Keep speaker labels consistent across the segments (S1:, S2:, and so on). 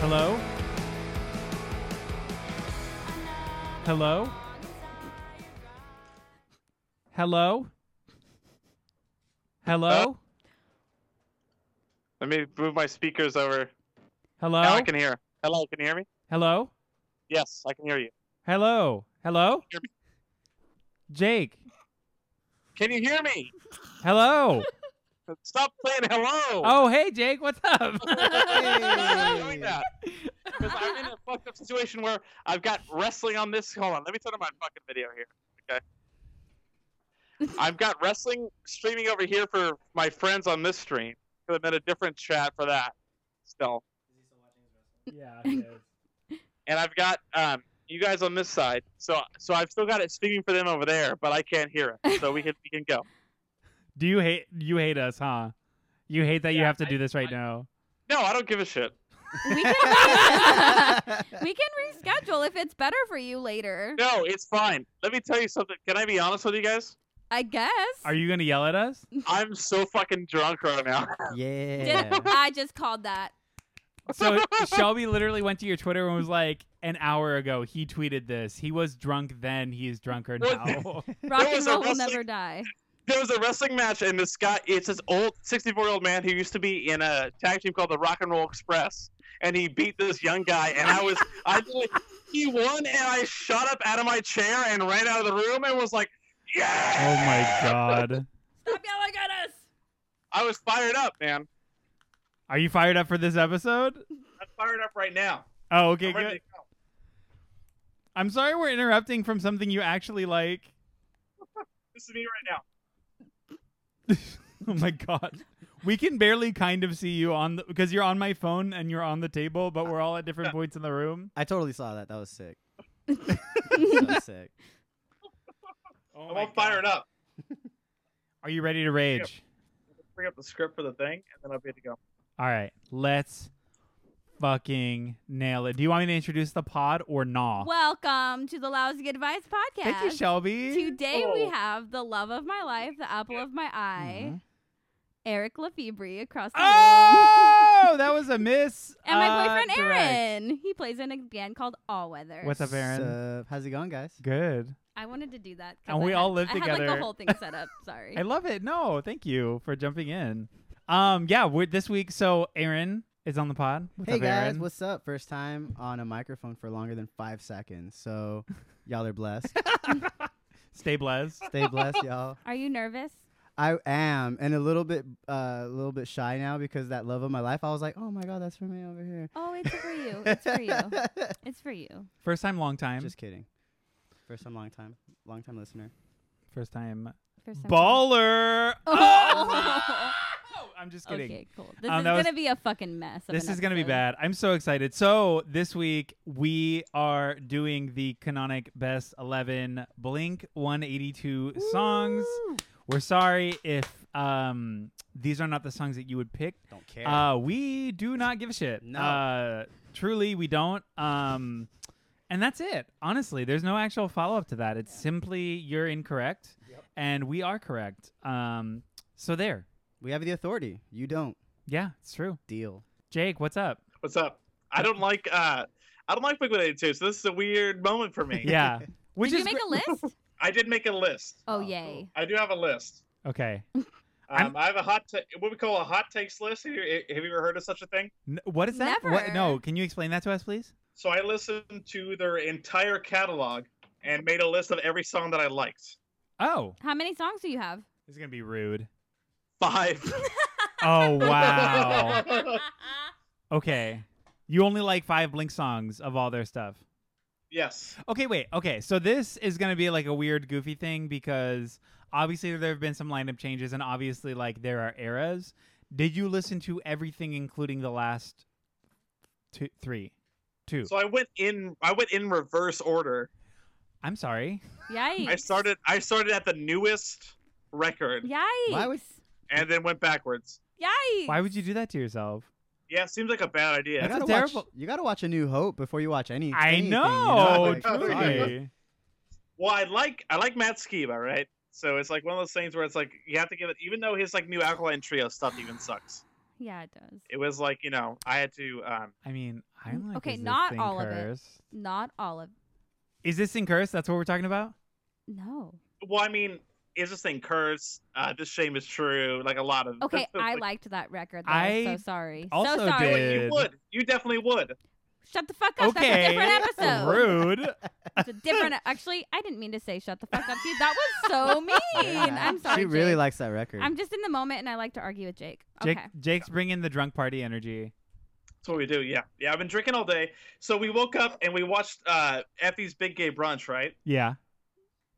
S1: Hello? Hello? Hello? Hello?
S2: Let me move my speakers over. Now
S1: Hello?
S2: I can hear. Hello, can you hear me?
S1: Hello?
S2: Yes, I can hear you.
S1: Hello? Hello?
S2: Hear me?
S1: Jake.
S2: Can you hear me?
S1: Hello.
S2: Stop playing hello.
S1: Oh, hey Jake, what's up?
S2: Stop doing that. Because I'm in a fucked up situation where I've got wrestling on this. Hold on, let me turn on my fucking video here. Okay. I've got wrestling streaming over here for my friends on this stream. Could have been a different chat for that. Still,
S1: yeah.
S2: and I've got um you guys on this side. So so I've still got it streaming for them over there, but I can't hear it. So we can we can go.
S1: Do you hate you hate us, huh? You hate that you
S2: Yeah,
S1: have to
S2: I-
S1: do this right
S2: I-
S1: now.
S2: No, I don't give a shit.
S3: We can, we can reschedule if it's better for you later.
S2: No, it's fine. Let me tell you something. Can I be honest with you guys?
S3: I guess.
S1: Are you gonna yell at us?
S2: I'm so fucking drunk right now.
S3: Did-
S4: Yeah.
S3: I just called that.
S1: So Shelby literally went to your Twitter and was like, an hour ago he tweeted this. He was drunk then. He is drunker now. Oh
S3: Rock
S2: was
S3: and
S2: a
S3: roll will
S2: wrestling-
S3: never die.
S2: There was a wrestling match, and this guy, it's this old 64 year old man who used to be in a tag team called the Rock and Roll Express, and he beat this young guy. And I was, I, did- he won, and I shot up out of my chair and ran out of the room and was like,
S1: oh
S2: yeah!
S1: my god.
S3: Stop yelling at us.
S2: I was fired up, man.
S1: Are you fired up for this episode?
S2: I'm fired up right now.
S1: Oh, okay,
S2: I'm ready
S1: good.
S2: to go.
S1: I'm sorry we're interrupting from something you actually like.
S2: This is me right now.
S1: Oh my god. We can barely kind of see you on the, because you're on my phone and you're on the table, but we're all at different points in the room.
S4: I totally saw that. That was sick. so sick.
S1: Oh
S2: I'm all fired up.
S1: Are you ready to rage?
S2: Bring up the script for the thing, and then I'll be able to go.
S1: All right, let's fucking nail it. Do you want me to introduce the pod or nah?
S3: Welcome to the Lousy Advice Podcast.
S1: Thank you, Shelby.
S3: Today we
S2: Oh.
S3: have the love of my life, the apple of my eye,
S1: Mhm.
S3: Eric Lefebvre across the room.
S1: Oh, that was a miss.
S3: And my
S1: uh,
S3: boyfriend
S1: direct.
S3: Aaron. He plays in a band called All Weather.
S1: What's up, Aaron?
S4: So, how's it going, guys?
S1: Good.
S3: I wanted to do that. 'cause
S1: And
S3: I
S1: we
S3: had-
S1: all live
S3: I had like
S1: together.
S3: the whole thing set up. Sorry.
S1: I love it. No, thank you for jumping in. Um, yeah, we're, this week. So Aaron is on the pod. What's
S4: hey
S1: up,
S4: guys,
S1: Aaron?
S4: what's up? First time on a microphone for longer than five seconds. So y'all are blessed.
S1: Stay blessed.
S4: Stay blessed, y'all.
S3: Are you nervous?
S4: I am, and a little bit, uh, a little bit shy now because that love of my life. I was like, oh my god, that's for me over here.
S3: Oh, it's for you. It's for you. It's for you.
S1: First time, long time.
S4: Just kidding. First time, long time, long time listener.
S1: First time.
S3: For some
S1: Baller.
S3: Oh.
S1: Oh, I'm just kidding.
S3: Okay, cool. This
S1: Um,
S3: is
S1: that was-
S3: gonna be a fucking mess. of
S1: This
S3: an
S1: is going to be
S3: episode.
S1: bad. I'm so excited. So, this week we are doing the Canonic Best 11 Blink 182 songs. We're sorry if um these are not the songs that you would pick.
S4: Don't care.
S1: Uh we do not give a shit.
S4: No.
S1: Uh truly we don't. Um and that's it. Honestly, there's no actual follow-up to that. It's simply you're incorrect and we are correct. Um so there.
S4: we have the authority. You don't.
S1: Yeah, it's true.
S4: Deal.
S1: Jake, what's up?
S2: What's up? I don't like, uh, I don't like Blink 182, so this is a weird moment for me.
S1: Yeah. Which
S3: Did
S1: is
S3: you make
S1: gr-
S3: a list?
S2: I did make a list.
S3: Oh,
S4: Oh,
S3: yay!
S2: I do have a list.
S1: Okay. I'm-
S2: Um, I have a hot, ta- what we call a hot takes list. Have you, have you ever heard of such a thing?
S1: N- what is that? What, no,
S3: Never.
S1: can you explain that to us, please?
S2: So I listened to their entire catalog and made a list of every song that I liked.
S1: Oh,
S3: How many songs do you have?
S1: this is gonna be rude.
S2: Five.
S1: Oh wow. okay, you only like five Blink songs of all their stuff.
S2: yes.
S1: Okay, wait. Okay, so this is gonna be like a weird, goofy thing because obviously there have been some lineup changes, and obviously like there are eras. Did you listen to everything, including the last two, three, two?
S2: So I went in. I went in reverse order.
S1: I'm sorry.
S3: Yikes!
S2: I started. I started at the newest record
S3: Yikes!
S4: Why would-
S2: and then went backwards.
S3: Yikes!
S1: Why would you do that to yourself?
S2: Yeah, seems like a bad
S4: You
S2: idea.
S1: That's
S4: gotta watch.
S1: terrible-
S4: You gotta watch A New Hope before you watch any.
S1: I
S4: anything, you
S1: know,
S4: Like, sorry.
S1: truly.
S2: Well, I like I like Matt Skiba, right? So it's like one of those things where it's like you have to give it, even though his like new Alkaline Trio stuff even sucks.
S3: Yeah, it does.
S2: It was like you know I had to. Um,
S1: I mean, I
S3: Mm,
S1: like.
S3: okay,
S1: is this
S3: not
S1: thing
S3: all of it.
S1: cursed?
S3: Not all of.
S1: Is this in curse? That's what we're talking about.
S3: No.
S2: well, I mean, is this thing cursed? Uh, this shame is true. Like a lot of.
S3: Okay,
S2: that's- that's
S3: I
S2: like-
S3: liked that record. Though.
S1: I
S3: so sorry. so
S1: also
S3: sorry.
S1: did.
S2: You
S1: Dude.
S2: would. You definitely would.
S3: Shut the fuck up.
S1: okay,
S3: That's a different episode.
S1: rude.
S3: It's a different. Actually, I didn't mean to say shut the fuck up to you. That was so mean.
S4: Yeah.
S3: I'm sorry.
S4: She really
S3: Jake.
S4: likes that record.
S3: I'm just in the moment, and I like to argue with Jake.
S1: Jake,
S3: Okay.
S1: Jake's bringing the drunk party energy.
S2: That's what we do. Yeah, yeah. I've been drinking all day. So we woke up and we watched uh, Effie's Big Gay Brunch, right?
S1: Yeah,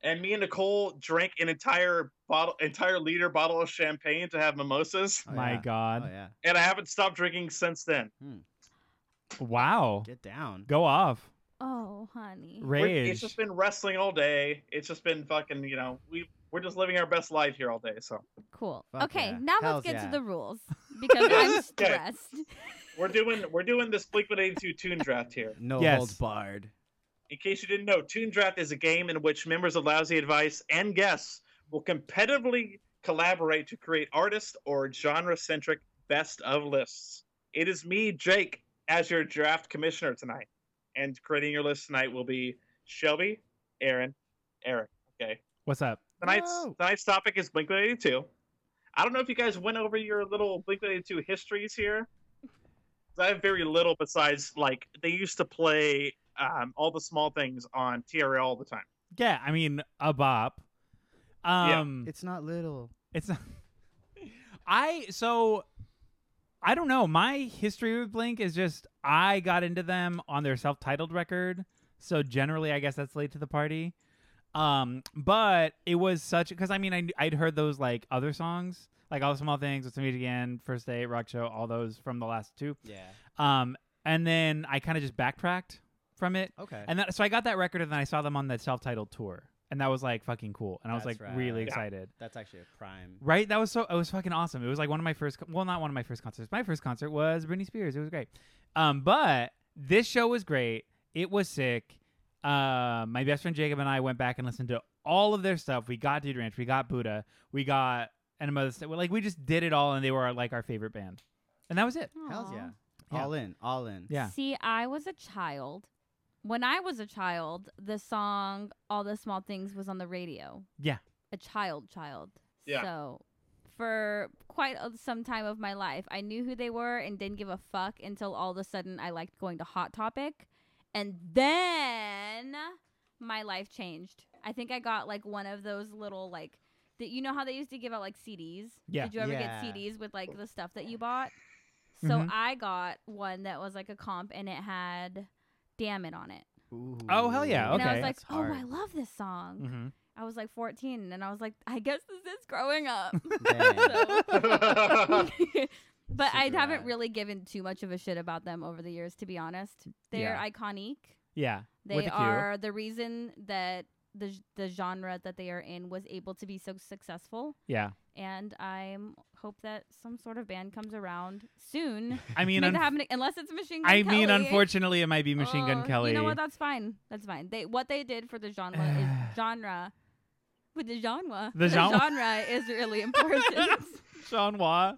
S2: And me and Nicole drank an entire bottle, entire liter bottle of champagne to have mimosas,
S4: Oh,
S1: my
S4: yeah.
S1: God,
S4: Oh yeah.
S2: and I haven't stopped drinking since then.
S1: wow,
S4: Get down.
S1: go off,
S3: Oh, honey.
S2: We're-
S1: rage.
S2: It's just been wrestling all day. It's just been fucking. You know, we we're just living our best life here all day. So
S3: Cool.
S4: Fuck
S3: okay,
S4: yeah.
S3: now
S4: Hells
S3: let's get
S4: yeah.
S3: to the rules because I'm stressed.
S2: we're doing we're doing this Blink One Eighty Two Tune Draft here.
S4: No
S1: Yes.
S4: holds barred.
S2: In case you didn't know, Toon Draft is a game in which members of Lousy Advice and guests will competitively collaborate to create artist or genre centric best of lists. It is me, Jake, as your draft commissioner tonight. And creating your list tonight will be Shelby, Aaron, Eric. Okay.
S1: What's up?
S2: Tonight's
S4: Whoa.
S2: tonight's topic is Blink 182. I don't know if you guys went over your little Blink 182 histories here. 'Cause I have very little besides like they used to play um, all the small things on TRL all the time.
S1: Yeah, I mean a bop.
S2: Yeah.
S1: Um,
S4: It's not little.
S1: It's not. I so I don't know. My history with Blink is just I got into them on their self-titled record. So generally, I guess that's late to the party. Um, but it was such because I mean I I'd heard those like other songs like all the small things, let's meet again, first day, rock show, all those from the last two.
S4: Yeah.
S1: Um, and then I kind of just backtracked from it.
S4: Okay.
S1: And that, so I got that record, and then I saw them on the self-titled tour, and that was like fucking cool, and I was
S4: That's
S1: like really
S4: right. Yeah.
S1: excited.
S4: That's actually a prime.
S1: Right? That was so. It was fucking awesome. It was like one of my first. Well, not one of my first concerts. My first concert was Britney Spears. It was great. Um, but this show was great. It was sick. Uh, my best friend Jacob and I went back and listened to all of their stuff. We got Dude Ranch. We got Buddha. We got Enema of the State. Like we just did it all, and they were like our favorite band, and that was it.
S4: Hells yeah.
S1: Yeah.
S4: All in. All in.
S1: Yeah.
S3: See, I was a child. When I was a child, the song All the Small Things was on the radio.
S1: Yeah.
S3: A child, child.
S2: Yeah.
S3: So for quite a- some time of my life, I knew who they were and didn't give a fuck until all of a sudden I liked going to Hot Topic. And then my life changed. I think I got like one of those little like that you know how they used to give out like CDs?
S1: Yeah.
S3: Did you ever
S4: Yeah.
S3: get CDs with like the stuff that you bought? So
S1: Mhm.
S3: I got one that was like a comp and it had Damn It on it.
S4: Ooh.
S1: Oh, hell yeah,
S3: And I
S1: Okay.
S3: was like,
S4: That's
S3: oh, I
S4: hard.
S3: love this song.
S1: Mm-hmm.
S3: I was like 14 and I was like, I guess this is growing up.
S4: Dang.
S3: So-
S2: yeah,
S3: but I
S4: Super
S3: haven't
S4: rad.
S3: really given too much of a shit about them over the years, to be honest. They're
S1: Yeah.
S3: iconic.
S1: Yeah.
S3: They
S1: With a Q.
S3: are the reason that the, g- the genre that they are in was able to be so successful.
S1: Yeah.
S3: And I hope that some sort of band comes around soon.
S1: I mean,
S3: Make
S1: un-
S3: that happen, unless it's Machine Gun
S1: I mean,
S3: Kelly.
S1: unfortunately, it might be Machine
S3: Oh,
S1: Gun Kelly.
S3: You know what? That's fine. That's fine. They what they did for the genre is genre. With the genre,
S1: The genre.
S3: genre is really important. Um,
S1: Sean Wah.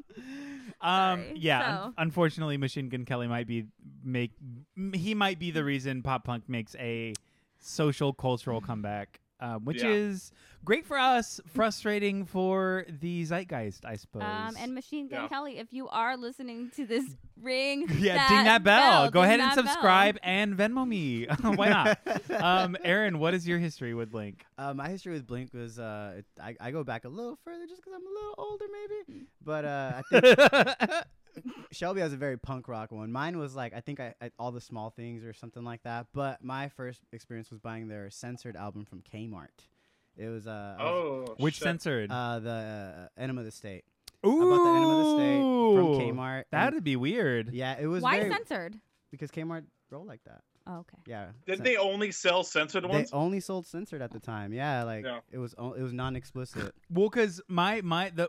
S1: Um,
S3: Sorry.
S1: yeah. un-
S3: So-
S1: unfortunately, Machine Gun Kelly might be make m- he might be the
S3: Mm-hmm.
S1: reason pop punk makes a social cultural comeback, um, which
S2: Yeah.
S1: is great for us, frustrating for the zeitgeist, I suppose.
S3: um, and Machine Gun
S2: Yeah.
S3: Kelly, if you are listening to this, ring
S1: yeah,
S3: that
S1: ding that bell. Go
S3: Ding
S1: ahead and
S3: that bell.
S1: subscribe and Venmo me. Why not? um, Aaron, what is your history with Blink?
S4: Uh, my history with Blink was uh, it- I, I go back a little further just because I'm a little older, maybe. But uh, I think Shelby has a very punk rock one. Mine was like I think I, I all the small things or something like that. But my first experience was buying their censored album from Kmart. It was uh, I was-
S2: oh,
S1: Which
S2: shit.
S1: censored?
S4: uh the uh, Enema of the State.
S1: Ooh,
S4: I bought the Enema of the State from Kmart. and-
S1: That'd be weird.
S4: yeah, it was
S3: Why
S4: very,
S3: censored?
S4: because Kmart rolled like that.
S3: Oh, okay.
S4: Yeah,
S2: Did
S4: cen-
S2: they only sell censored ones?
S4: They only sold censored at the time. Yeah, like
S2: Yeah.
S4: it was o- it was non-explicit.
S1: Well, because my my the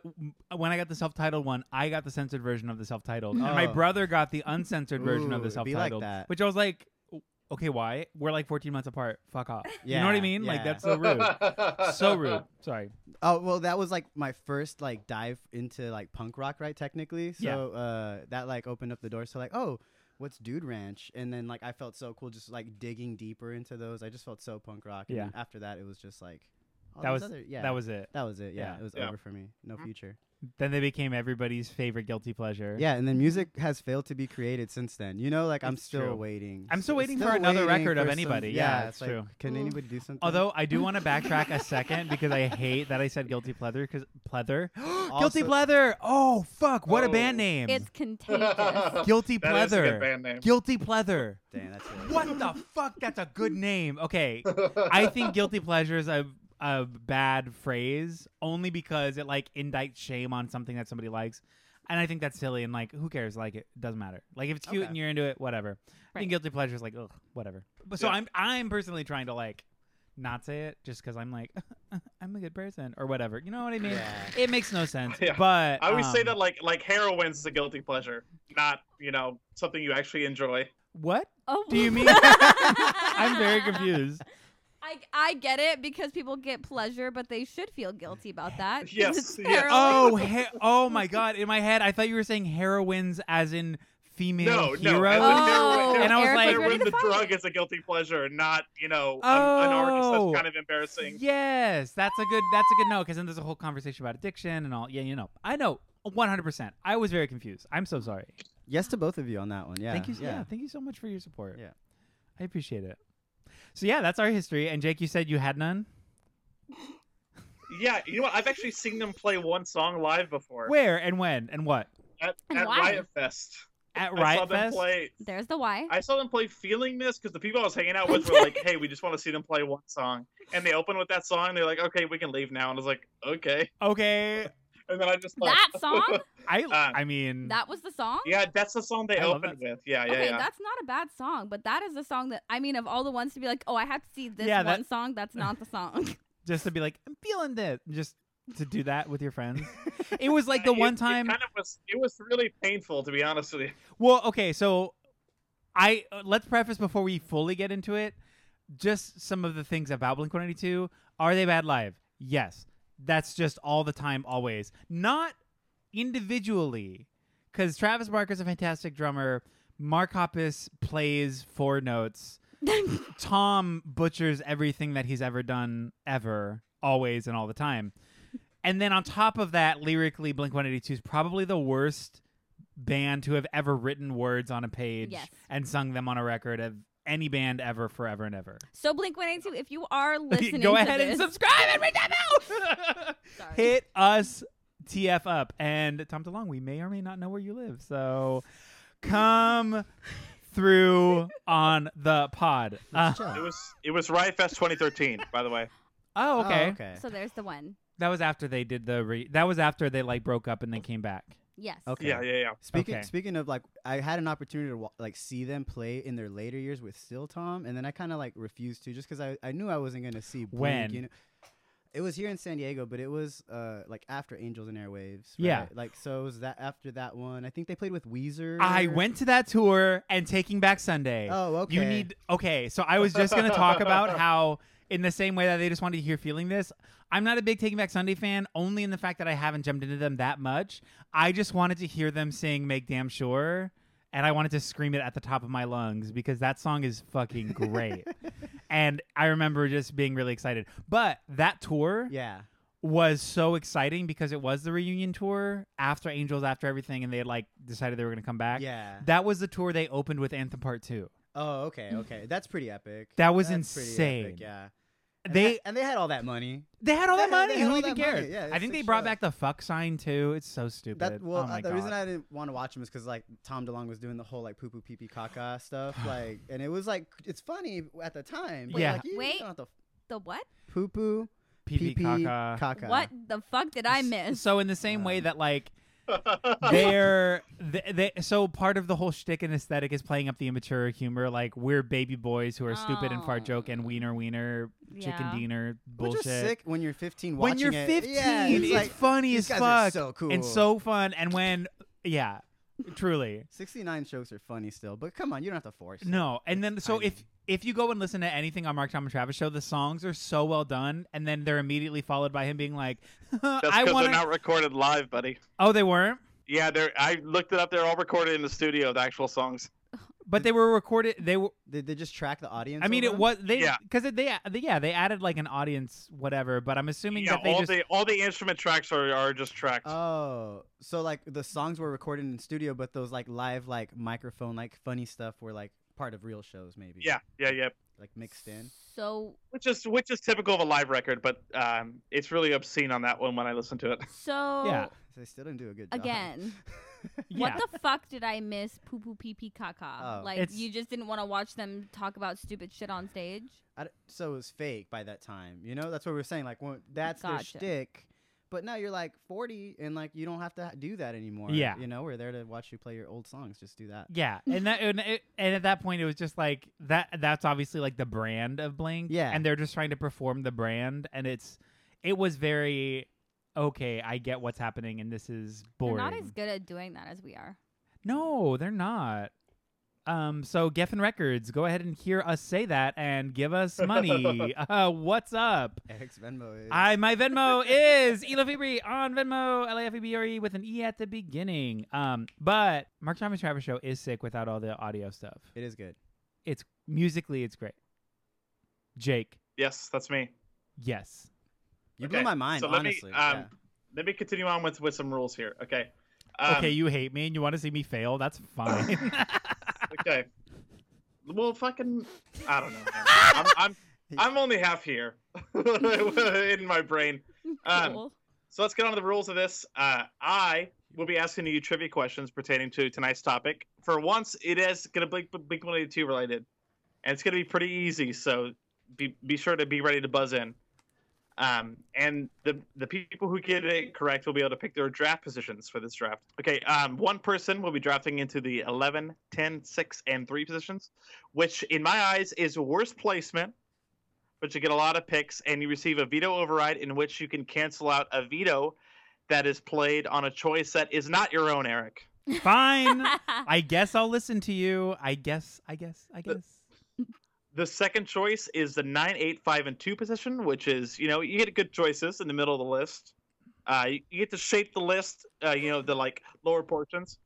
S1: when I got the self titled one, I got the censored version of the self titled, and my
S4: Oh.
S1: brother got the uncensored version of
S4: Ooh,
S1: the
S4: it'd
S1: self
S4: be like
S1: titled,
S4: that.
S1: which I was like, okay, why? We're like 14 months apart. Fuck off.
S4: Yeah,
S1: you know what I mean? Like
S4: yeah.
S1: that's so rude. so rude. Sorry.
S4: Oh well, that was like my first like dive into like punk rock, right? Technically, so
S1: Yeah.
S4: uh, that like opened up the doors to like, oh, what's Dude Ranch? And then like I felt so cool, just like digging deeper into those. I just felt so punk rock. And
S1: Yeah.
S4: then after that, it was just like all
S1: That
S4: these
S1: was
S4: other, yeah,
S1: that was it.
S4: that was it. Yeah,
S1: yeah.
S4: it was
S5: Yeah.
S4: over for me. No
S5: Mhm.
S4: future.
S1: Then they became everybody's favorite guilty pleasure.
S4: Yeah, and then music has failed to be creted since then. You know, like I'm
S1: It's
S4: still
S1: true.
S4: waiting.
S1: I'm
S4: S-
S1: still waiting for
S4: still
S1: another
S4: waiting
S1: record of
S4: for some-
S1: anybody. Yeah, it's
S4: like,
S1: true.
S4: Can
S3: Mm.
S4: anybody do something?
S1: Although I do want to backtrack a second because I hate that I said guilty pleather because pleather, guilty
S4: Also-
S1: pleather. Oh fuck! What a band
S2: Oh.
S1: name.
S3: It's contagious.
S1: guilty
S2: That is a good
S1: pleather.
S2: band name.
S1: Guilty pleather.
S4: Dang, that's it.
S1: What the fuck? That's a good name. Okay, I think guilty pleasure is a a bad phrase only because it like indicts shame on something that somebody likes. And I think that's silly and like who cares? Like it doesn't matter. Like if it's cute
S4: Okay.
S1: and you're into it, whatever. I
S3: Right.
S1: think guilty pleasure is like, ugh, whatever. But so
S2: Yeah.
S1: I'm I'm personally trying to like not say it just because I'm like I'm a good person or whatever. You know what I mean?
S4: Yeah.
S1: It makes no sense.
S2: Yeah.
S1: But
S2: I always say
S1: um,
S2: that like like heroin's a guilty pleasure, not you know something you actually enjoy.
S1: What
S3: oh,
S1: do you mean? I'm
S3: I'm
S1: very confused.
S3: I, I get it because people get pleasure, but they should feel guilty about that. 'cause
S2: Yes,
S3: it's
S2: yes.
S3: heroin.
S1: Oh, he- oh my god! In my head, I thought you were saying heroines as in female
S2: No, no,
S1: heroes.
S2: as in
S3: Oh,
S2: heroin,
S1: And I was
S3: Eric
S1: like-
S3: ready
S2: heroin
S3: to
S2: the
S3: fight.
S2: drug is a guilty pleasure, not you know an,
S1: Oh.
S2: an artist that's kind of embarrassing.
S1: Yes, that's a good. That's a good no. Because then there's a whole conversation about addiction and all. Yeah, you know. I know. 100%. I was very confused. I'm so sorry.
S4: Yes to both of you on that one. Yeah.
S1: thank you. Yeah.
S4: Yeah.
S1: Thank you so much for your support.
S4: Yeah.
S1: I appreciate it. So yeah, that's our history. And Jake, you said you had none.
S2: Yeah, you know what? I've actually seen them play one song live before
S1: Where and when and what
S2: at,
S3: And
S2: at
S3: why?
S2: Riot Fest.
S1: at
S2: I
S1: Riot
S2: saw them
S1: Fest?
S2: play.
S3: There's the why.
S2: I saw them play "Feeling This" because the people I was hanging out with were like, "Hey, we just want to see them play one song," and they opened with that song. And they're like, "Okay, we can leave now," and I was like, "Okay,"
S1: Okay.
S2: and then I just left.
S3: that song?
S1: I.
S2: Uh,
S1: I mean.
S3: That was the song?
S2: Yeah, that's the song they
S1: I love
S2: opened with. Yeah, yeah,
S3: okay,
S2: yeah.
S3: that's not a bad song, but that is the song that I mean of all the ones to be like, oh, I have to see this
S1: Yeah, that-
S3: one song. That's not the song.
S1: just to be like, I'm feeling this. Just to do that with your friends. it was like the one
S2: It-
S1: time.
S2: it kind of was. It was really painful, to be honest with you.
S1: Well, okay, so I uh, let's preface before we fully get into it. Just some of the things about Blink One Eighty Two. Are they bad live? Yes. That's just all the time, always. Not individually, because Travis Barker's a fantastic drummer. Mark Hoppus plays four notes. Tom butchers everything that he's ever done, ever, always, and all the time. And then on top of that, lyrically, Blink 182 is probably the worst band to have ever written words on a page
S3: Yes.
S1: and sung them on a record of any band ever, forever and ever.
S3: so Blink 182, if you are listening
S1: Go
S3: to
S1: ahead and
S3: this-
S1: subscribe and ring that bell!
S3: Sorry.
S1: Hit us TF up. And Tom DeLong, we may or may not know where you live. So come through on the pod. Uh,
S4: Let's
S2: It
S4: chill.
S2: was. It was Riot Fest 2013, by the way.
S1: oh, okay.
S4: Oh, okay.
S3: So there's the one.
S1: That was after they did the re- that was after they like broke up and they came back.
S3: Yes.
S4: Okay.
S2: Yeah, yeah, yeah.
S4: Speaking
S1: Okay.
S4: speaking of like, I had an opportunity to wa- like see them play in their later years with Still Tom, and then I kind of like refused to just because I, I knew I wasn't gonna see Blink,
S1: When?
S4: you know? It was here in San Diego, but it was uh like after Angels and Airwaves.
S1: Yeah.
S4: right? Like so it was that after that one. I think they played with Weezer.
S1: I went to that tour and Taking Back Sunday.
S4: Oh, okay.
S1: You need okay. So I was just gonna talk about how, in the same way that they just wanted to hear "Feeling This," I'm not a big Taking Back Sunday fan, only in the fact that I haven't jumped into them that much. I just wanted to hear them sing "Make Damn Sure," and I wanted to scream it at the top of my lungs because that song is fucking great. and I remember just being really excited. But that tour,
S4: Yeah.
S1: was so exciting because it was the reunion tour after Angels, after everything, and they had like decided they were gonna come back.
S4: Yeah.
S1: That was the tour they opened with Anthem Part Two.
S4: Oh, okay, okay. That's pretty epic.
S1: That was
S4: That's pretty
S1: insane.
S4: epic, yeah. And
S1: They
S4: and they had all that money.
S1: they had all that
S4: They had-
S1: money.
S4: they had
S1: Who
S4: all
S1: even
S4: that money.
S1: cares?
S4: Yeah,
S1: I
S4: it's
S1: think
S4: a
S1: they brought
S4: show.
S1: back the fuck sign too. It's so stupid.
S4: That well,
S1: oh my
S4: uh, the
S1: God.
S4: reason I didn't want to watch him is because like Tom DeLonge was doing the whole like poo poo pee pee caca stuff, like, and it was like it's funny at the time. But,
S1: Yeah.
S4: Like, you
S3: Wait.
S4: Don't have to
S3: The what?
S4: poo poo
S1: pee pee caca.
S4: caca.
S3: What the fuck did I miss?
S1: So in the same way
S4: Um.
S1: that like they're they, they so part of the whole shtick and aesthetic is playing up the immature humor, like we're baby boys who are stupid and fart joke and wiener wiener chicken
S3: Yeah.
S1: diener
S4: Which
S1: bullshit.
S4: is sick when you're 15.
S1: when you're
S4: Watching it.
S1: 15,
S4: yeah,
S1: it's,
S4: like
S1: funny
S4: these
S1: as
S4: guys
S1: fuck
S4: are so cool
S1: and so fun. And when, yeah, truly,
S4: 69 jokes are funny still, but come on, you don't have to force. it.
S1: no. And then so
S4: I mean-
S1: if if you go and listen to anything on Mark Tom and Travis show, the songs are so well done, and then they're immediately followed by him being like,
S5: That's
S1: "I
S5: because
S1: want
S5: they're not recorded live, buddy.
S1: Oh, they weren't,
S5: Yeah, they're. I looked it up. They're all recorded in the studio. The actual songs.
S1: but they were recorded. They were.
S4: Did they just track the audience?
S1: I mean,
S4: over
S1: it
S4: them?
S1: was they
S5: Yeah.
S1: because they yeah they added like an audience whatever, but I'm assuming
S5: yeah,
S1: that they
S5: all
S1: just
S5: the all the instrument tracks are, are just tracks.
S4: Oh, so like the songs were recorded in studio, but those like live, like microphone, like funny stuff were like part of real shows, maybe.
S5: yeah, yeah, yeah.
S4: Like mixed in.
S3: So
S5: Which is which is typical of a live record, but um, it's really obscene on that one when I listen to it.
S3: so
S1: Yeah.
S4: So they still didn't do a good job.
S3: again.
S1: yeah.
S3: What the fuck did I miss? Poo poo pee pee caca.
S4: Oh.
S3: Like
S1: It's-
S3: you just didn't want to watch them talk about stupid shit on stage.
S4: I d so it was fake by that time. You know, that's what we were saying. Like, when, that's their
S3: Gotcha.
S4: shtick. But now you're like 40, and like you don't have to do that anymore.
S1: Yeah.
S4: You know, we're there to watch you play your old songs. Just do that.
S1: Yeah, and that and, it, and at that point it was just like that. That's obviously like the brand of Blink.
S4: Yeah.
S1: and they're just trying to perform the brand, and it's it was very okay. I get what's happening, and this is boring.
S3: They're not as good at doing that as we are.
S1: No, they're not. Um, so Geffen Records, go ahead and hear us say that and give us money. uh, what's up?
S4: Eric's Venmo is.
S1: I my Venmo is Elafibri on Venmo, L A F E B R E with an E at the beginning. Um, but Mark Thomas Travis show is sick without all the audio stuff.
S4: it is good.
S1: It's musically, it's great. Jake,
S2: Yes, that's me.
S1: yes.
S4: You
S2: Okay,
S4: blew my mind,
S2: so let me,
S4: honestly.
S2: um, Let me continue on with with some rules here. Okay. Um,
S1: okay, you hate me and you want to see me fail. That's fine.
S2: okay. Well, fucking, I don't know. man. I'm, I'm, I'm only half here in my brain. Um,
S3: Cool.
S2: So let's get on to the rules of this. Uh, I will be asking you trivia questions pertaining to tonight's topic. For once, it is going to be Blink 182 related, and it's going to be pretty easy. So be be sure to be ready to buzz in. Um, and the the people who get it correct will be able to pick their draft positions for this draft. Okay, um, one person will be drafting into the 11, 10, 6, and 3 positions, which in my eyes is worst placement but you get a lot of picks, and you receive a veto override in which you can cancel out a veto that is played on a choice that is not your own, Eric.
S1: fine. I guess I'll listen to you. I guess, I guess, I guess.
S2: The second choice is the nine, eight, five, and 2 position, which is, you know, you get good choices in the middle of the list. Uh, you, you get to shape the list, uh, you know, the like lower portions.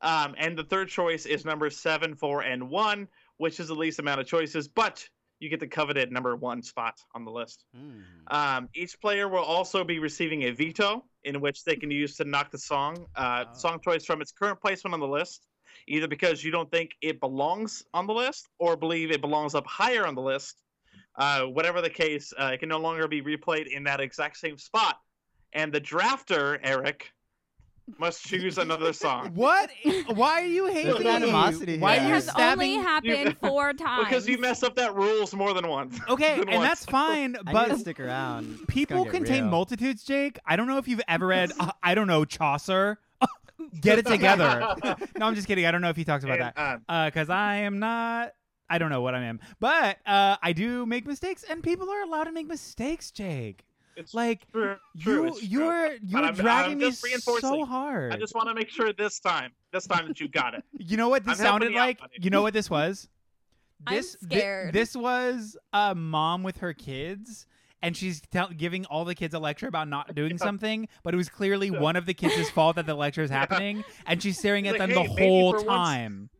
S2: Um, and the third choice is number 7, 4, and 1, which is the least amount of choices, but you get the coveted number 1 spot on the list.
S4: Mm.
S2: Um, each player will also be receiving a veto, in which they can use to knock the song uh,
S4: Oh.
S2: song choice from its current placement on the list, either because you don't think it belongs on the list or believe it belongs up higher on the list. Uh, whatever the case, uh, it can no longer be replayed in that exact same spot, and the drafter Eric must choose another song.
S1: What? Why are you hating
S4: There's
S1: me?
S4: animosity
S1: Why
S3: it
S4: here.
S1: are you
S3: has
S1: stabbing?
S3: only happened four times.
S2: Because you messed up that rules more than once.
S1: okay,
S2: than
S1: and
S2: once.
S1: that's fine,
S4: I need to
S1: but
S4: stick around. It's gonna
S1: people
S4: get
S1: contain
S4: real.
S1: multitudes, Jake. I don't know if you've ever read, uh, I don't know, Chaucer. Get it together. no, I'm just kidding. I don't know if he talks about that.
S2: And, um,
S1: because Uh, I am not. I don't know what I am, but uh, I do make mistakes, and people are allowed to make mistakes, Jake.
S2: it's
S1: Like
S2: true, true,
S1: you,
S2: it's true.
S1: you're you're
S2: But I'm-
S1: dragging
S2: I'm
S1: me
S2: just reinforcing.
S1: so hard.
S2: I just want to make sure this time, this time that you got it.
S1: you know what this
S2: I'm helping
S1: sounded
S2: you out,
S1: like?
S2: buddy.
S1: You know what this was?
S3: I'm
S1: This thi-
S3: scared.
S1: this was a mom with her kids. And she's tell giving all the kids a lecture about not doing something, but it was clearly one of the kids' fault that the lecture is happening, and she's staring at
S2: Like,
S1: them
S2: "Hey,
S1: the
S2: maybe
S1: whole
S2: for once-
S1: time.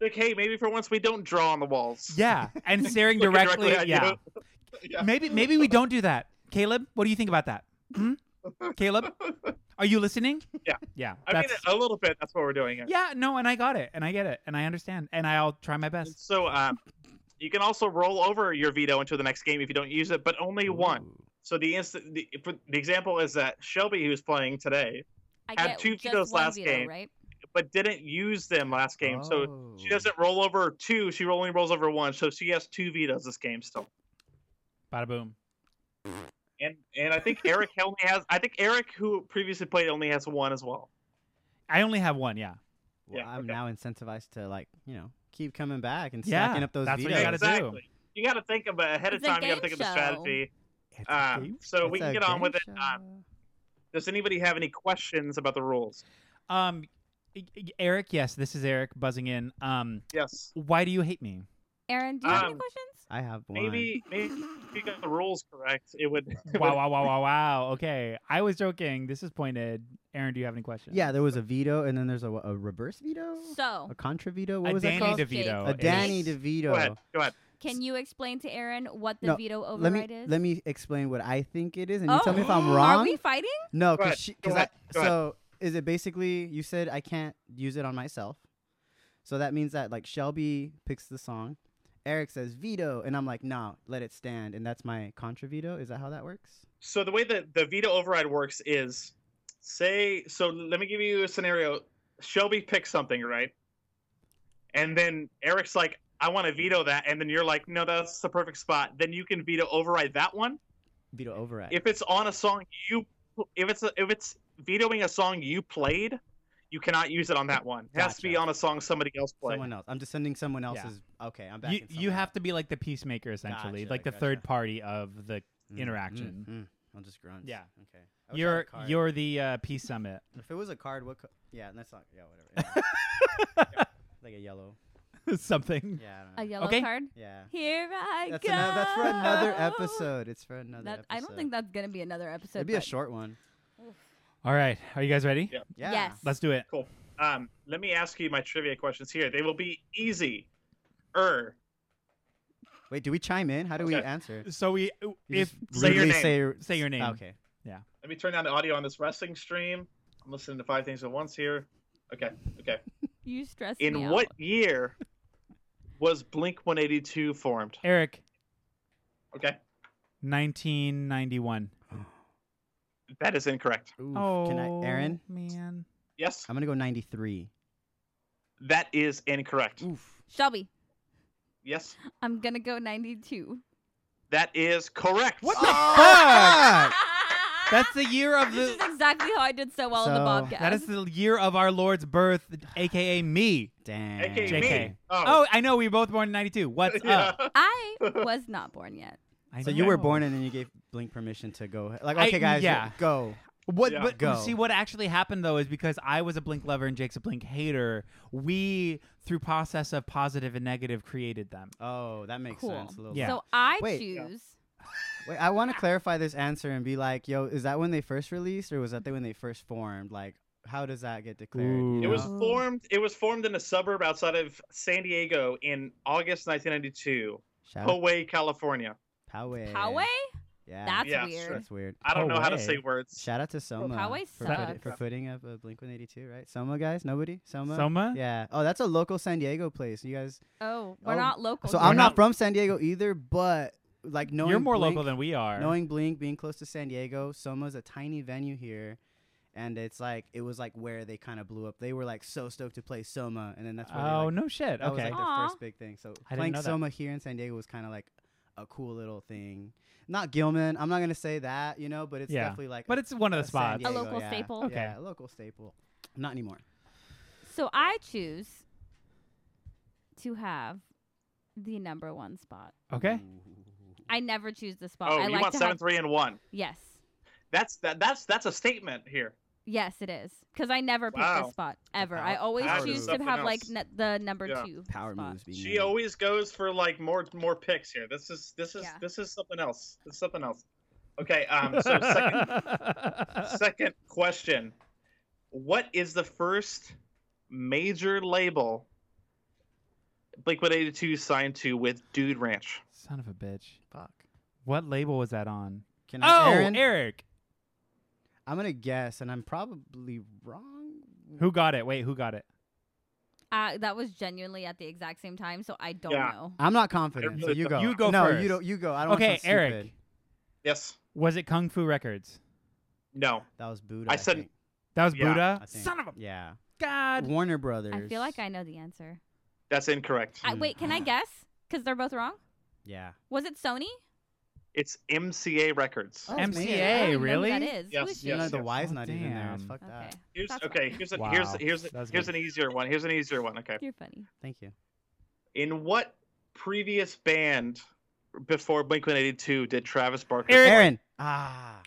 S2: Like, hey, maybe for once we don't draw on the walls.
S1: Yeah, and staring
S2: Looking
S1: directly.
S2: directly at
S1: yeah.
S2: you. Yeah.
S1: Maybe maybe we don't do that. Caleb, what do you think about that? Hmm? Caleb, are you listening?
S2: Yeah.
S1: Yeah.
S2: I mean, uh,
S1: that's-
S2: a little bit. That's what we're doing. Here.
S1: yeah. No, and I got it, and I get it, and I understand, and I'll try my
S2: And
S1: best.
S2: So um, you can also roll over your veto into the next game if you don't use it, but only one.
S4: Ooh.
S2: So the, inst- the for- the example is that Shelby, who's playing today,
S3: I
S2: had
S3: get
S2: two
S3: just
S2: vetoes
S3: one
S2: last
S3: veto,
S2: game.
S3: right?
S2: but didn't use them last game. So she
S4: Oh.
S2: doesn't roll over two. She only rolls over one. So she has two vetoes this game still.
S1: Bada boom.
S2: And and I think Eric only has. I think Eric, who previously played, only has one as well.
S1: I only have one. Yeah.
S4: Well,
S2: Yeah,
S4: I'm
S2: okay.
S4: now incentivized to like you know keep coming back and
S1: Yeah,
S4: stacking up those
S1: that's what you
S4: vetoes.
S1: gotta do.
S2: exactly. You got to think of ahead
S3: It's
S2: of
S3: a
S2: time. You got to
S3: game
S2: think of the
S3: show.
S2: strategy.
S4: It's a
S2: Um,
S4: game
S2: so we
S4: It's
S2: can
S4: a
S2: get on
S4: game
S2: with it. Um,
S4: show.
S2: does anybody have any questions about the rules?
S1: Um, E- E- Eric. Yes, this is Eric buzzing in. Um,
S2: Yes.
S1: why do you hate me?
S3: Aaron, do you have any
S2: Um,
S3: questions?
S4: I have one.
S2: Maybe maybe if you got the rules correct, it would.
S1: wow, wow, wow, wow, wow. Okay, I was joking. This is pointed. Aaron, do you have any questions?
S4: Yeah, there was a veto, and then there's a, wha- a reverse veto,
S3: So,
S4: a contra veto. What
S1: a
S4: was
S1: Danny
S4: that called?
S3: DeVito.
S1: DeVito.
S4: a Danny
S1: is-
S4: DeVito.
S2: Go ahead. Go ahead.
S3: can you explain to Aaron what the
S4: No,
S3: veto
S4: Let
S3: override
S4: me
S3: is?
S4: let me explain what I think it is, and
S3: oh,
S4: you tell me if I'm
S3: Are
S4: wrong.
S3: we fighting?
S4: No,
S2: Go ahead,
S4: because she
S2: go
S4: because I
S2: ahead, go ahead.
S4: so is it basically you said I can't use it on myself, so that means that like Shelby picks the song, Eric says veto, and I'm like no, let it stand, and that's my contra veto. Is that how that works?
S2: So the way that the veto override works is, say, so let me give you a scenario. Shelby picks something, right? And then Eric's like, "I want to veto that," and then you're like, "No, that's the perfect spot." Then you can veto override that one.
S4: Veto override.
S2: If it's on a song you, if it's if it's vetoing a song you played, you cannot use it on that one. It has to be
S4: Gotcha.
S2: on a song somebody else played.
S4: someone else, I'm just sending someone
S1: Yeah.
S4: else's. Okay, I'm back.
S1: You, you have to be like the peacemaker, essentially,
S4: Gotcha,
S1: like the
S4: gotcha.
S1: third party of the. interaction.
S4: Mm, I'll just grunt.
S1: Yeah.
S4: Okay. I wish I had a
S1: You're
S4: card.
S1: you're the uh, peace summit.
S4: If it was a card, what? Co- yeah, that's not. Yeah, whatever. Yeah. like a yellow.
S1: Something.
S4: Yeah. I don't know.
S3: A yellow
S1: Okay.
S3: card?
S4: yeah.
S3: Here I
S4: That's,
S3: go.
S4: ano- that's for another episode. It's for another.
S3: That,
S4: episode.
S3: I don't think that's going to be another episode.
S4: It'd be a
S3: but-
S4: short one.
S1: All right, are you guys ready?
S2: Yeah.
S4: Yeah.
S3: Yes.
S1: Let's do it.
S2: Um, let me ask you my trivia questions here. They will be easy. Er,
S4: Wait, do we chime in? How do we
S2: Okay.
S4: answer?
S1: So we uh,
S4: You
S1: if
S4: just
S2: say your
S4: really
S2: name.
S1: Say your name.
S4: Okay.
S2: let me turn down the audio on this wrestling stream. I'm listening to five things at once here. Okay, okay.
S3: You stress me
S2: In
S3: out.
S2: what year was Blink 182 formed?
S1: Eric,
S2: Okay,
S1: 1991.
S2: that is incorrect.
S4: Ooh,
S1: oh,
S4: can I, Aaron?
S1: Man,
S2: Yes,
S4: I'm gonna go 93.
S2: that is incorrect.
S4: Oof.
S3: Shelby,
S2: Yes,
S3: I'm going to go 92.
S2: that is correct.
S1: What the fuck? That's the year of
S3: This
S1: the.
S3: is exactly how I did so well in the
S4: So,
S3: Bobcast.
S1: That is the year of our Lord's birth, aka me.
S4: Damn.
S2: AKA
S1: JK.
S2: me. Oh,
S1: Oh, I know we were both born in '92. What's
S2: yeah.
S1: up?
S3: I was not born yet.
S1: I
S4: So you were
S1: know.
S4: born and then you gave Blink permission to go. Like,
S1: I-
S4: okay, guys,
S1: yeah.
S4: go.
S1: What?
S2: Yeah.
S1: But
S4: Go.
S1: see, what actually happened though is because I was a Blink lover and Jake's a Blink hater. We, through process of positive and negative, created them.
S4: Oh, that makes
S3: Cool.
S4: sense. A little
S1: Yeah.
S4: bit.
S3: So I
S4: Wait.
S3: choose.
S4: Wait, I want to clarify this answer and be like, yo, is that when they first released or was that when they first formed? Like, how does that get declared?
S1: Ooh.
S2: It was
S1: Yeah.
S2: formed. It was formed in a suburb outside of San Diego in August 1992,
S4: Shout out
S2: Poway, California.
S4: Poway.
S3: Poway?
S4: Yeah.
S3: That's
S2: Yeah,
S3: weird.
S2: sure.
S4: That's weird.
S2: I don't know how to
S1: Poway?
S2: say words.
S4: Shout out to Soma
S3: Poway
S4: for, putti-
S3: sucks.
S4: for putting up a Blink 182, right? Soma guys, nobody. Soma.
S1: Soma.
S4: Yeah. Oh, that's a local San Diego place. You guys.
S3: Oh, we're
S4: Oh,
S3: not local.
S4: So
S3: here.
S4: I'm
S1: We're
S4: not
S1: not-
S4: from San Diego either, but like knowing
S1: You're more
S4: Blink,
S1: local than we are.
S4: knowing Blink being close to San Diego, Soma's a tiny venue here, and it's like it was like where they kind of blew up. They were like so stoked to play Soma, and then that's where they,
S1: oh
S4: like,
S1: no shit.
S4: that was
S1: Okay.
S4: like their
S3: Aw.
S4: first big thing. So
S1: didn't
S4: playing
S1: know that.
S4: Soma here in San Diego was kind of like a cool little thing. Not Gilman, I'm not gonna say that, you know, but it's
S1: Yeah.
S4: definitely like
S1: but
S4: a-
S1: it's one of the
S4: a San
S1: spots.
S3: A
S4: Diego,
S3: local
S4: yeah.
S3: staple?
S1: Okay.
S4: Yeah, a local staple. Not anymore.
S3: So I choose to have the number one spot.
S1: Okay.
S3: I never choose the spot.
S2: Oh,
S3: I
S2: you
S3: like
S2: want
S3: to
S2: seven,
S3: have
S2: three, and one.
S3: yes,
S2: That's that. That's that's a statement here.
S3: yes, it is because I never pick
S2: Wow.
S3: this spot ever.
S4: power-
S3: I always
S2: power
S3: choose
S2: move.
S3: to
S2: Something
S3: have like
S2: else.
S3: n the number
S2: Yeah.
S3: two
S4: Power
S3: spot.
S4: moves being
S2: She
S4: made.
S2: always goes for like more more picks here. This is this is
S3: Yeah.
S2: this is something else. It's something else. Okay. Um. So second second question. What is the first major label Blink 182 signed to with Dude Ranch?
S1: Son of a bitch.
S4: Fuck.
S1: What label was that on?
S4: Can I,
S1: Oh,
S4: Aaron?
S1: Eric.
S4: I'm gonna guess, and I'm probably wrong.
S1: Who got it? Wait, who got it?
S3: Uh, that was genuinely at the exact same time, so I don't
S2: Yeah.
S3: know.
S4: I'm not confident.
S2: Everybody
S4: So you
S2: else.
S4: go.
S1: You go
S4: No,
S1: first.
S4: you don't. You go. I don't.
S1: Okay,
S4: want to sound
S1: Eric.
S4: stupid.
S2: Yes.
S1: Was it Kung Fu Records?
S2: No.
S4: That was Buddha.
S2: I said-
S4: think.
S1: That was
S2: Yeah,
S1: Buddha.
S4: I think.
S1: Ah, Son of a
S4: Yeah.
S1: god.
S4: Warner Brothers.
S3: I feel like I know the answer.
S2: That's incorrect.
S3: I,
S4: Hmm.
S3: wait, can I guess? Because they're both wrong.
S4: Yeah.
S3: Was it Sony?
S2: It's MCA Records.
S4: Oh,
S3: I
S1: MCA,
S3: don't even know who
S1: really?
S3: that is. Who
S2: Yes,
S3: is
S4: You know
S2: yes.
S3: she?
S4: the Y's
S1: Oh,
S4: not even there. It's
S1: damn.
S4: Fuck that.
S3: Okay,
S2: Here's
S3: That's
S2: okay. Here's a,
S1: Wow.
S2: here's here's
S1: That was
S2: here's
S1: good.
S2: an easier one. Here's an easier one. Okay.
S3: you're funny.
S4: Thank you.
S2: In what previous band before Blink 182 did Travis Barker?
S1: Eric-
S2: play?
S4: Aaron. Ah.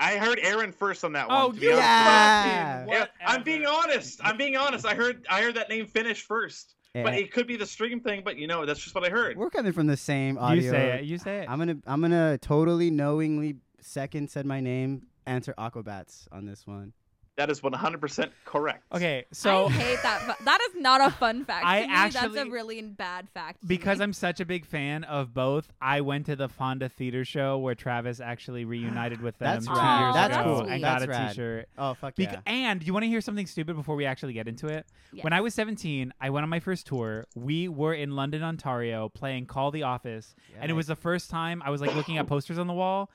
S2: I heard Aaron first on that one.
S1: Oh,
S2: to be
S1: you
S2: honest.
S4: Yeah.
S1: fucking
S2: Yeah, I'm being
S1: whatever.
S2: honest. I'm being honest. I heard I heard that name finish first. But
S4: Eh,
S2: it could be the stream thing. But you know, that's just what I heard.
S4: we're coming from the same audio.
S1: You say it. You say it.
S4: I'm gonna I'm gonna totally knowingly second said my name answer Aquabats on this one.
S2: That is 100% correct.
S1: okay, so
S3: I hate that. fu- that is not a fun fact.
S1: I
S3: to me. that's
S1: actually-
S3: a really bad fact. to
S1: because
S3: me.
S1: I'm such a big fan of both, I went to the Fonda Theater show where Travis actually reunited with them
S4: That's
S1: two
S3: rad.
S1: years
S3: Aw, that's
S1: ago
S3: cool.
S1: and got
S4: That's
S1: a
S4: rad.
S1: T-shirt.
S4: Oh fuck
S1: Bec-
S4: yeah!
S1: And you want to hear something stupid before we actually get into it? When I was 17, I went on my first tour. We were in London, Ontario, playing Call the Office, and it
S4: Yeah.
S1: was the first time I was like looking at posters on the wall.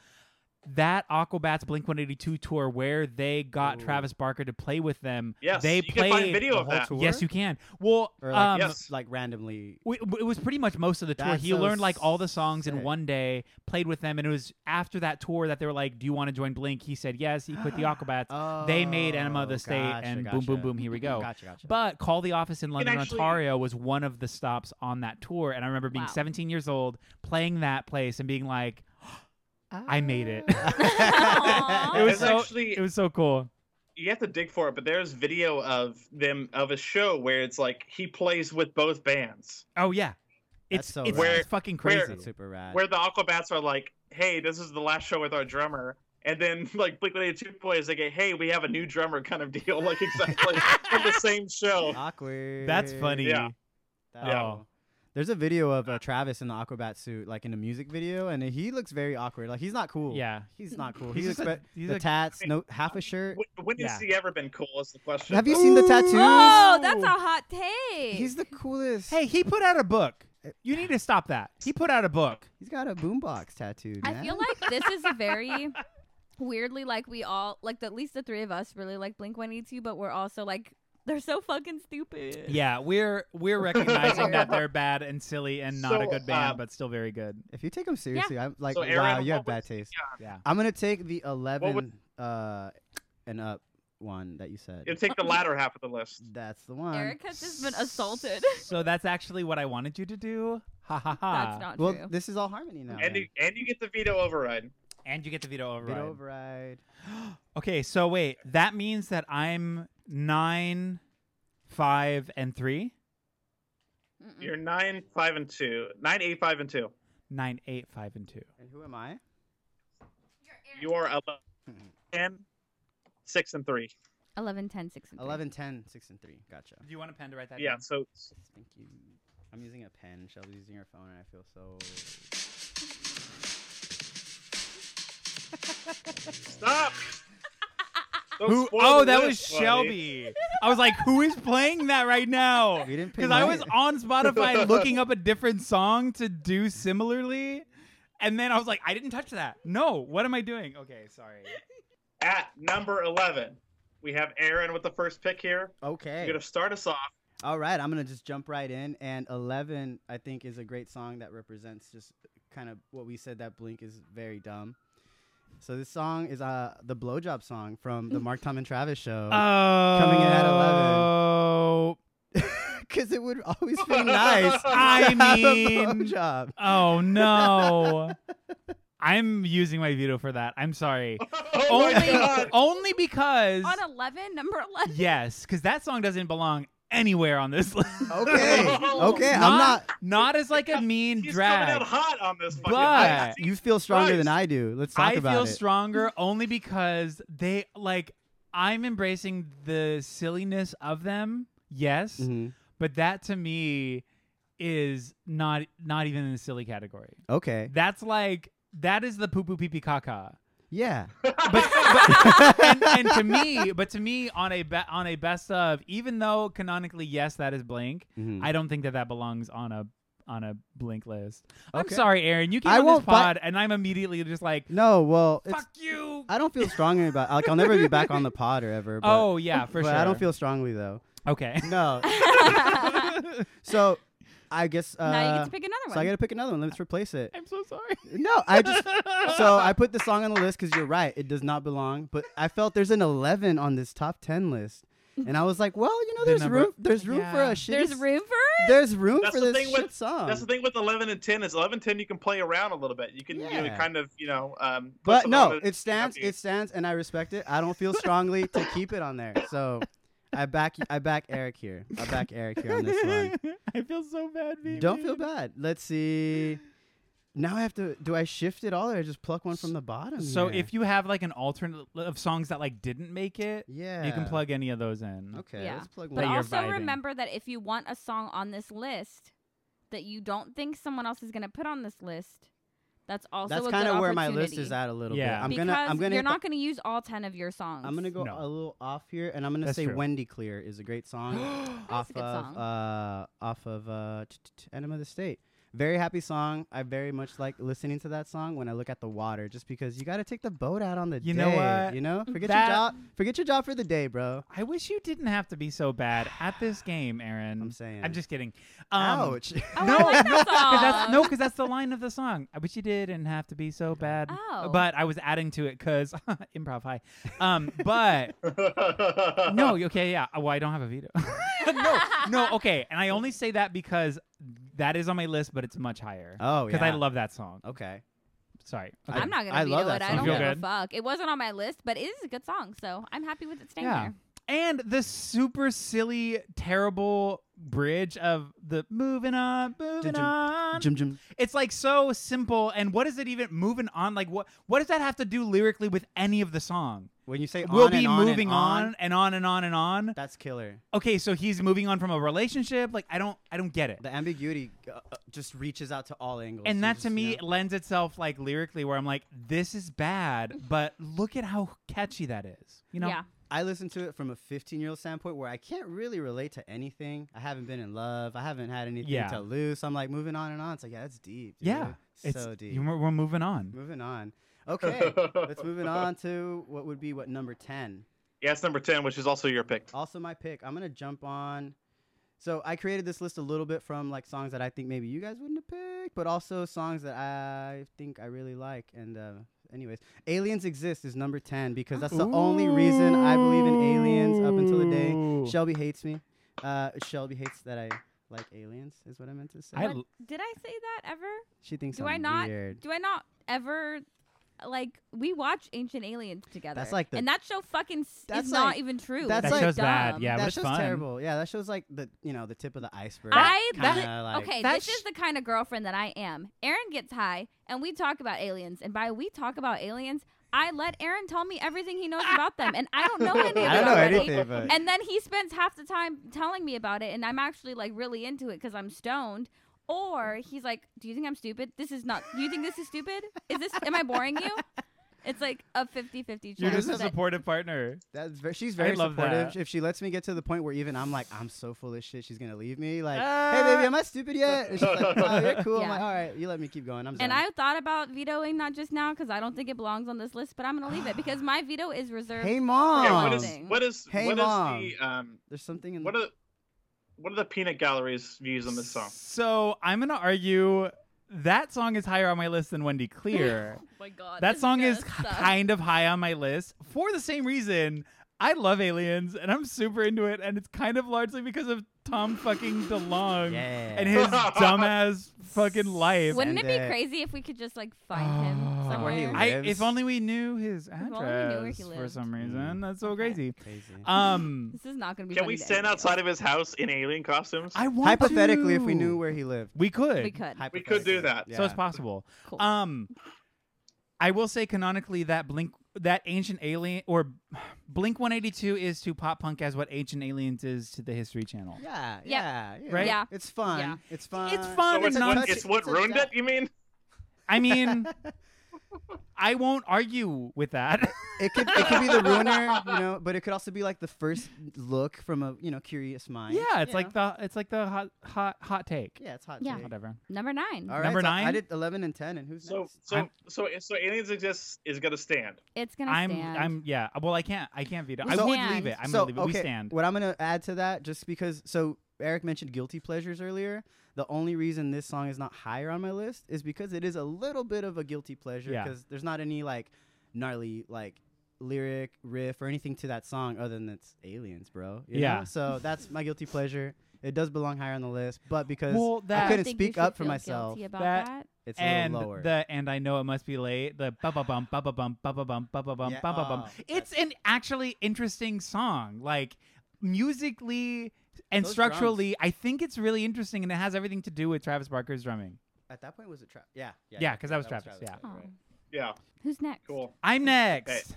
S1: That Aquabats Blink 182 tour where they got
S4: Ooh.
S1: Travis Barker to play with them.
S2: Yes,
S1: they
S2: you
S1: played.
S2: can find video
S4: the
S2: of
S4: whole
S2: that.
S4: tour?
S1: Yes, you can. Well,
S4: Or,
S1: um,
S4: like,
S2: Yes.
S4: like randomly.
S1: we- w- it was pretty much most of the tour.
S4: That's
S1: he
S4: so
S1: learned like all the songs in
S4: sick.
S1: one day, played with them, and it was after that tour that they were like, "Do you want to join Blink?" He said yes. He quit the Aquabats. they made Enema of the
S4: Oh,
S1: State,
S4: gotcha,
S1: and boom, boom,
S4: gotcha.
S1: boom, here we go.
S4: Gotcha, gotcha.
S1: But Call the Office in London,
S2: actually-
S1: Ontario was one of the stops on that tour. And I remember being
S3: Wow.
S1: 17 years old, playing that place and being like, I made it.
S3: Aw.
S1: it was
S2: There's
S1: so
S2: actually-
S1: it was so cool.
S2: you have to dig for it, but there's video of them of a show where it's like he plays with both bands,
S1: Oh yeah. It's
S4: That's so
S1: it's,
S2: rad.
S1: it's fucking
S2: Where-
S1: crazy.
S4: That's super rad.
S2: where the Aquabats are like, "Hey, this is the last show with our drummer," and then like Blink One Eighty Two plays like, a, "Hey, we have a new drummer," kind of deal, like exactly on the same
S4: Uh,
S2: show.
S4: Awkward.
S1: That's funny.
S2: Yeah.
S4: That's
S1: Yeah.
S4: cool. There's a video of uh, Travis in the Aquabat suit, like in a music video, and he looks very awkward. Like he's not cool.
S1: Yeah.
S4: He's not cool.
S1: He's
S4: He's,
S1: just a-
S4: expe-
S1: he's
S4: the
S1: a-
S4: tats, no half a shirt.
S2: When, when has
S1: Yeah.
S2: he ever been cool? Is the question.
S4: Have you seen the tattoos?
S3: Oh, that's a hot take.
S4: He's the coolest.
S1: Hey, he put out a book. You need to stop that. He put out a book.
S4: He's got a boombox tattooed.
S3: I
S4: man.
S3: feel like this is a very weirdly like we all like the, at least the three of us really like Blink One Eighty Two, but we're also like they're so fucking stupid.
S1: Yeah, we're we're recognizing that they're bad and silly and not a
S2: So,
S1: good band,
S2: uh,
S1: but still very good.
S4: if you take him seriously, I'm like,
S2: So, Aaron,
S4: wow, you have
S2: what
S4: bad
S2: was-
S4: taste.
S1: Yeah.
S4: I'm gonna take the
S2: was-
S4: 11 uh, and up one that you said.
S2: It'll take the latter half of the list.
S4: that's the one.
S3: Eric has just been assaulted.
S1: So that's actually what I wanted you to do. Ha ha ha.
S3: That's not
S4: Well,
S3: true.
S4: this is all harmony now.
S2: And you,
S4: then.
S2: and you get the veto override.
S1: And you get the veto
S4: Bit
S1: override.
S4: override.
S1: okay, so wait, that means that I'm nine, five, and three.
S3: Mm-mm.
S2: You're nine, five, and two. Nine, eight, five, and two.
S1: Nine, eight, five, and two.
S4: And who am I?
S2: You are 11, 10, 6, and 3.
S3: 11, 10, 6, and 3.
S4: 11, 10, 6, and 3. Gotcha.
S1: Do you want a pen to write that
S2: Yeah, so
S4: Thank you. I'm using a pen. Shelby's using her phone, and I feel so.
S2: stop. Don't
S1: Who,
S2: spoil
S1: oh,
S2: the
S1: that was
S2: list, buddy.
S1: Shelby. I was like, who is playing that right now?
S4: We didn't pick
S1: Because I
S4: mine.
S1: was on Spotify looking up a different song to do similarly. And then I was like, I didn't touch that. No, what am I doing? Okay, sorry.
S2: At number 11, we have Aaron with the first pick here. You're
S4: Okay.
S2: going to start us off.
S4: All right. I'm gonna just jump right in, and Eleven, I think, is a great song that represents just kind of what we said that Blink is very dumb. So this song is uh the blowjob song from the Mark Tom and Travis show.
S1: Uh,
S2: Oh,
S1: Coming
S4: in at 11.
S1: Oh,
S4: Because it would always feel nice.
S1: I
S4: to have
S1: mean-
S4: a blowjob.
S1: oh no. I'm using my veto for that. I'm sorry.
S2: Oh, my
S1: only,
S2: God.
S1: only because
S3: On 11, number 11.
S1: yes, because that song doesn't belong anywhere on this list.
S4: Okay. Okay. I'm
S1: Not-
S4: not.
S1: Not as like a mean
S2: He's coming
S1: drag.
S2: out hot on this fucking
S1: But-
S4: You feel stronger than I do. Let's talk
S1: I
S4: about
S1: feel
S4: it.
S1: stronger only because they like I'm embracing the silliness of them. Yes,
S2: Mm-hmm.
S4: Mhm.
S1: but that to me is not not even in the silly category.
S4: Okay.
S1: That's like that is the poo poo pee pee caca.
S4: Yeah.
S1: But, but- and, and to me, but to me on a be- on a best of, even though canonically yes that is blank,
S4: Mhm.
S2: Mm-hmm.
S1: I don't think that that belongs on a on a blink list. I'm
S4: Okay.
S1: sorry, Aaron. You came
S4: I
S1: on this
S4: won't buy-
S1: pod, and I'm immediately just like,
S4: No, well, it's,
S1: "Fuck you."
S4: I don't feel strongly about. Like, I'll never be back on the pod or ever. But,
S1: oh yeah, for
S4: but
S1: sure.
S4: I don't feel strongly though.
S1: okay.
S4: No. so, I guess. Uh,
S3: now you get to pick another one.
S4: so I gotta pick another one. Let's replace it.
S1: I'm so sorry.
S4: No, I just. so I put the song on the list because you're right. It does not belong. But I felt there's an 11 on this top 10 list, and I was like, well, you know,
S1: The
S4: there's
S1: number-
S4: room. There's room for
S1: Yeah.
S4: a shit.
S3: There's room for it?
S4: There's room
S2: That's
S4: for
S2: the
S4: this
S2: thing
S4: shit
S2: with-
S4: song.
S2: That's the thing with 11 and 10 is 11 10 you can play around a little bit. You can you know,
S4: Yeah.
S2: kind of, you know, um put
S4: But
S2: some
S4: no,
S2: other-
S4: it stands. It stands, and I respect it. I don't feel strongly to keep it on there. So I back I back Eric here. I back Eric here on this one.
S1: I feel so bad. Being
S4: Don't feel
S1: mean.
S4: bad. Let's see. Now I have to. Do I shift it all, or I just pluck one from the bottom?
S1: So
S4: here?
S1: if you have like an alternate of songs that like didn't make it,
S4: yeah,
S1: you can plug any of those in.
S4: Okay,
S3: Yeah.
S4: let's plug
S3: But
S1: That
S4: one.
S1: you're
S3: also
S1: vibing.
S3: remember that if you want a song on this list that you don't think someone else is going to put on this list, that's also
S4: That's
S3: a good
S4: kind of where my list
S3: opportunity.
S4: is at a little bit.
S1: Yeah.
S4: I'm
S3: because
S4: gonna. I'm gonna.
S3: you're not going to use all 10 of your songs.
S4: I'm gonna go
S1: No.
S4: a little off here, and I'm gonna
S1: That's
S4: say
S1: true.
S4: "Wendy Clear" is a great song off
S3: That's a
S4: of
S3: good song.
S4: uh off of uh t- t- t- "Enema of the State." Very happy song. I very much like listening to that song when I look at the water, just because you got to take the boat out on the
S1: You
S4: day.
S1: know what?
S4: You know, forget
S1: That-
S4: your job. Forget your job for the day, bro.
S1: I wish you didn't have to be so bad at this game, Aaron.
S4: I'm saying.
S1: I'm just kidding. Um,
S4: Ouch.
S3: Oh,
S1: No,
S3: I like
S1: no,
S3: that
S1: 'cause that's
S3: song.
S1: no, because that's the line of the song. I wish you didn't have to be so bad.
S3: Oh.
S1: But I was adding to it because improv high. Um, but no, okay, yeah. Uh, Well, I don't have a veto. no, no, okay. And I only say that because that is on my list, but it's much higher.
S4: oh yeah.
S1: Because I love that song.
S4: Okay.
S1: Sorry.
S4: I-
S3: I'm not gonna
S4: I
S3: veto
S4: love
S3: it.
S4: that
S3: I
S4: song.
S3: don't
S1: You feel
S3: give a
S1: good?
S3: fuck. It wasn't on my list, but it is a good song, so I'm happy with it staying
S1: Yeah.
S3: there.
S1: And the super silly, terrible bridge of the moving on, moving
S4: Jim-
S1: on.
S4: Jim Jim.
S1: It's like so simple. And what is it even moving on? Like what? What does that have to do lyrically with any of the song?
S4: When you say
S1: we'll
S4: on and
S1: be
S4: on and
S1: moving
S4: on,
S1: on and on and on and on.
S4: That's killer.
S1: Okay, so he's moving on from a relationship. Like I don't, I don't get it.
S4: The ambiguity uh, uh, just reaches out to all angles. You
S1: and that
S4: just,
S1: to
S4: you
S1: me
S4: know.
S1: lends itself like lyrically, where I'm like, this is bad, but look at how catchy that is. You know?
S3: Yeah.
S4: I listen to it from a 15 year old standpoint where I can't really relate to anything. I haven't been in love. I haven't had anything
S1: Yeah.
S4: to lose. So I'm like moving on and on. So yeah, that's deep. dude.
S1: Yeah, It's,
S4: so deep.
S1: you- We're moving on.
S4: moving on. Okay, let's moving on to what would be what number 10.
S2: Yeah, it's number ten, which is also your pick.
S4: Also my pick. I'm gonna jump on. So I created this list a little bit from like songs that I think maybe you guys wouldn't have picked, but also songs that I think I really like. And uh, anyways, Aliens Exist is number ten because that's the only reason I believe in aliens up until the day
S1: Ooh.
S4: Shelby hates me. Uh, Shelby hates that I like aliens. Is what I meant to say.
S1: I
S3: What-
S1: l-
S3: Did I say that ever?
S4: she thinks
S3: Do
S4: I'm
S3: I not-
S4: weird.
S3: Do I not ever like we watch Ancient Aliens together?
S4: That's like the-
S3: and that show fucking s-
S4: That's
S3: is not
S4: like-
S3: even true.
S4: that's
S3: It's
S4: like- That
S1: show's bad,
S3: dumb.
S1: yeah. but
S4: that
S1: it's
S4: show's
S1: fun.
S4: terrible. Yeah, that shows like the you know the tip of the iceberg.
S3: I-
S4: kinda,
S1: that-
S4: like,
S3: okay,
S1: that
S3: this
S1: sh-
S3: is the kind of girlfriend that I am. Aaron gets high, and we talk about aliens. And by we talk about aliens, I let Aaron tell me everything he knows about them, and I don't know any of it
S4: I don't know
S3: already.
S4: anything, but
S3: And then he spends half the time telling me about it, and I'm actually like really into it because I'm stoned. Or he's like, "Do you think I'm stupid? This is not. Do you think this is stupid? Is this? Am I boring you?" It's like a 50-50 chance.
S1: You're just a
S3: that-
S1: supportive partner.
S4: That's ver- she's very
S1: love
S4: supportive.
S1: that.
S4: If she lets me get to the point where even I'm like, I'm so full of shit, she's gonna leave me. Like, hey
S1: Ah.
S4: baby, am I stupid yet? And she's like, Oh, you're cool. I'm
S3: Yeah.
S4: like, all right, you let me keep going. I'm
S3: and
S4: zoned."
S3: I thought about vetoing that just now because I don't think it belongs on this list, but I'm gonna leave it because my veto is reserved.
S4: Hey
S2: Okay,
S4: mom,
S2: what is
S3: Mom.
S2: what is
S4: Hey,
S2: what
S4: Mom.
S2: is the um
S4: there's something in
S2: what are the, what are the peanut galleries views on this song?
S1: So I'm gonna argue that song is higher on my list than Wendy Clear.
S3: Oh my god,
S1: that song is kind of high on my list for the same reason. I love aliens and I'm super into it, and it's kind of largely because of Tom fucking DeLonge
S4: Yeah.
S1: and his dumbass fucking life.
S3: Wouldn't it
S4: And,
S3: be
S4: uh,
S3: crazy if we could just like find him?
S1: Oh.
S4: Like where he
S3: somewhere?
S1: I, if
S4: lives.
S1: only we knew his
S3: only we knew where
S1: address
S3: he
S1: for
S3: lived.
S1: some reason.
S4: Mm.
S1: That's so
S3: Okay.
S1: crazy.
S4: crazy.
S1: Um,
S3: This is not gonna be.
S2: Can
S3: funny
S2: we
S3: to
S2: stand
S3: anybody
S2: outside
S3: else.
S2: of his house in alien costumes?
S1: I want
S4: Hypothetically, if we
S1: to.
S4: knew where he lived,
S1: we could.
S3: We could.
S2: We could do
S4: hypothetically.
S2: that.
S1: So it's
S4: Yeah.
S1: possible.
S3: Cool.
S1: Um, I will say canonically that Blink, that Ancient Alien or Blink 182 is to pop punk as what Ancient Aliens is to the History Channel.
S4: Yeah,
S3: Yep.
S4: yeah, yeah.
S1: Right?
S3: Yeah.
S4: It's fun.
S3: Yeah.
S4: It's fun.
S1: It's fun
S2: so it's
S1: and
S2: what,
S1: not.
S2: it's what
S4: it's a
S2: ruined
S4: da-
S2: it. You mean?
S1: I mean, I won't argue with that.
S4: It could it could be the ruiner, you know, but it could also be like the first look from a you know curious mind.
S1: yeah, it's
S3: Yeah.
S1: like the it's like the hot hot hot take.
S4: yeah, it's hot.
S3: Yeah.
S4: take.
S1: Whatever.
S3: Number nine.
S4: All right,
S1: Number
S4: so I
S1: nine?
S4: did eleven and ten, and who's
S2: So
S4: next?
S2: so
S1: I'm-
S2: so so aliens exist is gonna stand.
S3: It's gonna
S1: I'm
S3: stand.
S1: I'm yeah. uh, Well, I can't I can't veto.
S3: We
S1: I would
S3: stand.
S1: leave it. I'm
S4: so,
S1: gonna leave it.
S4: Okay,
S1: We stand.
S4: What I'm gonna add to that, just because, so Eric mentioned guilty pleasures earlier. The only reason this song is not higher on my list is because it is a little bit of a guilty pleasure.
S1: Yeah.
S4: Because there's not any like gnarly like lyric riff or anything to that song other than it's aliens, bro. you know?
S1: Yeah.
S4: So that's my guilty pleasure. It does belong higher on the list, but because
S1: Well,
S4: I
S1: that
S4: couldn't
S3: think you
S4: speak up
S3: should
S4: for
S3: feel
S4: myself.
S3: guilty about
S1: That-
S3: that.
S4: It's a
S1: and
S4: little lower.
S1: the and I know it must be late. The ba ba bum ba ba bum ba ba bum ba ba bum
S4: Yeah,
S1: ba ba bum.
S4: oh,
S1: It's an actually interesting song. Like musically and
S4: Those
S1: structurally, I think it's really interesting, and it has everything to do with Travis Barker's drumming.
S4: At that point, was it Travis? Yeah.
S1: Yeah, 'cause that was Travis,
S3: Oh.
S4: right.
S2: Yeah,
S3: Who's next?
S2: cool.
S1: I'm next.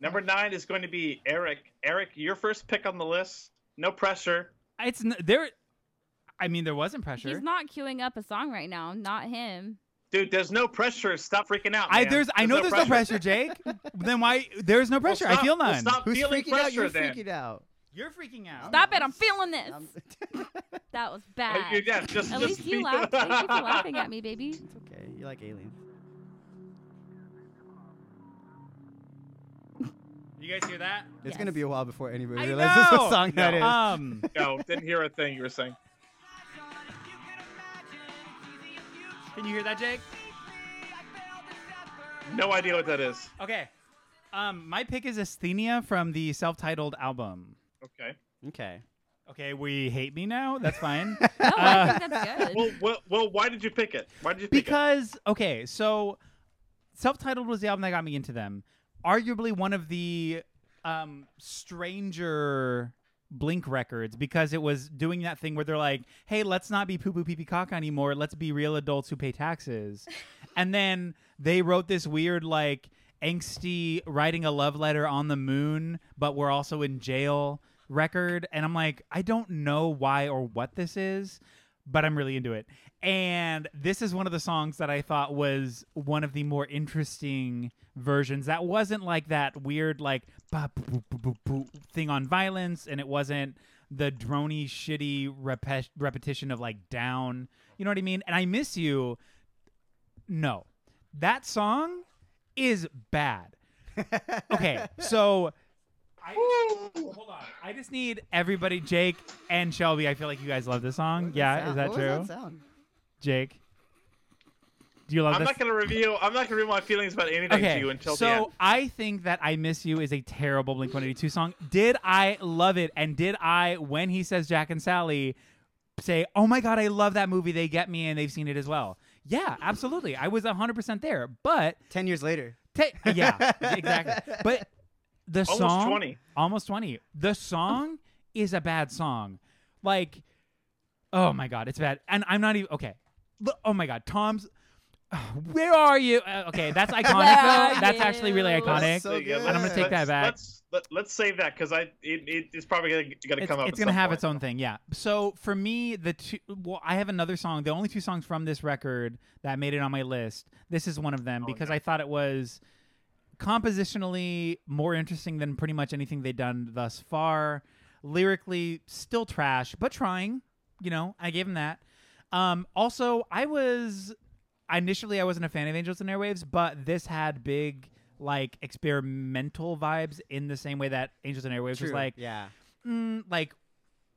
S2: Number nine is going to be Eric. Eric, your first pick on the list. No pressure.
S1: It's n- there. I mean, there wasn't pressure.
S3: He's not queuing up a song right now. Not him.
S2: Dude, there's no pressure. Stop freaking out.
S1: I
S2: man.
S1: there's I know there's no pressure, Jake. then why there's no
S2: Well,
S1: pressure?
S2: stop-
S1: I feel
S2: well,
S1: none.
S2: stop
S4: Who's
S2: feeling
S4: freaking out?
S2: pressure
S4: You're
S2: then.
S4: freaking out.
S1: You're freaking out.
S3: Stop it! I'm feeling this.
S4: I'm-
S3: That was
S2: Hey,
S3: bad.
S2: dude, yeah, just,
S3: At
S2: just
S3: least you
S2: be-
S3: laughed. Thank you for laughing at me, baby.
S4: it's okay. You like aliens.
S1: You guys hear that?
S4: It's gonna
S3: Yes.
S4: be a while before anybody
S1: I
S4: realizes what
S1: know!
S4: song that
S2: No.
S4: is.
S1: Um,
S2: No, didn't hear a thing you were saying.
S1: can you hear that, Jake?
S2: No idea what that is.
S1: Okay. Um, my pick is Asthenia from the self-titled album.
S2: Okay.
S4: okay.
S1: Okay, we hate me now. That's fine.
S3: No,
S1: Uh,
S3: I think that's good.
S2: Well, well, well, why did you pick it? Why did you pick it?
S1: because okay, so self-titled was the album that got me into them. Arguably one of the um stranger Blink records because it was doing that thing where they're like, "Hey, let's not be poo poo pee pee caca anymore. Let's be real adults who pay taxes." and then they wrote this weird like angsty writing a love letter on the moon, but we're also in jail record and I'm like, "I don't know why or what this is." but I'm really into it. And this is one of the songs that I thought was one of the more interesting versions. That wasn't like that weird like ba- boo- boo- boo- boo- boo thing on violence, and it wasn't the drony, shitty repet- repetition of like down. You know what I mean? And I miss you. No, that song is bad. Okay, so. I, hold on. I just need everybody, Jake and Shelby. I feel like you guys love this song.
S4: What
S1: yeah,
S4: sound-
S1: is that
S4: what was
S1: true?
S4: sound?
S1: Jake. Do you love
S2: I'm
S1: this?
S2: not gonna review. I'm not gonna review my feelings about anything to
S1: okay,
S2: you until
S1: so
S2: the end.
S1: I think that "I Miss You" is a terrible Blink 182 song. Did I love it? And did I, when he says Jack and Sally, say, "Oh my God, I love that movie. They get me, and they've seen it as well." Yeah, absolutely. I was 100% there. But
S4: Ten years later.
S1: ta- yeah, exactly. But the
S2: Almost
S1: song
S2: 20.
S1: almost 20 the song is a bad song like oh my god it's bad and i'm not even okay Look- oh my god tom's where are you uh, okay that's iconic
S3: Where
S1: though
S3: are
S1: that's actually really
S3: you?
S1: iconic
S4: So good.
S1: I'm gonna take that back.
S2: Let's let, let's save that because I it, it it's probably gonna, gonna
S1: it's,
S2: come up.
S1: it's
S2: at
S1: gonna
S2: some
S1: have
S2: point.
S1: its own thing yeah so for me the two well i have another song the only two songs from this record that made it on my list this is one of them
S2: Oh,
S1: because
S2: no.
S1: i thought it was compositionally more interesting than pretty much anything they've done thus far lyrically still trash but trying you know i gave him that um also i was initially i wasn't a fan of angels and airwaves but this had big like experimental vibes in the same way that angels and airwaves was
S4: True.
S1: like
S4: yeah.
S1: mm, like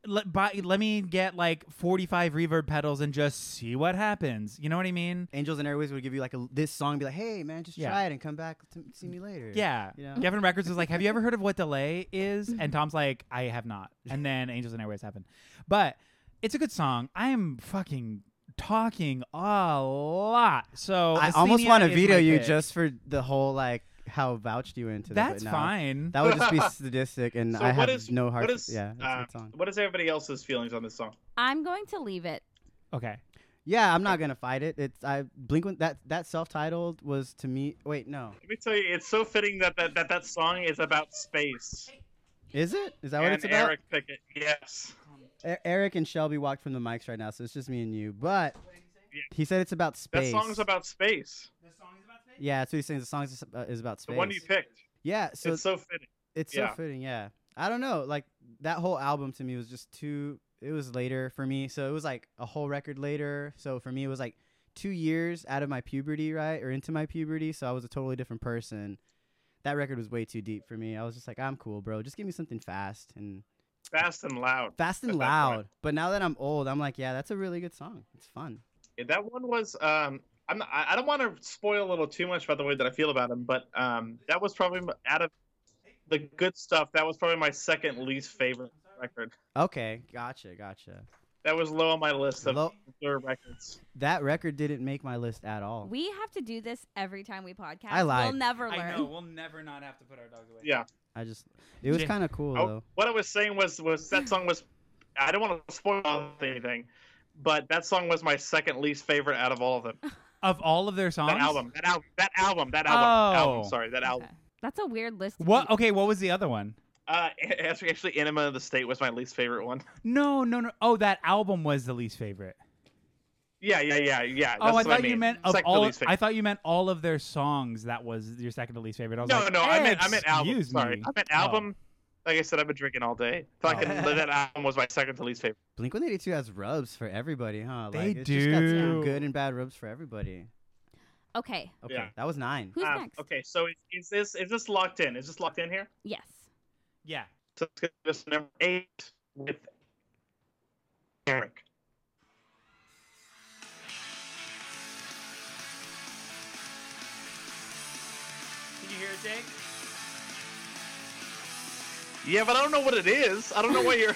S1: let, buy, let me get like 45 reverb pedals and just see what happens you know what i mean
S4: Angels and Airways would give you like a, this song, and be like, "Hey man, just
S1: Yeah.
S4: try it and come back to see me later."
S1: yeah
S4: You know?
S1: Geffen Records was like, "Have you ever heard of what delay is?"
S4: Mm-hmm.
S1: And Tom's like, "I have not." And then Angels and Airways happened, but it's a good song. I am fucking talking a lot, so
S4: I almost want to veto you
S1: Just.
S4: just for the whole like how vouched you into. that,
S1: That's
S4: but no.
S1: fine.
S4: That would just be sadistic, and
S2: So
S4: I
S2: what
S4: have
S2: is
S4: no heart.
S2: what is
S4: yeah, that's a
S2: uh,
S4: good song.
S2: what is everybody else's feelings on this song?
S3: I'm going to leave it.
S1: okay.
S4: Yeah, I'm not gonna fight it. It's I blink when that that self-titled was to me. Wait, no,
S2: Let me tell you, it's so fitting that that that, that song is about space.
S4: is it? Is that what
S2: and
S4: it's about?
S2: Eric picked it. Yes.
S4: E- Eric and Shelby walked from the mics right now, so it's just me and you. But he said it's about
S2: That
S4: space.
S2: song's about space.
S4: Yeah, that's what he's saying. The song is, uh, is about
S2: The
S4: space.
S2: one you picked.
S4: Yeah, so
S2: it's so fitting.
S4: It's
S2: Yeah.
S4: so fitting, yeah. I don't know, like that whole album to me was just too. It was later for me, so it was like a whole record later. So for me, it was like two years out of my puberty, right, or into my puberty. So I was a totally different person. That record was way too deep for me. I was just like, I'm cool, bro. Just give me something fast and
S2: Fast and loud.
S4: fast and
S2: At that point.
S4: loud. But now that I'm old, I'm like, yeah, that's a really good song. It's fun.
S2: Yeah, that one was um I'm not, I I don't want to spoil a little too much about the way that I feel about him, but um that was probably m- out of the good stuff. That was probably my second least favorite record.
S4: Okay, gotcha, gotcha.
S2: That was low on my list of
S4: Low-
S2: their records.
S4: That record didn't make my list at all.
S3: We have to do this every time we podcast.
S4: Oh. I lied.
S3: We'll never learn.
S1: I know. We'll never not have to put our dogs away.
S2: Yeah.
S4: I just it was
S1: Yeah. Oh.
S4: kind of cool
S2: I-
S4: though.
S2: Oh, what I was saying was was that song was I don't want to spoil anything, but that song was my second least favorite out of all of them.
S1: Of all of their songs.
S2: That album, that album, that album, that album,
S1: Oh.
S2: album. Sorry, that album.
S3: Okay. That's a weird list. to
S1: What?
S3: keep.
S1: Okay. What was the other one?
S2: Uh, actually, actually, Enema of the State was my least favorite one.
S1: No, no, no. Oh, that album was the least favorite.
S2: Yeah, yeah, yeah, yeah.
S1: oh,
S2: that's
S1: I
S2: what
S1: thought
S2: mean.
S1: you meant of
S2: second to
S1: all.
S2: least favorite.
S1: I thought you meant all of their songs. That was your second to least favorite. I was
S2: no,
S1: like,
S2: no, I meant I meant album.
S1: "Excuse
S2: Sorry,
S1: me."
S2: I meant
S1: Oh.
S2: album. Like I said, I've been drinking all day. Fucking
S4: Oh.
S2: that album was my second to least favorite.
S4: Blink One Eighty Two has rubs for everybody, huh?
S1: They
S4: like, it's Just got
S1: do.
S4: some good and bad rubs for everybody.
S3: Okay.
S4: Okay,
S2: Yeah.
S4: that was nine.
S3: Who's
S2: Um,
S3: next?
S2: Okay, so is, is this is this locked in? Is this locked in here?
S3: Yes.
S1: Yeah.
S2: So let's get this number eight with Eric.
S1: Can you hear it, Jake?
S2: Yeah, but I don't know what it is. I don't know what you're.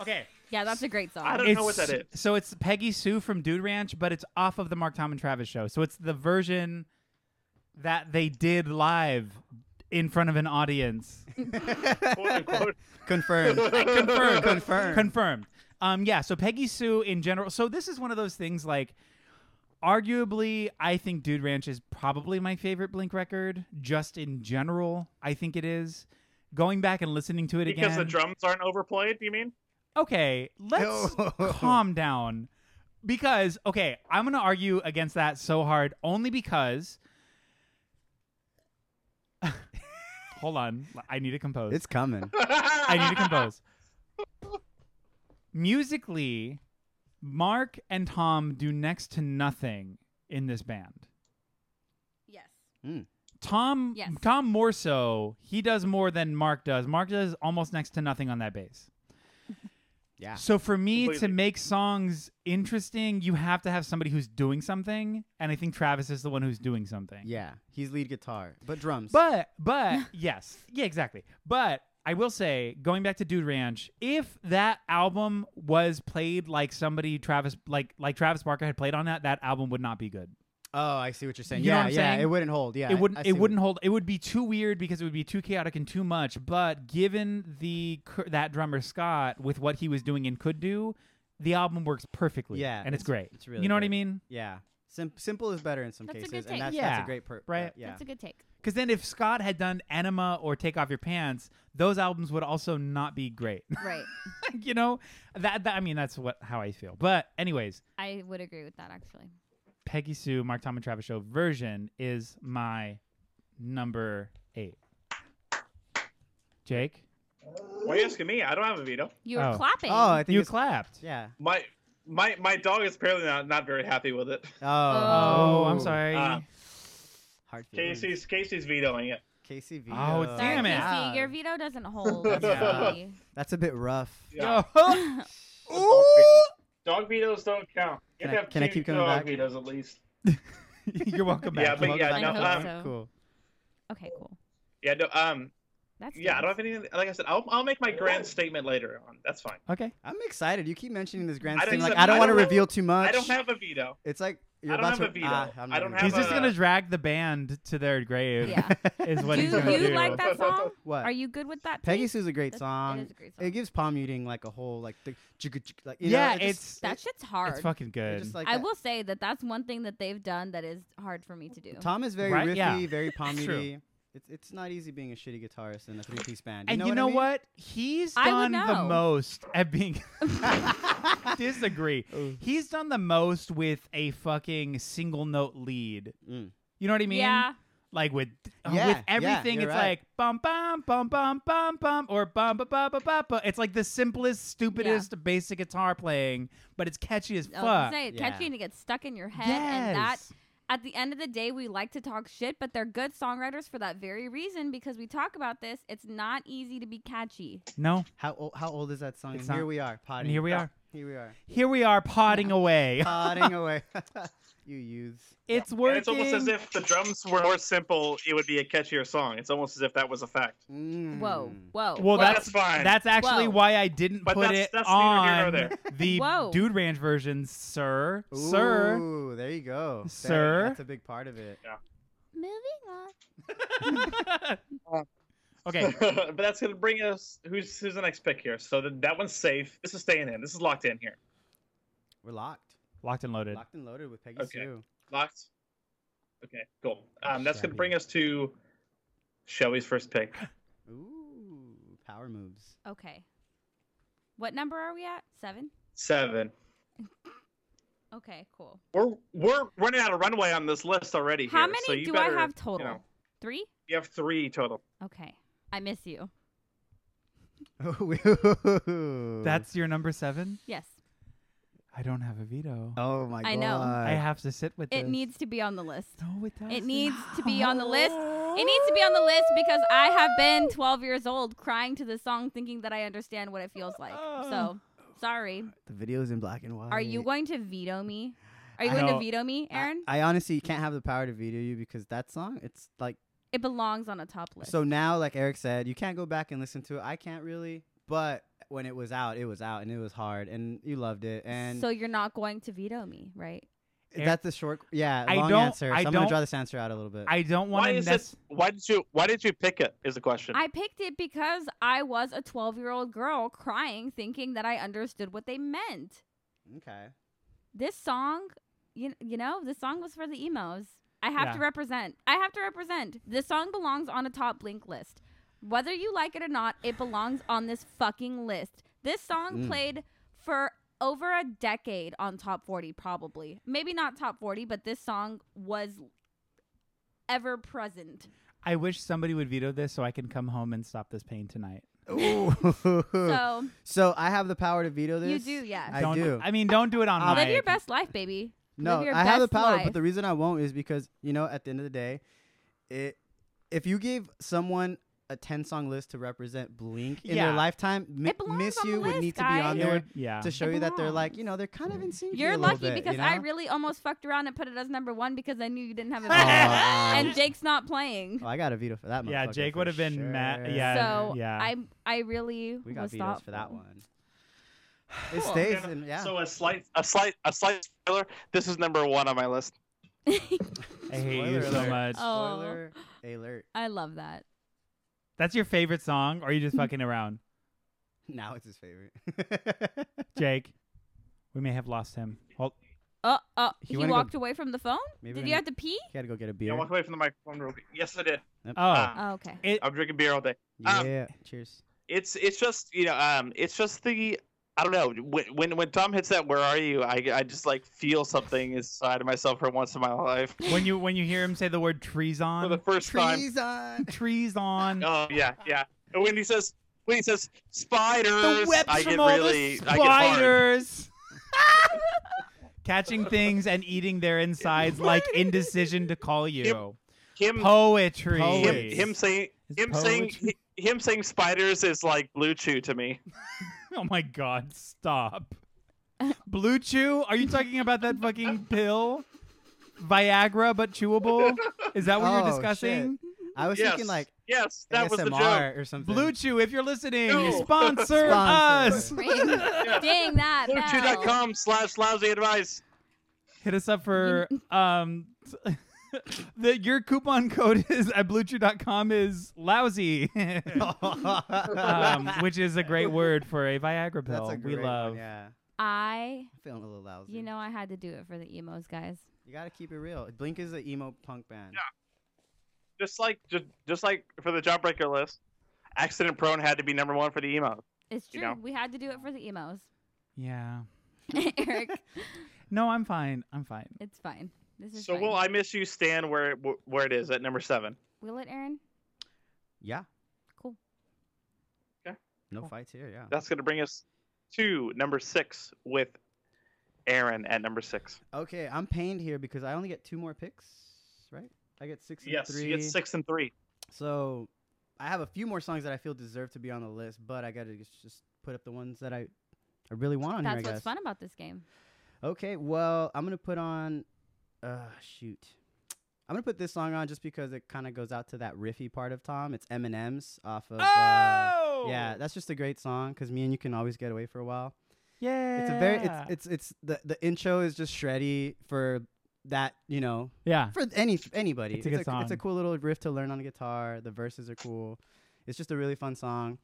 S1: Okay.
S3: Yeah, that's a great song.
S2: I don't know what that
S1: It's-
S2: is.
S1: So it's Peggy Sue from Dude Ranch, but it's off of the Mark Tom and Travis show. So it's the version that they did live in front of an audience.
S2: quote unquote.
S4: Confirmed.
S1: Confirmed.
S4: Confirmed.
S1: Confirmed. Um, yeah. So Peggy Sue in general. So this is one of those things like. Arguably, I think Dude Ranch is probably my favorite Blink record, just in general. I think it is. Going back and listening to it
S2: Because
S1: again.
S2: the drums aren't overplayed, you mean?
S1: okay, let's calm down. Because, okay, I'm going to argue against that so hard only because. Hold on. I need to compose.
S4: It's coming.
S1: I need to compose. Musically, Mark and Tom do next to nothing in this band.
S3: yes.
S1: Tom,
S3: Yes.
S1: Tom more so, he does more than Mark does. Mark does almost next to nothing on that bass.
S4: Yeah.
S1: So for me to
S2: Completely.
S1: make songs interesting, you have to have somebody who's doing something, and I think Travis is the one who's doing something.
S4: Yeah. He's lead guitar, but drums.
S1: But but yes, yeah, exactly. But I will say, going back to Dude Ranch, if that album was played like somebody Travis like like Travis Barker had played on that, that album would not be good.
S4: oh, I see what you're saying.
S1: You know
S4: yeah,
S1: what I'm
S4: yeah.
S1: saying?
S4: It wouldn't hold. Yeah. I-
S1: it wouldn't
S4: I see
S1: it
S4: what-
S1: wouldn't hold. It would be too weird because it would be too chaotic and too much. But given the cur- that drummer Scott with what he was doing and could do, the album works perfectly.
S4: Yeah,
S1: and it's, great.
S4: it's really
S1: you know what I
S4: great.
S1: mean?
S4: Yeah. Sim- simple is better in some
S3: That's a good
S4: cases,
S3: take.
S4: and that's, that's
S1: Yeah.
S4: a great per-
S1: Right.
S4: Yeah.
S3: That's a good take.
S1: Because then, if Scott had done Anima or Take Off Your Pants, those albums would also not be great.
S3: Right.
S1: you know, that, that I mean, that's what how I feel. But anyways,
S3: I would agree with that actually.
S1: Peggy Sue, Mark Tom and Travis Show version is my number eight. Jake,
S2: Why are you asking me? I don't have a veto.
S3: You were
S1: Oh.
S3: clapping.
S4: Oh, I think
S1: you
S4: it's,
S1: clapped.
S4: yeah.
S2: My my my dog is apparently not, not very happy with it.
S4: Oh.
S1: Oh, I'm sorry.
S2: Uh,
S4: Hard feelings.
S2: Casey's Casey's vetoing it.
S4: KCV.
S1: Oh,
S4: uh,
S3: Sorry,
S1: Damn it.
S3: Casey, your veto doesn't hold.
S4: Yeah.
S3: sorry.
S4: That's a bit rough.
S2: Yeah.
S1: Oh.
S2: Dog, vetoes don't count. You have
S4: Can I-
S2: to have
S4: can I
S2: two
S4: keep coming
S2: dog
S4: back?
S2: vetoes at least.
S1: You're welcome back.
S2: Yeah, but
S4: Welcome
S2: yeah, um,
S4: back
S3: no,
S4: to
S3: I hope
S4: the-
S3: so.
S4: cool.
S3: Okay, cool.
S2: Yeah, no, um,
S3: That's
S2: yeah. I
S3: nice.
S2: don't have anything. Like I said, I'll, I'll make my grand statement later on. That's fine.
S1: okay.
S4: I'm excited. You keep mentioning this grand
S2: I don't
S4: thing. Like
S2: even-
S4: I don't
S2: I
S4: want to
S2: don't have-
S4: reveal too much.
S2: I don't have a veto.
S4: It's like you're
S2: I don't have
S4: about to.
S2: a veto.
S4: Ah, I'm
S2: I
S4: not
S2: don't
S4: gonna
S1: He's
S2: have
S4: do
S1: just
S2: a-
S4: that.
S1: gonna drag the band to their grave.
S3: Yeah.
S1: Is what
S3: Do
S1: he's gonna
S3: you
S1: do.
S3: like that song?
S4: What?
S3: Are you good with that?
S4: Peggy
S3: taste?
S4: Sue's a great
S3: That's-
S4: song.
S3: It is a great song.
S4: It gives palm muting like a whole like the chicka chick- like you
S1: yeah,
S4: know, it just-
S1: it's
S3: that shit's hard.
S1: it's fucking
S4: it
S1: good.
S4: just like
S3: I
S4: that.
S3: will say that that's one thing that they've done that is hard for me to do.
S4: Tom is very
S1: Right?
S4: riffy,
S1: Yeah.
S4: very palm
S1: It's true.
S4: muty. It's it's not easy being a shitty guitarist in a three piece band. You
S1: and
S4: know
S1: you
S4: what
S1: know
S4: I mean?
S1: what? He's
S3: I would
S1: done the
S3: know.
S1: most at being disagree.
S4: Oh.
S1: He's done the most with a fucking single note lead.
S4: Mm.
S1: You know what I mean?
S3: yeah,
S1: Like with uh,
S4: Yeah,
S1: with
S4: yeah,
S1: everything,
S4: you're
S1: it's
S4: right.
S1: like bum bum bum bum bum bum or bum ba ba ba ba ba. It's like the simplest, stupidest, basic guitar playing, but it's catchy as
S3: I was gonna
S1: fuck.
S3: say,
S4: Yeah.
S3: catchy and it gets stuck in your head, and that
S1: Yes.
S3: at the end of the day, we like to talk shit, but they're good songwriters for that very reason because we talk about this. It's not easy to be catchy.
S1: No,
S4: How old, how old is that song?
S1: It's
S4: and here
S1: not-
S4: we are potting.
S1: and here we are.
S4: Here we are.
S1: Here we are potting away.
S4: Potting away. you youths.
S1: It's
S2: And
S1: working.
S2: it's almost as if the drums were more simple, it would be a catchier song. It's almost as if that was a fact.
S3: Whoa,
S2: Hmm.
S4: Mm.
S3: whoa.
S1: Well,
S3: whoa.
S1: that's-
S2: That's fine.
S1: That's actually
S3: Whoa.
S1: why I didn't
S2: But
S1: put
S2: that's-
S1: it
S2: that's neither here nor
S1: on
S2: there.
S1: the
S3: Whoa.
S1: Dude Ranch version, sir. Sir.
S4: Ooh, there you go. That-
S1: Sir.
S4: that's a big part of it.
S3: moving on.
S1: okay.
S2: but that's gonna bring us. Who's who's the next pick here? So th- that one's safe. This is staying in. This is locked in here.
S4: We're locked.
S1: Locked and loaded.
S4: Locked and loaded with Peggy
S2: Okay.
S4: Sue.
S2: Locked. Okay, cool. Um, that's gonna bring us to Shelby's first pick.
S4: Ooh, power moves.
S3: Okay. What number are we at? Seven?
S2: Seven.
S3: Okay, cool.
S2: We're we're running out of runway on this list already.
S3: How
S2: here,
S3: many
S2: so you
S3: do
S2: better,
S3: I have total?
S2: know.
S3: Three?
S2: You have three total.
S3: Okay. I miss you.
S4: Ooh.
S1: That's your number seven?
S3: Yes.
S1: I don't have a veto.
S4: Oh my
S3: I
S4: god.
S3: know.
S1: I have to sit with
S3: It
S1: this.
S3: needs to be on the list.
S1: No, it doesn't.
S3: It needs to be on the list. It needs to be on the list because I have been 12 years old crying to this song thinking that I understand what it feels like. So, sorry.
S4: the video's in black and white.
S3: Are you going to veto me? Are you
S1: I
S3: going to
S1: know.
S3: veto me,
S4: I-
S3: Aaron?
S4: I, honestly can't have the power to veto you because that song, it's like
S3: It belongs on a top list.
S4: so now, like Eric said, you can't go back and listen to it. I can't really, but when it was out, it was out and it was hard and you loved it and
S3: so you're not going to veto me, right?
S1: Eric-
S4: that's the short yeah
S1: I
S4: long
S1: don't-
S4: answer.
S1: I
S4: so I'm gonna
S1: don't-
S4: draw this answer out a little bit.
S1: I don't want
S2: Why
S1: to.
S2: is it? Why did you? Why did you pick it? Is the question.
S3: I picked it because I was a 12 year old girl crying thinking that I understood what they meant.
S4: okay.
S3: This song, you, you know, this song was for the emos. I have to
S1: Yeah.
S3: represent. I have to represent. This song belongs on a top blink list. Whether you like it or not, it belongs on this fucking list. This song
S4: Mm.
S3: played for over a decade on top 40, probably. Maybe not top 40, but this song was ever present.
S1: I wish somebody would veto this so I can come home and stop this pain tonight.
S4: Ooh. so,
S3: So
S4: I have the power to veto this.
S3: you do, yeah.
S4: I
S1: don't,
S4: do.
S1: I mean, don't do it on
S4: I'll-
S1: my.
S3: Live your best life, baby.
S4: No,
S3: Live your
S4: I have the
S3: best
S4: power,
S3: life.
S4: but the reason I won't is because you know, at the end of the day, it if you give someone a ten song list to represent Blink in
S1: Yeah.
S4: their lifetime, mi-
S3: It belongs
S4: Miss
S3: on the
S4: You would
S3: list,
S4: need to be
S3: guys.
S4: on
S1: It
S4: there
S1: would, yeah.
S4: to show
S3: It
S4: you that they're like,
S3: belongs.
S4: you know, they're kind of in sync.
S3: You're
S4: a little
S3: lucky
S4: bit,
S3: because
S4: you know?
S3: I really almost fucked around and put it as number one because I knew you didn't have it.
S4: Aw.
S3: and Jake's not playing.
S4: Oh, I got a veto for that.
S1: Yeah,
S4: motherfucker
S1: Jake
S4: for
S1: would have been
S4: sure.
S1: mad- yeah.
S3: so
S1: yeah.
S3: I I really
S4: we got
S3: was
S4: vetoes
S3: thoughtful.
S4: for that one. It
S3: Cool.
S4: stays, in, yeah.
S2: So a slight.
S5: A slight, a slight spoiler. This is number one on my list.
S1: I hate
S4: Spoiler
S1: you so
S4: alert.
S1: much.
S3: Oh.
S4: Spoiler alert.
S3: I love that.
S1: That's your favorite song, or are you just fucking around,
S4: Now it's his favorite.
S1: Jake? We may have lost him. Well,
S3: Oh, oh,
S4: You
S3: he,
S4: wanna go-
S3: walked away from the phone.
S4: Maybe
S3: Did
S4: we
S3: you
S4: need-
S3: have to pee?
S4: Gotta go get
S2: Yeah,
S4: a beer.
S2: walk away from the microphone real quick. Yes, I did.
S1: oh,
S2: Uh,
S3: Oh, okay.
S1: it.
S2: I'm drinking beer all day. Um,
S4: Yeah. Cheers.
S5: It's, it's just you know, um, it's just the. I don't know. When, when when Tom hits that, where are you? I, I just like feel something inside of myself for once in my life
S1: when you when you hear him say the word trees
S2: For the
S1: on,
S2: first time.
S4: Trees on.
S1: trees on.
S2: Oh yeah, yeah. And when he says when he says spiders,
S1: the webs
S2: I get
S1: from all
S2: really
S1: the
S2: I get hard.
S1: spiders. Catching things and eating their insides like indecision to call you.
S2: Him
S1: Poetry.
S2: him,
S4: Poets.
S2: him saying
S1: It's
S2: him saying
S1: poetry.
S2: hi- him saying spiders is like blue chew to me.
S1: Oh my god, stop. Blue Chew? Are you talking about that fucking pill? Viagra but chewable? Is that what
S4: Oh,
S1: you're discussing?
S4: I was
S2: yes.
S4: thinking like
S2: yes, that was the joke.
S4: ASMR or something.
S1: Blue Chew, if you're listening,
S2: No.
S1: sponsor,
S4: Sponsor.
S1: us.
S3: Ring. Ding that bell.
S2: Bluechew.com slash lousy advice.
S1: Hit us up for um the your coupon code is at bluechew.com is lousy. um, which is a great word for a Viagra pill.
S4: That's a great
S1: we love.
S4: One, yeah.
S3: I,
S4: I'm feeling a little lousy.
S3: you know, I had to do it for the emos, guys.
S4: you gotta keep it real. Blink is an emo punk band.
S2: Just like just, just like for the jawbreaker list,
S5: accident prone had to be number one for the emo.
S3: It's true.
S5: You know?
S3: We had to do it for the emos.
S1: Yeah.
S3: Eric,
S1: No, I'm fine. I'm fine.
S3: it's fine. This is
S2: So
S3: fine.
S2: will I miss you stand where it- where it is at number seven?
S3: Will it, Aaron?
S4: Yeah.
S3: Cool.
S2: Okay.
S4: No fights here. Yeah.
S2: That's gonna bring us to number six with Aaron at number six.
S4: Okay, I'm pained here because I only get two more picks, right? I get six and
S2: Yes,
S4: three.
S2: you get six and three.
S4: So I have a few more songs that I feel deserve to be on the list, but I gotta just- just put up the ones that I I really want on
S3: That's
S4: here. I
S3: what's
S4: guess.
S3: fun about this game.
S4: Okay, well, I'm gonna put on. Uh, shoot, I'm gonna put this song on just because it kind of goes out to that riffy part of Tom. It's Eminem's off of. Uh,
S1: oh,
S4: yeah, that's just a great song because me and you can always get away for a while.
S1: yeah.
S4: It's a very. It's it's it's the the intro is just shreddy for that you know
S1: yeah.
S4: for any anybody.
S1: It's a good
S4: It's a
S1: song.
S4: cool little riff to learn on the guitar. The verses are cool. It's just a really fun song,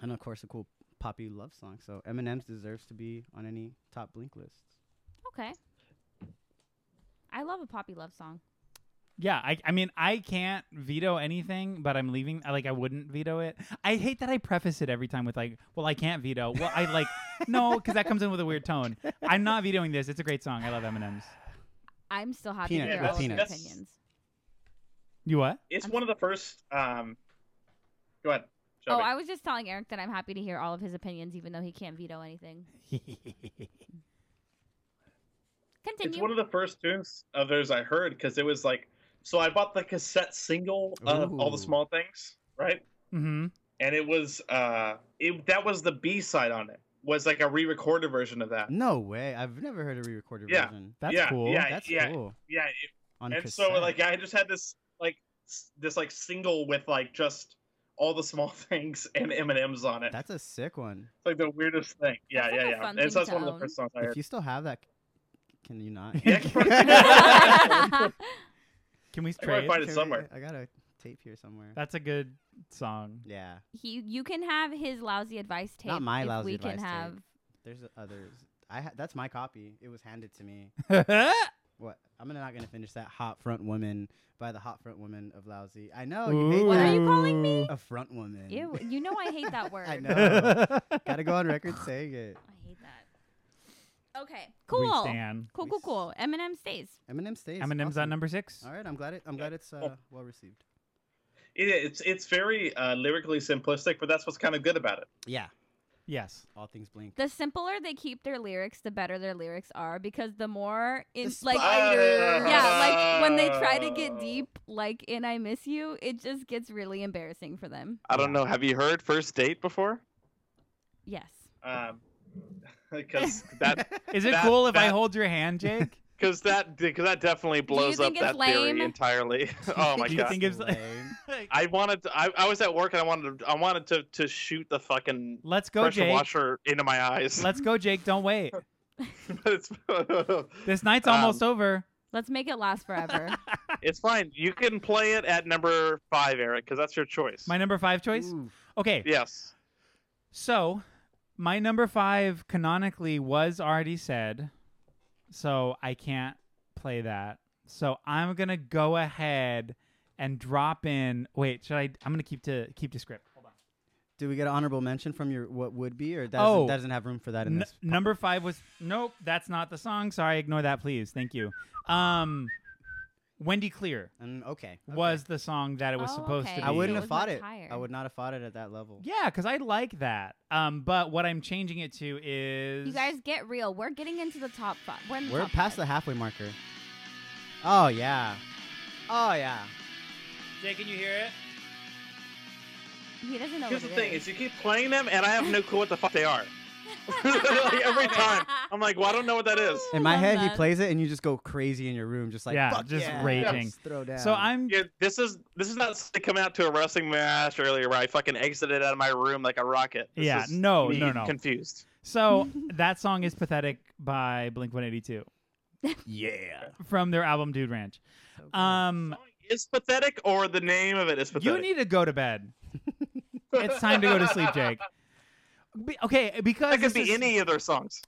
S4: and of course a cool poppy love song. So Eminem's deserves to be on any top Blink lists.
S3: Okay. I love a poppy love song.
S1: Yeah, I, I mean, I can't veto anything, but I'm leaving. Like, I wouldn't veto it. I hate that I preface it every time with like, "Well, I can't veto." Well, I like no, because that comes in with a weird tone. I'm not vetoing this. It's a great song. I love Eminem's.
S3: I'm still happy
S4: Peanut,
S3: to hear
S2: yeah,
S3: all of your
S2: peanuts.
S3: opinions.
S1: You what?
S2: It's
S3: I'm-
S2: one of the first. Um, go ahead.
S3: Oh,
S2: Shelby.
S3: I was just telling Eric that I'm happy to hear all of his opinions, even though he can't veto anything.
S2: it's
S3: Continue.
S2: one of the first tunes of theirs I heard because it was like. So I bought the cassette single of all
S4: Ooh.
S2: the small things, right?
S1: Mm-hmm.
S2: And it was uh, it that was the B side on it. Was like a re-recorded version of that.
S4: No way! I've never heard a re-recorded
S2: Yeah.
S4: version.
S1: That's
S2: yeah,
S1: cool.
S2: Yeah,
S4: That's
S2: yeah,
S4: cool.
S2: yeah.
S4: On
S2: and
S4: cassette.
S2: so like I just had this like s- this like single with like just all the small things and M and M's on it. That's
S4: that's a sick one.
S2: like the weirdest thing. Yeah,
S3: That's
S2: yeah,
S3: like a
S2: yeah.
S3: fun
S2: and
S3: thing
S2: so that's
S3: to
S2: one of
S3: own.
S2: the first songs I
S4: If
S2: heard.
S4: you still have that, can you not?
S2: Yeah.
S1: Can we
S2: I gotta
S1: trade?
S2: find
S4: Can
S2: it
S4: we-
S2: somewhere.
S4: I got a tape here somewhere.
S1: That's a good song.
S4: yeah,
S3: he, you can have his lousy advice tape.
S4: Not my
S3: if
S4: lousy
S3: we
S4: advice
S3: can
S4: tape.
S3: have.
S4: there's others. I ha- that's my copy. It was handed to me.
S1: Oh,
S4: What? I'm gonna- not gonna finish that. Hot front woman by the hot front woman of Lousy. I know you hate
S1: Ooh.
S3: What are
S4: that.
S3: you calling me?
S4: A front woman.
S3: Ew, you know I hate that word.
S1: Oh.
S4: I
S3: I
S4: know. Gotta go on record saying it.
S3: hate that. Okay.
S1: We
S3: Cool.
S1: stan.
S3: Cool,
S4: We
S3: cool,
S4: s-
S3: cool. Eminem stays.
S4: Eminem stays.
S1: Eminem's
S4: awesome.
S1: on number Oh. six.
S4: All right, I'm glad it. I'm glad it's uh, well received.
S2: It, it's it's very uh, lyrically simplistic, but that's what's kind of good about it.
S4: Yeah.
S1: Yes.
S4: All things blink.
S3: The simpler they keep their lyrics, the better their lyrics are because the more in
S4: The
S3: like
S1: Ah.
S2: spiders.
S3: yeah, like when they try to get
S2: Oh.
S3: deep, like in "I Miss You," it just gets really embarrassing for them.
S5: I don't know. Have you heard First Date before?
S3: Yes.
S2: Um, because
S5: That
S1: Is it
S5: That-
S1: cool if I
S5: that-
S1: hold your hand, Jake?
S5: because that because that definitely blows up
S3: think it's
S5: that theory
S3: lame?
S5: entirely. oh my
S1: Do you
S5: god.
S1: think it's-
S4: Lame.
S2: I wanted to, I, I was at work and I wanted to, I wanted to, to shoot the fucking
S1: Let's go,
S2: pressure
S1: Jake.
S2: washer into my eyes.
S1: Let's go, Jake. Don't wait.
S2: But it's
S1: This night's
S2: Um,
S1: almost over.
S3: Let's make it last forever.
S2: it's fine. You can play it at number five, Eric, because that's your choice.
S1: My number five choice.
S4: Oof.
S1: Okay.
S2: yes.
S1: So, my number five canonically was already said, so I can't play that. So I'm gonna go ahead and drop in. Wait, should I? I'm gonna keep to keep to script. Hold on.
S4: Do we get an honorable mention from your what would be, or that doesn't,
S1: Oh.
S4: that doesn't have room for that in
S1: N-
S4: this?
S1: number five was nope. That's not the song. Sorry, ignore that, please. Thank you. Um, Wendy Clear
S4: Mm, okay. okay.
S1: was the song that it was
S3: Oh,
S1: supposed
S3: okay.
S1: to be.
S4: I wouldn't
S3: It
S4: have
S3: was
S4: fought
S3: much
S4: it. I
S3: higher.
S4: would not have fought it at that level.
S1: Yeah, because I like that. Um, but what I'm changing it to is
S3: you guys get real. We're getting into the top five. We're, in the
S4: We're
S3: top
S4: past the
S3: five.
S4: halfway marker. Oh yeah. Oh yeah.
S1: Jake, can you hear it?
S3: He doesn't know
S2: Here's the
S3: what it
S2: thing:
S3: is.
S2: is you keep playing them, and I have no clue what the fuck they are. like every time, I'm like, well, I don't know what that is.
S4: In my
S3: Love
S4: head, he
S3: that.
S4: plays it, and you just go crazy in your room, just like
S1: Yeah,
S4: "Fuck
S1: just
S4: yeah."
S1: raging.
S4: Just throw down.
S1: So I'm
S2: Yeah, this is this is not something coming out to a wrestling match earlier where I fucking exited out of my room like a rocket. This
S1: Yeah,
S2: is
S1: no,
S2: me
S1: no, no.
S2: Confused.
S1: So that song is pathetic by Blink 182
S4: yeah.
S1: from their album Dude Ranch.
S4: So good.
S1: Um,
S2: Is pathetic or the name of it is pathetic.
S1: you need to go to bed. It's time to go to sleep, Jake. Be- okay, because
S2: That could
S1: this
S2: be
S1: is-
S2: any of their songs.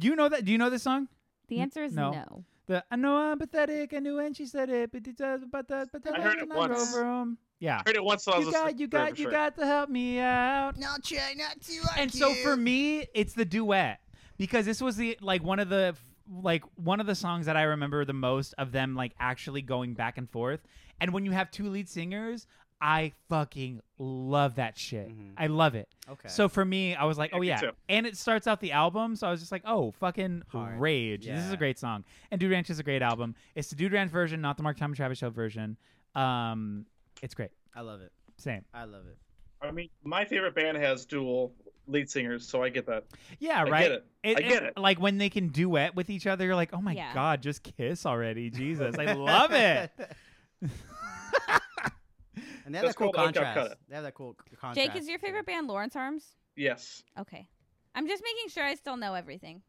S1: You know that? Do you know this song?
S3: The answer is
S1: No.
S3: no.
S1: The I know I'm pathetic. I knew when she said it, but it does. But that, but that
S2: I heard it
S1: doesn't
S2: once.
S1: Over 'em. Yeah.
S2: I heard it once. So I was
S1: You
S2: just
S1: got,
S2: like,
S1: you
S2: "Sure,
S1: got, you
S2: sure."
S1: got to help me out.
S4: Now try not to like
S1: and so
S4: you.
S1: for me it's the duet because this was the like one of the like one of the songs that i remember the most of them like actually going back and forth and when you have two lead singers i fucking love that shit
S4: Mhm.
S1: i love it
S4: okay.
S1: so for me i was like
S2: Yeah,
S1: oh
S2: me
S1: yeah
S2: too.
S1: and it starts out the album so i was just like oh fucking
S4: Hard.
S1: rage this is
S4: Yeah.
S1: a great song and dude ranch is a great album it's the dude ranch version not the mark Tom and travis show version um it's great
S4: I love it.
S1: same
S4: I love it.
S2: I mean, my favorite band has Duel, lead singers, so I get that.
S1: Yeah,
S2: I
S1: right.
S2: get it. I get it.
S1: Like when they can duet with each other, you're like, oh my
S3: Yeah.
S1: god, just kiss already, Jesus! I love it.
S4: And they have
S2: That's
S4: that cool uh,
S2: called Oka Okada.
S4: contrast. They have that cool c- contrast.
S3: Jake, is your favorite band Lawrence Arms?
S2: Yes.
S3: Okay. I'm just making sure I still know everything.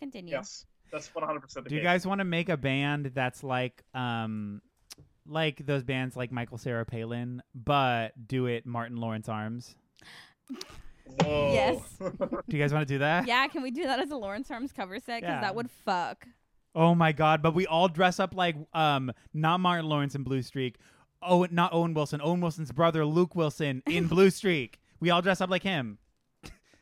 S3: Continue.
S2: Yes. That's 100% the
S1: Do you
S2: case.
S1: guys want to make a band that's like, um, like those bands like Michael Sarah Palin, but do it Martin Lawrence Arms?
S2: Whoa.
S3: Yes.
S1: Do you guys want to do that?
S3: Yeah, can we do that as a Lawrence Arms cover set? Because
S1: Yeah.
S3: that would fuck.
S1: Oh my god! But we all dress up like, um, not Martin Lawrence in Blue Streak. Oh, not Owen Wilson. Owen Wilson's brother, Luke Wilson, in Blue Streak. We all dress up like him.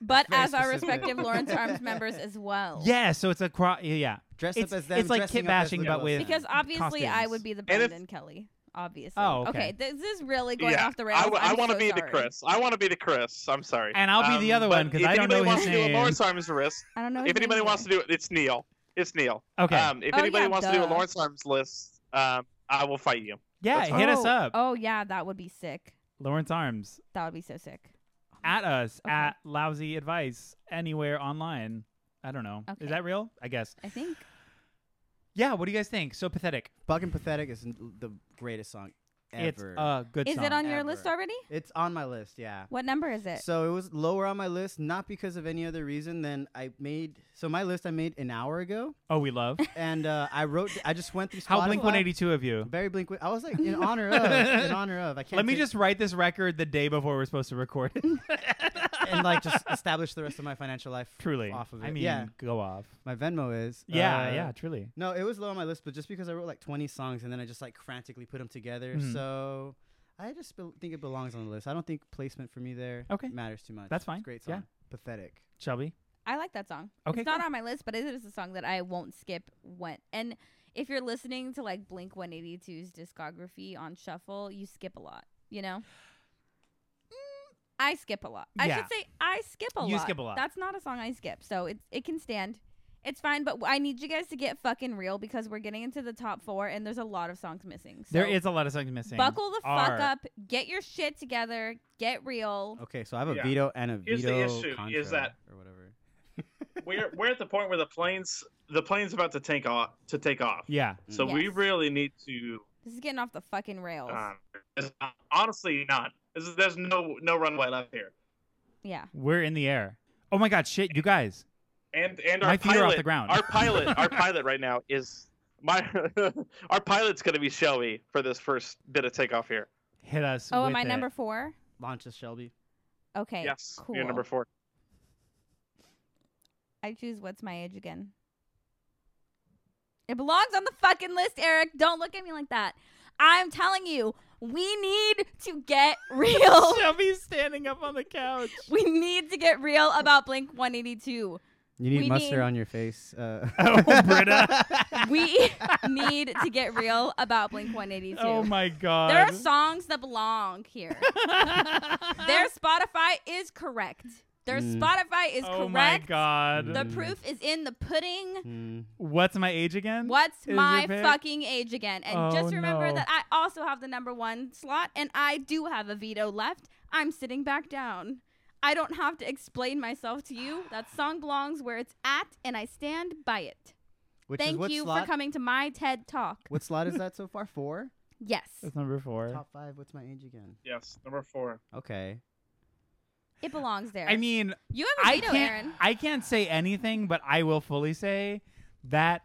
S3: But
S4: Very
S3: as our
S4: specific.
S3: respective Lawrence Arms members as well.
S1: Yeah. So it's a cro- yeah.
S4: dress
S1: It's-
S4: up as them.
S1: it's like
S4: dressing
S1: kit
S4: up as
S1: bashing,
S4: Luke
S1: but
S4: Wilson.
S1: with-
S3: Because obviously I
S1: Costumes.
S3: would be the
S2: And if-
S3: Brendan Kelly. Obviously.
S1: Oh, okay.
S3: This is really going
S2: Yeah.
S3: off the rails.
S5: I, w- I want to be
S3: the
S5: the Chris. I want to be the Chris. I'm sorry.
S1: And I'll be the other
S5: Um, but
S1: one, 'cause
S5: if
S1: I don't
S5: anybody
S1: know
S5: wants
S1: his
S5: to do
S1: name.
S5: a Lawrence Arms list,
S3: I don't know.
S5: if anybody wants to do it, it's Neil. It's Neil.
S1: Okay.
S5: Um, if
S3: Oh,
S5: anybody
S3: yeah,
S5: wants to do a
S3: duh.
S5: Lawrence Arms list, um, I will fight you.
S1: yeah.
S5: that's
S1: Hit us up,
S3: Oh yeah, that would be sick.
S1: Lawrence Arms.
S3: That would be so sick.
S1: at us
S3: Okay.
S1: at lousy advice anywhere online. I don't know.
S3: Okay.
S1: Is that real? I guess.
S3: I think.
S1: Yeah. What do you guys think? So pathetic.
S4: Fucking pathetic is n- the greatest song ever.
S1: It's uh, a good
S3: Is
S1: song.
S3: it on your
S4: ever.
S3: list already?
S4: It's on my list. Yeah.
S3: What number is it?
S4: So it was lower on my list, not because of any other reason than I made. So my list I made an hour ago,
S1: oh, we love.
S4: and uh, I wrote. I just went through. Spotify,
S1: How Blink 182 of you.
S4: Very blink. I was like, in honor of, in honor of. I can't.
S1: Let me
S4: take-
S1: just write this record the day before we're supposed to record it.
S4: and like just establish the rest of my financial life.
S1: truly.
S4: off of it.
S1: I mean,
S4: yeah,
S1: go off.
S4: my Venmo is.
S1: Yeah,
S4: uh,
S1: yeah, truly.
S4: No, it was low on my list, but just because I wrote like 20 songs and then I just like frantically put them together,
S1: Mhm.
S4: so I just be- think it belongs on the list. I don't think placement for me there
S1: Okay.
S4: matters too much.
S1: That's
S4: It's a
S1: fine.
S4: great song.
S1: Yeah.
S4: Pathetic.
S1: Shelby.
S3: I like that song.
S1: Okay,
S3: it's not on my list, but it is a song that I won't skip when. And if you're listening to like Blink 182's discography on shuffle, you skip a lot, you know? Mm, I skip a lot. I
S1: Yeah.
S3: should say I skip a lot.
S1: You skip a lot.
S3: That's not a song I skip. So it it can stand. It's fine, but I need you guys to get fucking real because we're getting into the top 4 and there's a lot of songs missing. So
S1: there is a lot of songs missing.
S3: Buckle the
S1: Are-
S3: fuck up, get your shit together, get real.
S4: Okay, so I have a
S2: Yeah.
S4: veto and a
S2: Here's the
S4: veto
S2: issue, is
S4: contra
S2: that-
S4: or whatever.
S2: we're we're at the point where the planes the plane's about to take off to take off.
S1: Yeah.
S2: So we
S3: Yes.
S2: really need to
S3: This is getting off the fucking rails.
S2: um, it's- honestly not. This is- There's no no runway left here.
S3: yeah.
S1: We're in the air. Oh my god, shit, you guys.
S2: And and our
S1: My feet
S2: pilot,
S1: are off the ground.
S2: our pilot, our pilot right now is my our pilot's going to be Shelby for this first bit of takeoff here.
S1: Hit us.
S3: Oh, am
S1: with
S3: I
S1: it.
S3: number 4?
S4: Launches Shelby.
S3: Okay.
S2: yes,
S3: Cool.
S2: you're number four.
S3: I choose what's my age again. It belongs on the fucking list, Eric. Don't look at me like that. I'm telling you, we need to get real.
S1: Shelby's standing up on the couch.
S3: we need to get real about Blink 182.
S4: You need
S3: We
S4: mustard
S3: need-
S4: on your face. Uh,
S1: oh, Britta.
S3: We need to get real about Blink 182.
S1: Oh my god.
S3: there are songs that belong here. Their Spotify is correct. Their
S4: Mm.
S3: Spotify is
S1: oh
S3: correct.
S1: my god.
S3: The
S4: Mm.
S3: proof is in the pudding.
S4: mm,
S1: What's my age again?
S3: What's
S1: Is
S3: my
S1: your pick?
S3: fucking age again? And
S1: Oh,
S3: just remember
S1: no.
S3: that I also have the number one slot and I do have a veto left. I'm sitting back down. I don't have to explain myself to you. That song belongs where it's at and I stand by it.
S4: which is
S3: Thank
S4: what
S3: you
S4: slot?
S3: for coming to my TED Talk.
S4: What slot is that so far? Four.
S3: Yes.
S1: That's number four.
S4: Top five. What's my age again?
S2: Yes, number four.
S4: Okay.
S3: It belongs there.
S1: I mean,
S3: you have a
S1: I
S3: veto,
S1: can't.
S3: Aaron.
S1: I can't say anything, but I will fully say that.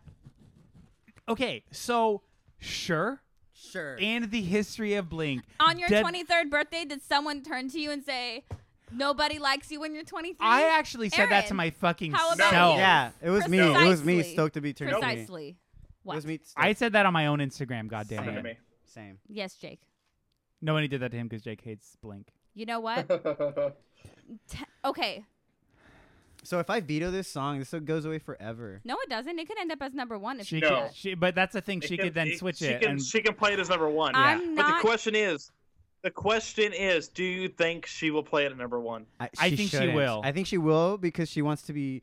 S1: Okay, so sure.
S4: Sure.
S1: In the history of Blink,
S3: On your
S1: dead-
S3: 23rd birthday, did someone turn to you and say, Nobody likes you when you're 23?
S1: I actually said that to
S3: Aaron,
S1: my fucking
S3: how about
S1: self.
S3: you?
S4: Oh. yeah, it was me. It was me.
S3: Precisely.
S4: Stoked to be turned. to me.
S3: Precisely.
S4: It was
S3: What?
S4: me. Stoked.
S1: I said that on my own Instagram. God damn
S2: Look
S1: it!
S2: at
S4: Same.
S2: me.
S4: Same.
S3: Yes, Jake.
S1: No one did that to him because Jake hates Blink.
S3: You know what? T- okay.
S4: So if I veto this song, this goes away forever.
S3: No, it doesn't. It could end up as number one if
S1: She,
S3: you
S2: No.
S3: do
S1: could,
S3: that.
S1: she, but that's the thing. She could then
S2: it-
S1: switch
S2: she
S1: it,
S2: Can,
S1: and
S2: she can play it as number one.
S3: I'm
S2: But the
S3: not.
S2: question is, the question is, do you think she will play it at number one?
S1: I think she
S4: shouldn't.
S1: will.
S4: I think she will because she wants to be.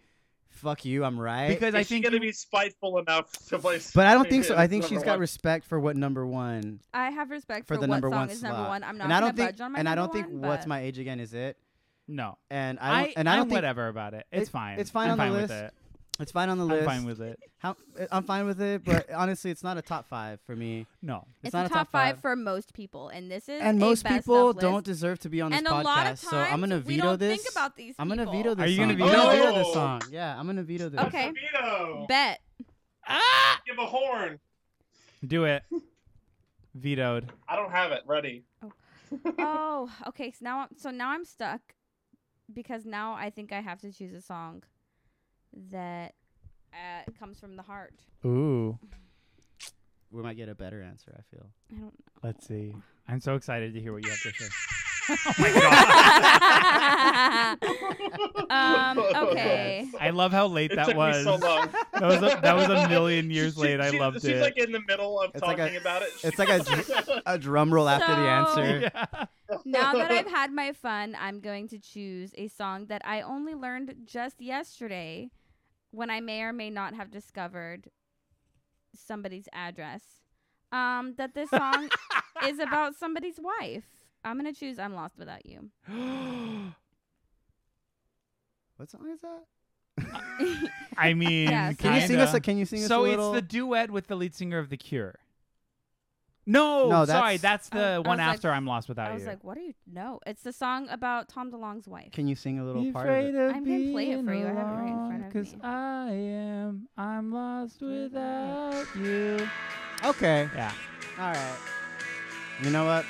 S4: Fuck you, I'm right.
S1: because
S2: Is
S1: I
S2: she
S1: think
S2: gonna
S1: you-
S2: be spiteful enough to play?
S4: but I don't think so.
S2: Sweet
S4: I think
S2: as
S4: she's
S2: number
S4: got
S2: one?
S4: respect for what number one
S3: I have respect for,
S4: for, the
S3: what
S4: number
S3: song
S4: one
S3: is
S4: slot.
S3: number one. I'm not
S4: and I don't
S3: gonna
S4: think
S3: budge on my
S4: and I
S3: number
S4: don't think
S3: one,
S4: what's
S3: but-
S4: my age again is it.
S1: No,
S4: and I,
S1: I,
S4: don't- and I
S1: am
S4: don't think
S1: whatever about it. It's
S4: it-
S1: fine.
S4: it's fine
S1: I'm
S4: on the
S1: fine
S4: list.
S1: With it.
S4: it's fine on the
S1: I'm
S4: list.
S1: fine with it.
S4: How, I'm fine with it, but honestly, it's not a top five for me.
S1: No,
S4: It's,
S3: It's,
S4: not
S3: a top, five for most people, and this is
S4: and
S3: a
S4: most
S3: best
S4: people
S3: of list.
S4: don't deserve to be on this
S3: and a
S4: podcast.
S3: lot of times
S4: so I'm gonna
S3: we
S4: veto
S3: don't
S4: this.
S3: think about these.
S4: I'm gonna
S3: people.
S4: veto this.
S1: Are you gonna
S4: song.
S1: veto
S4: I'm gonna
S2: it?
S4: veto this
S2: Oh.
S4: song. Yeah, I'm gonna veto this.
S3: Okay.
S2: Veto.
S3: Bet.
S2: Give a horn.
S1: Ah! do it. Vetoed.
S2: I don't have it ready.
S3: oh, okay. So now, so now I'm stuck because now I think I have to choose a song that uh, comes from the heart.
S1: Ooh,
S4: We might get a better answer. I feel.
S3: I don't.
S1: let's see. I'm so excited to hear what you have to say. Oh
S3: um. Okay.
S1: I love how late
S2: It
S1: that
S2: took
S1: was.
S2: me so long.
S1: That was a, that was a million years
S2: She-
S1: late. I
S2: she-
S1: loved
S2: she's
S1: it.
S2: like in the middle of
S4: It's like
S2: talking
S4: a-
S2: about it.
S4: It's like a, dr- a drum roll after the answer.
S1: yeah.
S3: Now that I've had my fun, I'm going to choose a song that I only learned just yesterday when I may or may not have discovered somebody's address. Um, that this song is about somebody's wife. I'm gonna choose I'm Lost Without You.
S4: What song is that?
S1: I mean,
S3: Yes.
S4: Can you sing us?
S1: kinda.
S4: A, can you sing us
S1: so
S4: a little?
S1: it's the duet with the lead singer of The Cure. No,
S4: No,
S1: sorry,
S4: that's-
S1: that's
S3: I- I
S1: the one
S3: was like-
S1: after I'm Lost Without
S3: I was
S1: You.
S3: like, what are you no? It's the song about Tom DeLonge's wife.
S4: can you sing a little
S1: You
S4: part of it?
S1: afraid
S3: I'm gonna play it
S1: being
S3: for you. I have it right in
S1: alone,
S3: front of
S1: 'cause
S3: me.
S1: I am. I'm lost without you.
S4: Okay.
S1: Yeah,
S4: All right. You know what?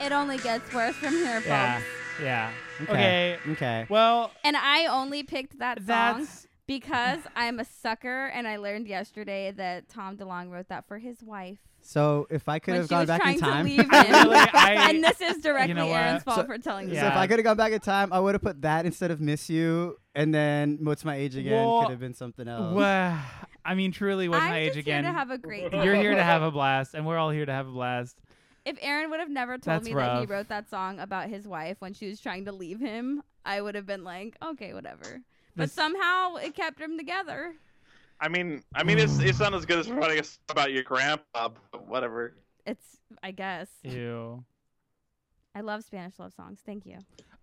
S3: it only gets worse from here,
S1: yeah,
S3: folks.
S1: yeah.
S4: Okay.
S1: Okay.
S4: Okay.
S1: Well,
S3: And I only picked that song
S1: that's
S3: because I'm a sucker and I learned yesterday that Tom DeLonge wrote that for his wife.
S4: So if I could
S3: when
S4: have
S3: she
S4: gone
S3: was
S4: back
S3: trying
S4: in time,
S3: to leave him.
S1: really. I
S3: and this is directly
S1: know what?
S3: Aaron's fault
S4: So-
S3: for telling
S4: so if
S1: Yeah.
S4: I could have gone back in time, I would have put that instead of "Miss You," and then "What's My Age Again"
S1: Well,
S4: could have been something else.
S1: Well, I mean, truly,
S3: you.
S1: was
S3: I'm
S1: my age
S3: just
S1: again.
S3: here to have a great time.
S1: You're here to have a blast, and we're all here to have a blast.
S3: If Aaron would have never told
S1: That's
S3: me that he
S1: rough.
S3: wrote that song about his wife when she was trying to leave him, I would have been like, okay, whatever. But
S1: This-
S3: somehow it kept them together.
S2: I mean,
S5: I mean, it's it's not as good as writing a song about your grandpa, but whatever.
S3: It's, I guess.
S1: Ew.
S3: I love Spanish love songs. Thank you.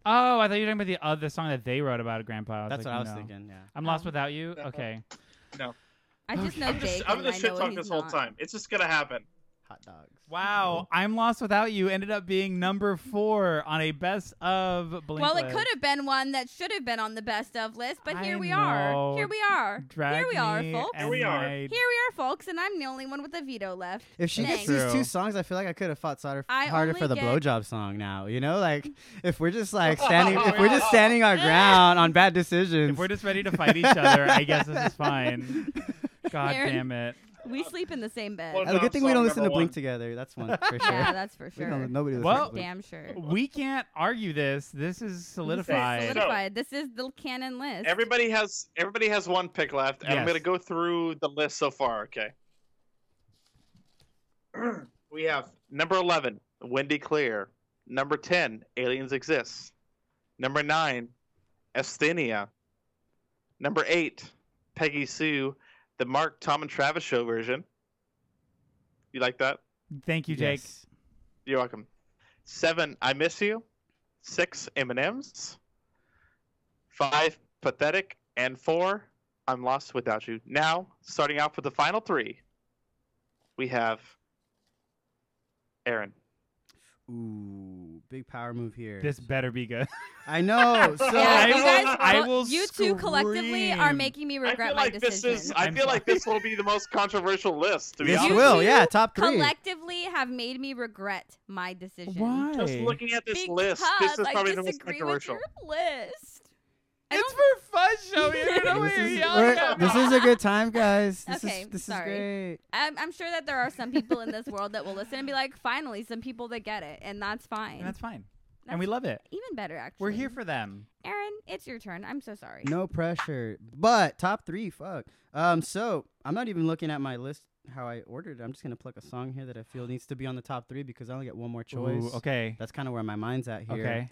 S1: Oh, I thought you were talking about the other song that they wrote about Grandpa. I was
S4: That's
S1: like,
S4: what I was
S1: no.
S4: thinking. Yeah.
S1: I'm lost
S3: Um,
S1: without you.
S2: No.
S1: Okay. Oh,
S3: I just know
S2: I'm
S3: Jake.
S2: just I'm
S3: and
S2: gonna
S3: I
S2: shit
S3: know
S2: talk
S3: he's
S2: this whole
S3: not.
S2: time. It's just gonna happen.
S4: Hot dogs.
S1: Wow, I'm lost without you ended up being number four on a best of. Blink
S3: Well, it
S1: list.
S3: could have been one that should have been on the best of list, but here
S1: I
S3: we
S1: know.
S3: are. Here we are.
S1: Drag
S3: here we are,
S1: me
S3: folks.
S1: and
S2: we are.
S1: my-
S3: Here we are, folks, and I'm the only one with a veto left.
S4: If she
S3: That's
S4: gets these
S1: true.
S4: two songs, I feel like I could have fought harder,
S3: I
S4: harder
S3: only
S4: for the
S3: get-
S4: blowjob song. Now, you know, like if we're just like standing, if we're just standing our ground on bad decisions.
S1: Oh, If we're just ready to fight each other, I guess this is fine. God
S3: Aaron.
S1: damn it.
S3: We sleep in the same bed.
S2: Well,
S4: Oh, the good thing we
S2: Song
S4: don't listen to
S2: number
S4: Blink
S2: one.
S4: together. That's one for sure.
S3: yeah, that's for
S4: We
S3: sure. Oh,
S4: don't- nobody listens to
S1: Well-
S4: Blink.
S3: Damn sure.
S1: We can't argue this. This is solidified.
S2: So-
S3: Solidified. This is the canon list.
S2: Everybody has everybody has one pick left, and I'm
S1: Yes.
S2: gonna go through the list so far. Okay. we have number eleven, Wendy Clear. Number ten, Aliens Exist. Number nine, Esthenia. Number eight, Peggy Sue, the Mark Tom and Travis show version. You like that?
S1: Thank you, Jake.
S4: Yes.
S2: You're welcome. Seven, I miss you. Six, M and M's. Five, pathetic, and four, I'm lost without you. Now, starting off with the final three, we have Aaron.
S4: Ooh, big power move here.
S1: This better be good.
S4: I know. So
S3: yeah,
S1: I
S3: you
S1: will-
S3: guys,
S1: I
S3: bo-
S1: will
S3: you two collectively are
S1: scream.
S3: making me
S2: I
S3: regret
S2: feel
S3: my
S2: like this
S3: decision.
S2: is. I
S1: I'm
S2: feel
S1: sorry.
S2: like this will be the most controversial list. To be
S4: this
S2: honest,
S3: You
S4: will,
S3: two
S4: yeah, top three.
S3: collectively have made me regret my decision.
S2: just looking at this list, this
S3: Because
S2: is probably
S3: I
S2: the most
S3: disagree with
S2: controversial.
S3: your list. I
S1: It's
S3: don't
S1: for fun, show. You don't know
S4: this,
S1: what you're
S4: is,
S1: yelling
S4: we're-
S1: about.
S4: this is a good time, guys. This
S3: Okay,
S4: is this
S3: sorry.
S4: is great.
S3: I'm, I'm sure that there are some people in this world that will listen and be like, finally, some people that get it, and that's fine.
S1: And that's fine.
S3: That's
S1: and we love it.
S3: even better, actually.
S1: We're here for them.
S3: Aaron. It's your turn. I'm so sorry.
S4: No pressure. But top three, fuck. Um, so I'm not even looking at my list how I ordered. it. I'm just gonna pluck a song here that I feel needs to be on the top three because I only get one more choice.
S1: Ooh, okay.
S4: That's kind of where my mind's at here.
S1: Okay.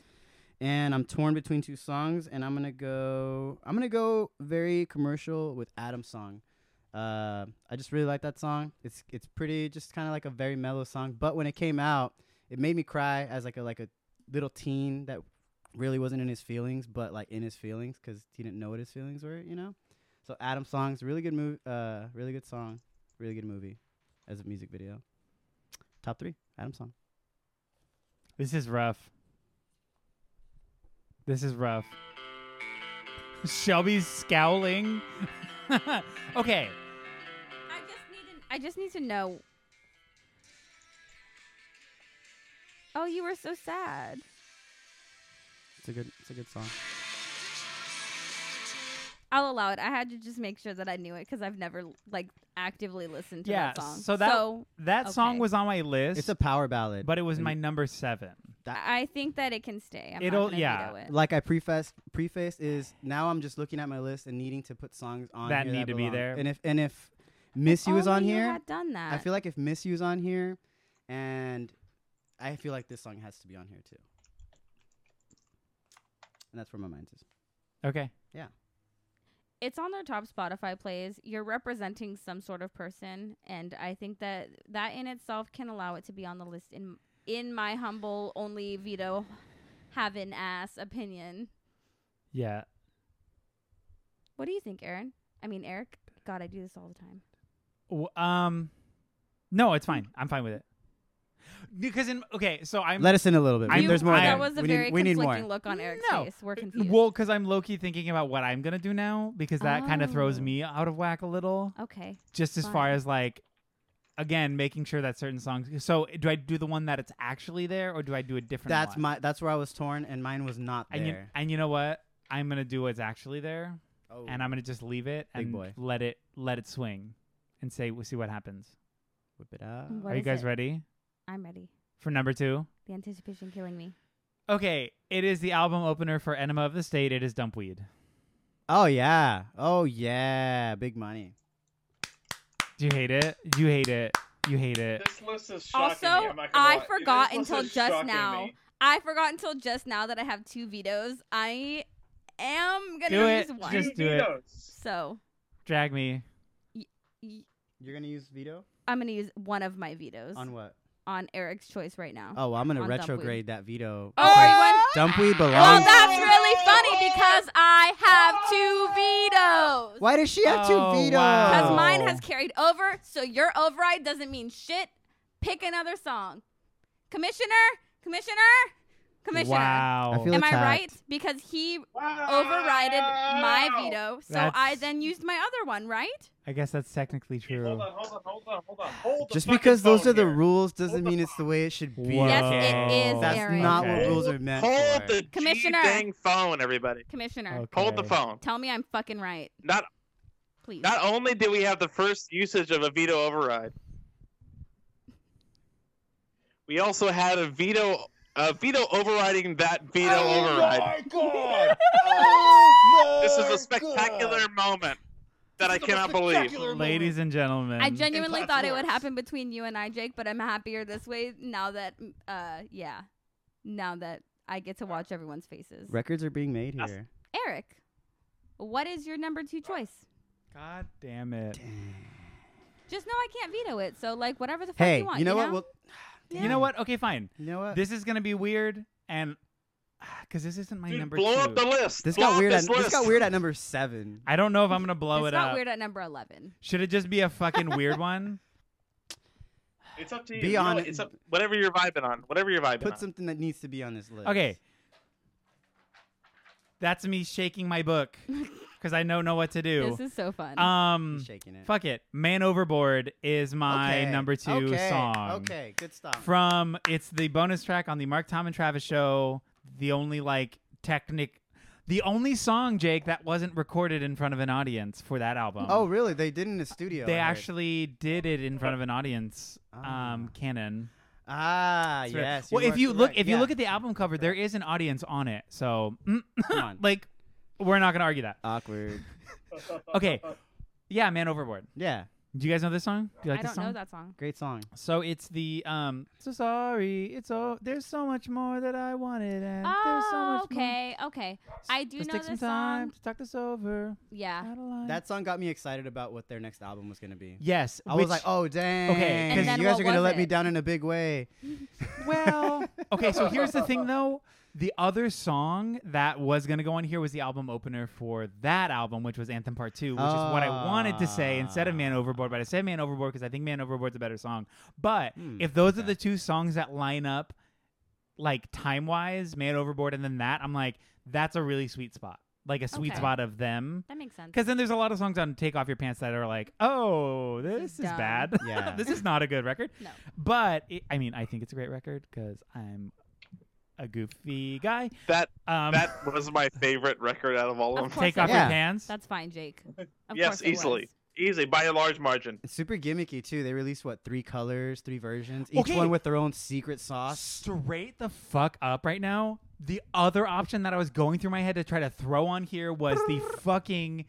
S4: And I'm torn between two songs, and I'm gonna go. I'm gonna go very commercial with Adam's song. Uh, I just really like that song. It's it's pretty, just kind of like a very mellow song. But when it came out, it made me cry as like a like a little teen that really wasn't in his feelings, but like in his feelings because he didn't know what his feelings were, you know. So Adam Song's really good movie, uh, really good song, really good movie, as a music video. Top three, Adam Song.
S1: This is rough. This is rough. Shelby's scowling. okay.
S3: I just need to, I just need to know. Oh, you were so sad.
S4: It's a good, it's a good song.
S3: I'll allow it. I had to just make sure that I knew it because I've never like actively listened to
S1: Yeah,
S3: that song.
S1: so that-
S3: so
S1: That song
S3: Okay.
S1: was on my list,
S4: It's a power ballad,
S1: but it was
S4: and
S1: my number seven.
S3: I I think that it can stay. I'm
S1: It'll-
S3: not gonna
S1: yeah.
S3: veto it.
S4: like I prefaced, preface is now I'm just looking at my list and needing to put songs on
S1: That
S4: here
S1: need to be
S4: belong.
S1: there.
S4: And if and if Miss You is
S3: Only
S4: on
S3: Oh, you
S4: here,
S3: Had done that.
S4: I feel like if Miss You's on here, and I feel like this song has to be on here too. And that's where my mind is.
S1: Okay.
S3: it's on their top Spotify plays. You're representing some sort of person, and I think that that in itself can allow it to be on the list. In in my humble, only veto having ass opinion.
S1: Yeah.
S3: What do you think, Aaron? I mean, Eric. God, I do this all the time.
S1: W- Um, no, it's fine. I'm fine with it. Because in okay, so I'm
S4: Let us in a little bit.
S1: I'm-
S4: We- There's more.
S1: I-
S4: there.
S3: That was a
S4: we
S3: very
S4: need, we need more.
S3: conflicting look on Eric's
S1: No.
S3: face. We're confused.
S1: well because I'm low key thinking about what I'm gonna do now because that kind of throws
S3: Oh.
S1: me out of whack a little.
S3: okay.
S1: Just as far
S3: fine.
S1: as like, again, making sure that certain songs. So do I do the one that it's actually there, or do I do a different?
S4: That's
S1: one?
S4: my. That's where I was torn, and mine was not
S1: And you,
S4: there.
S1: and you know what? I'm gonna do what's actually there,
S4: oh.
S1: and I'm gonna just leave it
S4: Big
S1: and
S4: boy.
S1: let it let it swing, and say we'll see what happens.
S4: Oh, whip it out.
S3: What
S1: Are you
S3: is
S1: guys
S3: it?
S1: ready
S3: I'm ready.
S1: for number two?
S3: The anticipation killing me.
S1: Okay, it is the album opener for Enema of the State. It is Dumpweed.
S4: Oh yeah. Oh yeah. Big money.
S1: Do you hate it? You hate it. You hate it.
S2: This list is shocking
S3: Also,
S2: me. I'm not gonna
S3: I
S2: lie.
S3: forgot
S2: This list
S3: until
S2: is
S3: just
S2: shocking
S3: now.
S2: me.
S3: I forgot until just now that I have two vetoes. I am gonna
S1: Do it.
S3: use one.
S1: Just
S2: Two
S1: do it.
S2: vetoes.
S3: so
S1: Drag me.
S3: y-
S4: You're gonna use veto
S3: I'm gonna use one of my vetoes
S4: on what?
S3: on Eric's choice right now.
S4: Oh, well, I'm gonna
S3: On Dumpweed.
S4: retrograde that veto.
S3: Oh,
S4: because
S3: everyone.
S4: Dumpweed
S3: Well,
S4: belongs.
S3: that's really funny because I have two vetoes.
S4: Why does she have two
S1: Oh,
S4: vetoes?
S1: wow.
S3: Because
S1: Oh.
S3: mine has carried over, so your override doesn't mean shit. Pick another song. Commissioner, commissioner, commissioner.
S1: Wow.
S4: I feel
S3: Am
S4: attacked.
S3: I right? Because he
S2: Wow.
S3: overrided my veto, so I
S1: That's-
S3: then used my other one, right?
S1: I guess that's technically true.
S2: Hold on, hold on, hold on, hold on. Hold the
S4: Just
S2: fucking
S4: because those
S2: phone
S4: are the
S2: here.
S4: rules doesn't
S2: Hold the
S4: mean it's the way it should be.
S1: Whoa.
S3: Yes, it is,
S4: That's
S3: Aaron.
S4: not
S1: Okay.
S4: what rules are meant
S5: Hold
S4: for.
S5: the
S3: Commissioner.
S5: dang phone, everybody.
S3: Commissioner,
S1: Okay.
S5: Hold the phone.
S3: tell me I'm fucking right,
S5: Not
S3: please.
S5: not only did we have the first usage of a veto override, we also had a veto a veto overriding that veto override.
S2: God!
S5: This is a spectacular moment that I cannot believe.
S1: Ladies and gentlemen.
S4: Um,
S3: I genuinely thought it would
S2: platforms.
S3: happen between you and I, Jake, but I'm happier this way now that, uh, yeah, now that I get to watch everyone's faces.
S4: Records are being made
S5: That's-
S4: here.
S3: Eric, what is your number two choice?
S1: God damn it.
S3: Just know I can't veto it, so like whatever the fuck
S4: Hey,
S3: you want.
S4: you know what? We'll,
S1: You know
S4: Damn.
S1: what? Okay, fine.
S4: you know what?
S1: This is going to be weird and because this isn't my
S2: Dude,
S1: number
S5: Blow
S1: two.
S5: up the list.
S4: This
S5: Blow
S4: got
S5: up
S4: weird. At,
S5: This,
S4: this
S5: list.
S4: got weird at number seven.
S1: I don't know if I'm going to blow
S3: it's
S1: it
S3: not
S1: up.
S3: weird at number eleven.
S1: Should it just be a fucking weird one?
S2: It's up to you.
S4: Be
S2: You know
S4: on
S2: what?
S4: it.
S2: It's up.
S5: Whatever you're vibing on. Whatever you're vibing
S4: Put
S5: on.
S4: something that needs to be on this list.
S1: Okay. That's me shaking my book because I don't know what to do.
S3: This is so fun.
S4: Uh,
S1: um,
S4: He's shaking it.
S1: Fuck it. Man Overboard is my
S4: Okay,
S1: number two
S4: okay,
S1: song.
S4: Okay. Good stuff.
S1: From it's the bonus track on the Mark Tom and Travis show. The only like technic the only song, Jake, that wasn't recorded in front of an audience for that album.
S4: oh, really? They did in the studio.
S1: they
S4: I heard.
S1: actually did it in front of an audience. Um,
S4: Ah.
S1: canon.
S4: Ah,
S1: That's right.
S4: yes.
S1: well, if
S4: are
S1: you look,
S4: correct.
S1: if you
S4: Yeah.
S1: look at the album cover, there is an audience on it. So, mm,
S4: Come on.
S1: like, we're not gonna argue that.
S4: awkward.
S1: Okay. Yeah, Man Overboard.
S4: Yeah.
S1: Do you guys know this song? Do you like
S3: I
S1: this
S3: don't
S1: song?
S3: know that song.
S4: Great song.
S1: So it's the um. So sorry, it's all. There's so much more that I wanted, and there's so
S3: Oh,
S1: much more.
S3: okay, okay. I do
S1: Let's
S3: know
S1: take some
S3: this
S1: time
S3: song.
S1: to talk this over.
S4: Ah,
S3: Yeah.
S1: Out of line.
S4: That song got me excited about what their next album was gonna be.
S1: yes.
S4: I
S1: which,
S4: was like, oh dang.
S1: And
S4: you
S3: then
S4: guys
S3: what
S4: are gonna
S3: was
S4: let me
S3: it?
S4: down in a big way.
S1: well, okay. So here's the thing, though. The other song that was going to go on here was the album opener for that album, which was Anthem Part 2, which is what I wanted to say instead of Man Overboard, but I said Man Overboard because I think Man Overboard's a better song. But
S4: Hmm,
S1: if those are
S4: okay.
S1: the two songs that line up, like time wise, Man Overboard and then that, I'm like, that's a really sweet spot. Like a sweet
S3: Okay.
S1: spot of them.
S3: That makes sense.
S1: Because then there's a lot of songs on Take Off Your Pants that are like, oh, this
S3: This is
S1: is
S3: dumb.
S1: bad.
S4: Yeah.
S1: this is not a good record.
S3: No.
S1: But it, I mean, I think it's a great record because I'm a goofy guy.
S5: That
S1: Um,
S5: that was my favorite record out of all of
S3: Of
S5: them.
S3: course
S1: take
S3: it
S1: off
S4: Yeah.
S1: your pants.
S3: That's fine, Jake. Of
S2: Yes,
S3: course it
S2: easily.
S3: was.
S2: Easy by a large margin.
S4: It's super gimmicky too. They released what three colors, three versions, each
S1: Okay.
S4: one with their own secret sauce.
S1: Straight the fuck up right now. The other option that I was going through my head to try to throw on here was the fucking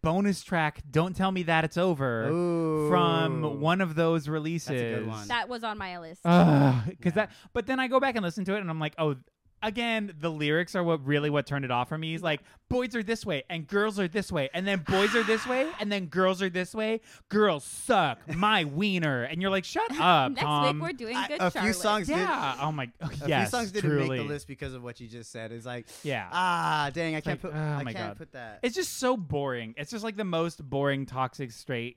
S1: bonus track. Don't tell me that it's over
S4: Ooh.
S1: from one of those releases.
S4: one.
S3: That was on my list.
S1: because
S4: Yeah.
S1: that. But then I go back and listen to it, and I'm like, oh, again, the lyrics are what really what turned it off for me. He's like, boys are this way, and girls are this way, and then boys are this way, and then girls are this way. Girls suck. My wiener, and you're like, shut up,
S3: Next
S1: Tom.
S3: week we're doing
S4: I-
S3: good.
S4: a few
S3: Charlotte.
S4: songs did.
S1: yeah. Oh my. Oh,
S4: A
S1: yes.
S4: few songs didn't
S1: truly.
S4: make the list because of what you just said. It's like,
S1: Yeah.
S4: ah, dang, I can't
S1: like, oh
S4: put, I
S1: my
S4: can't
S1: God.
S4: put that.
S1: It's just so boring. It's just like the most boring, toxic, straight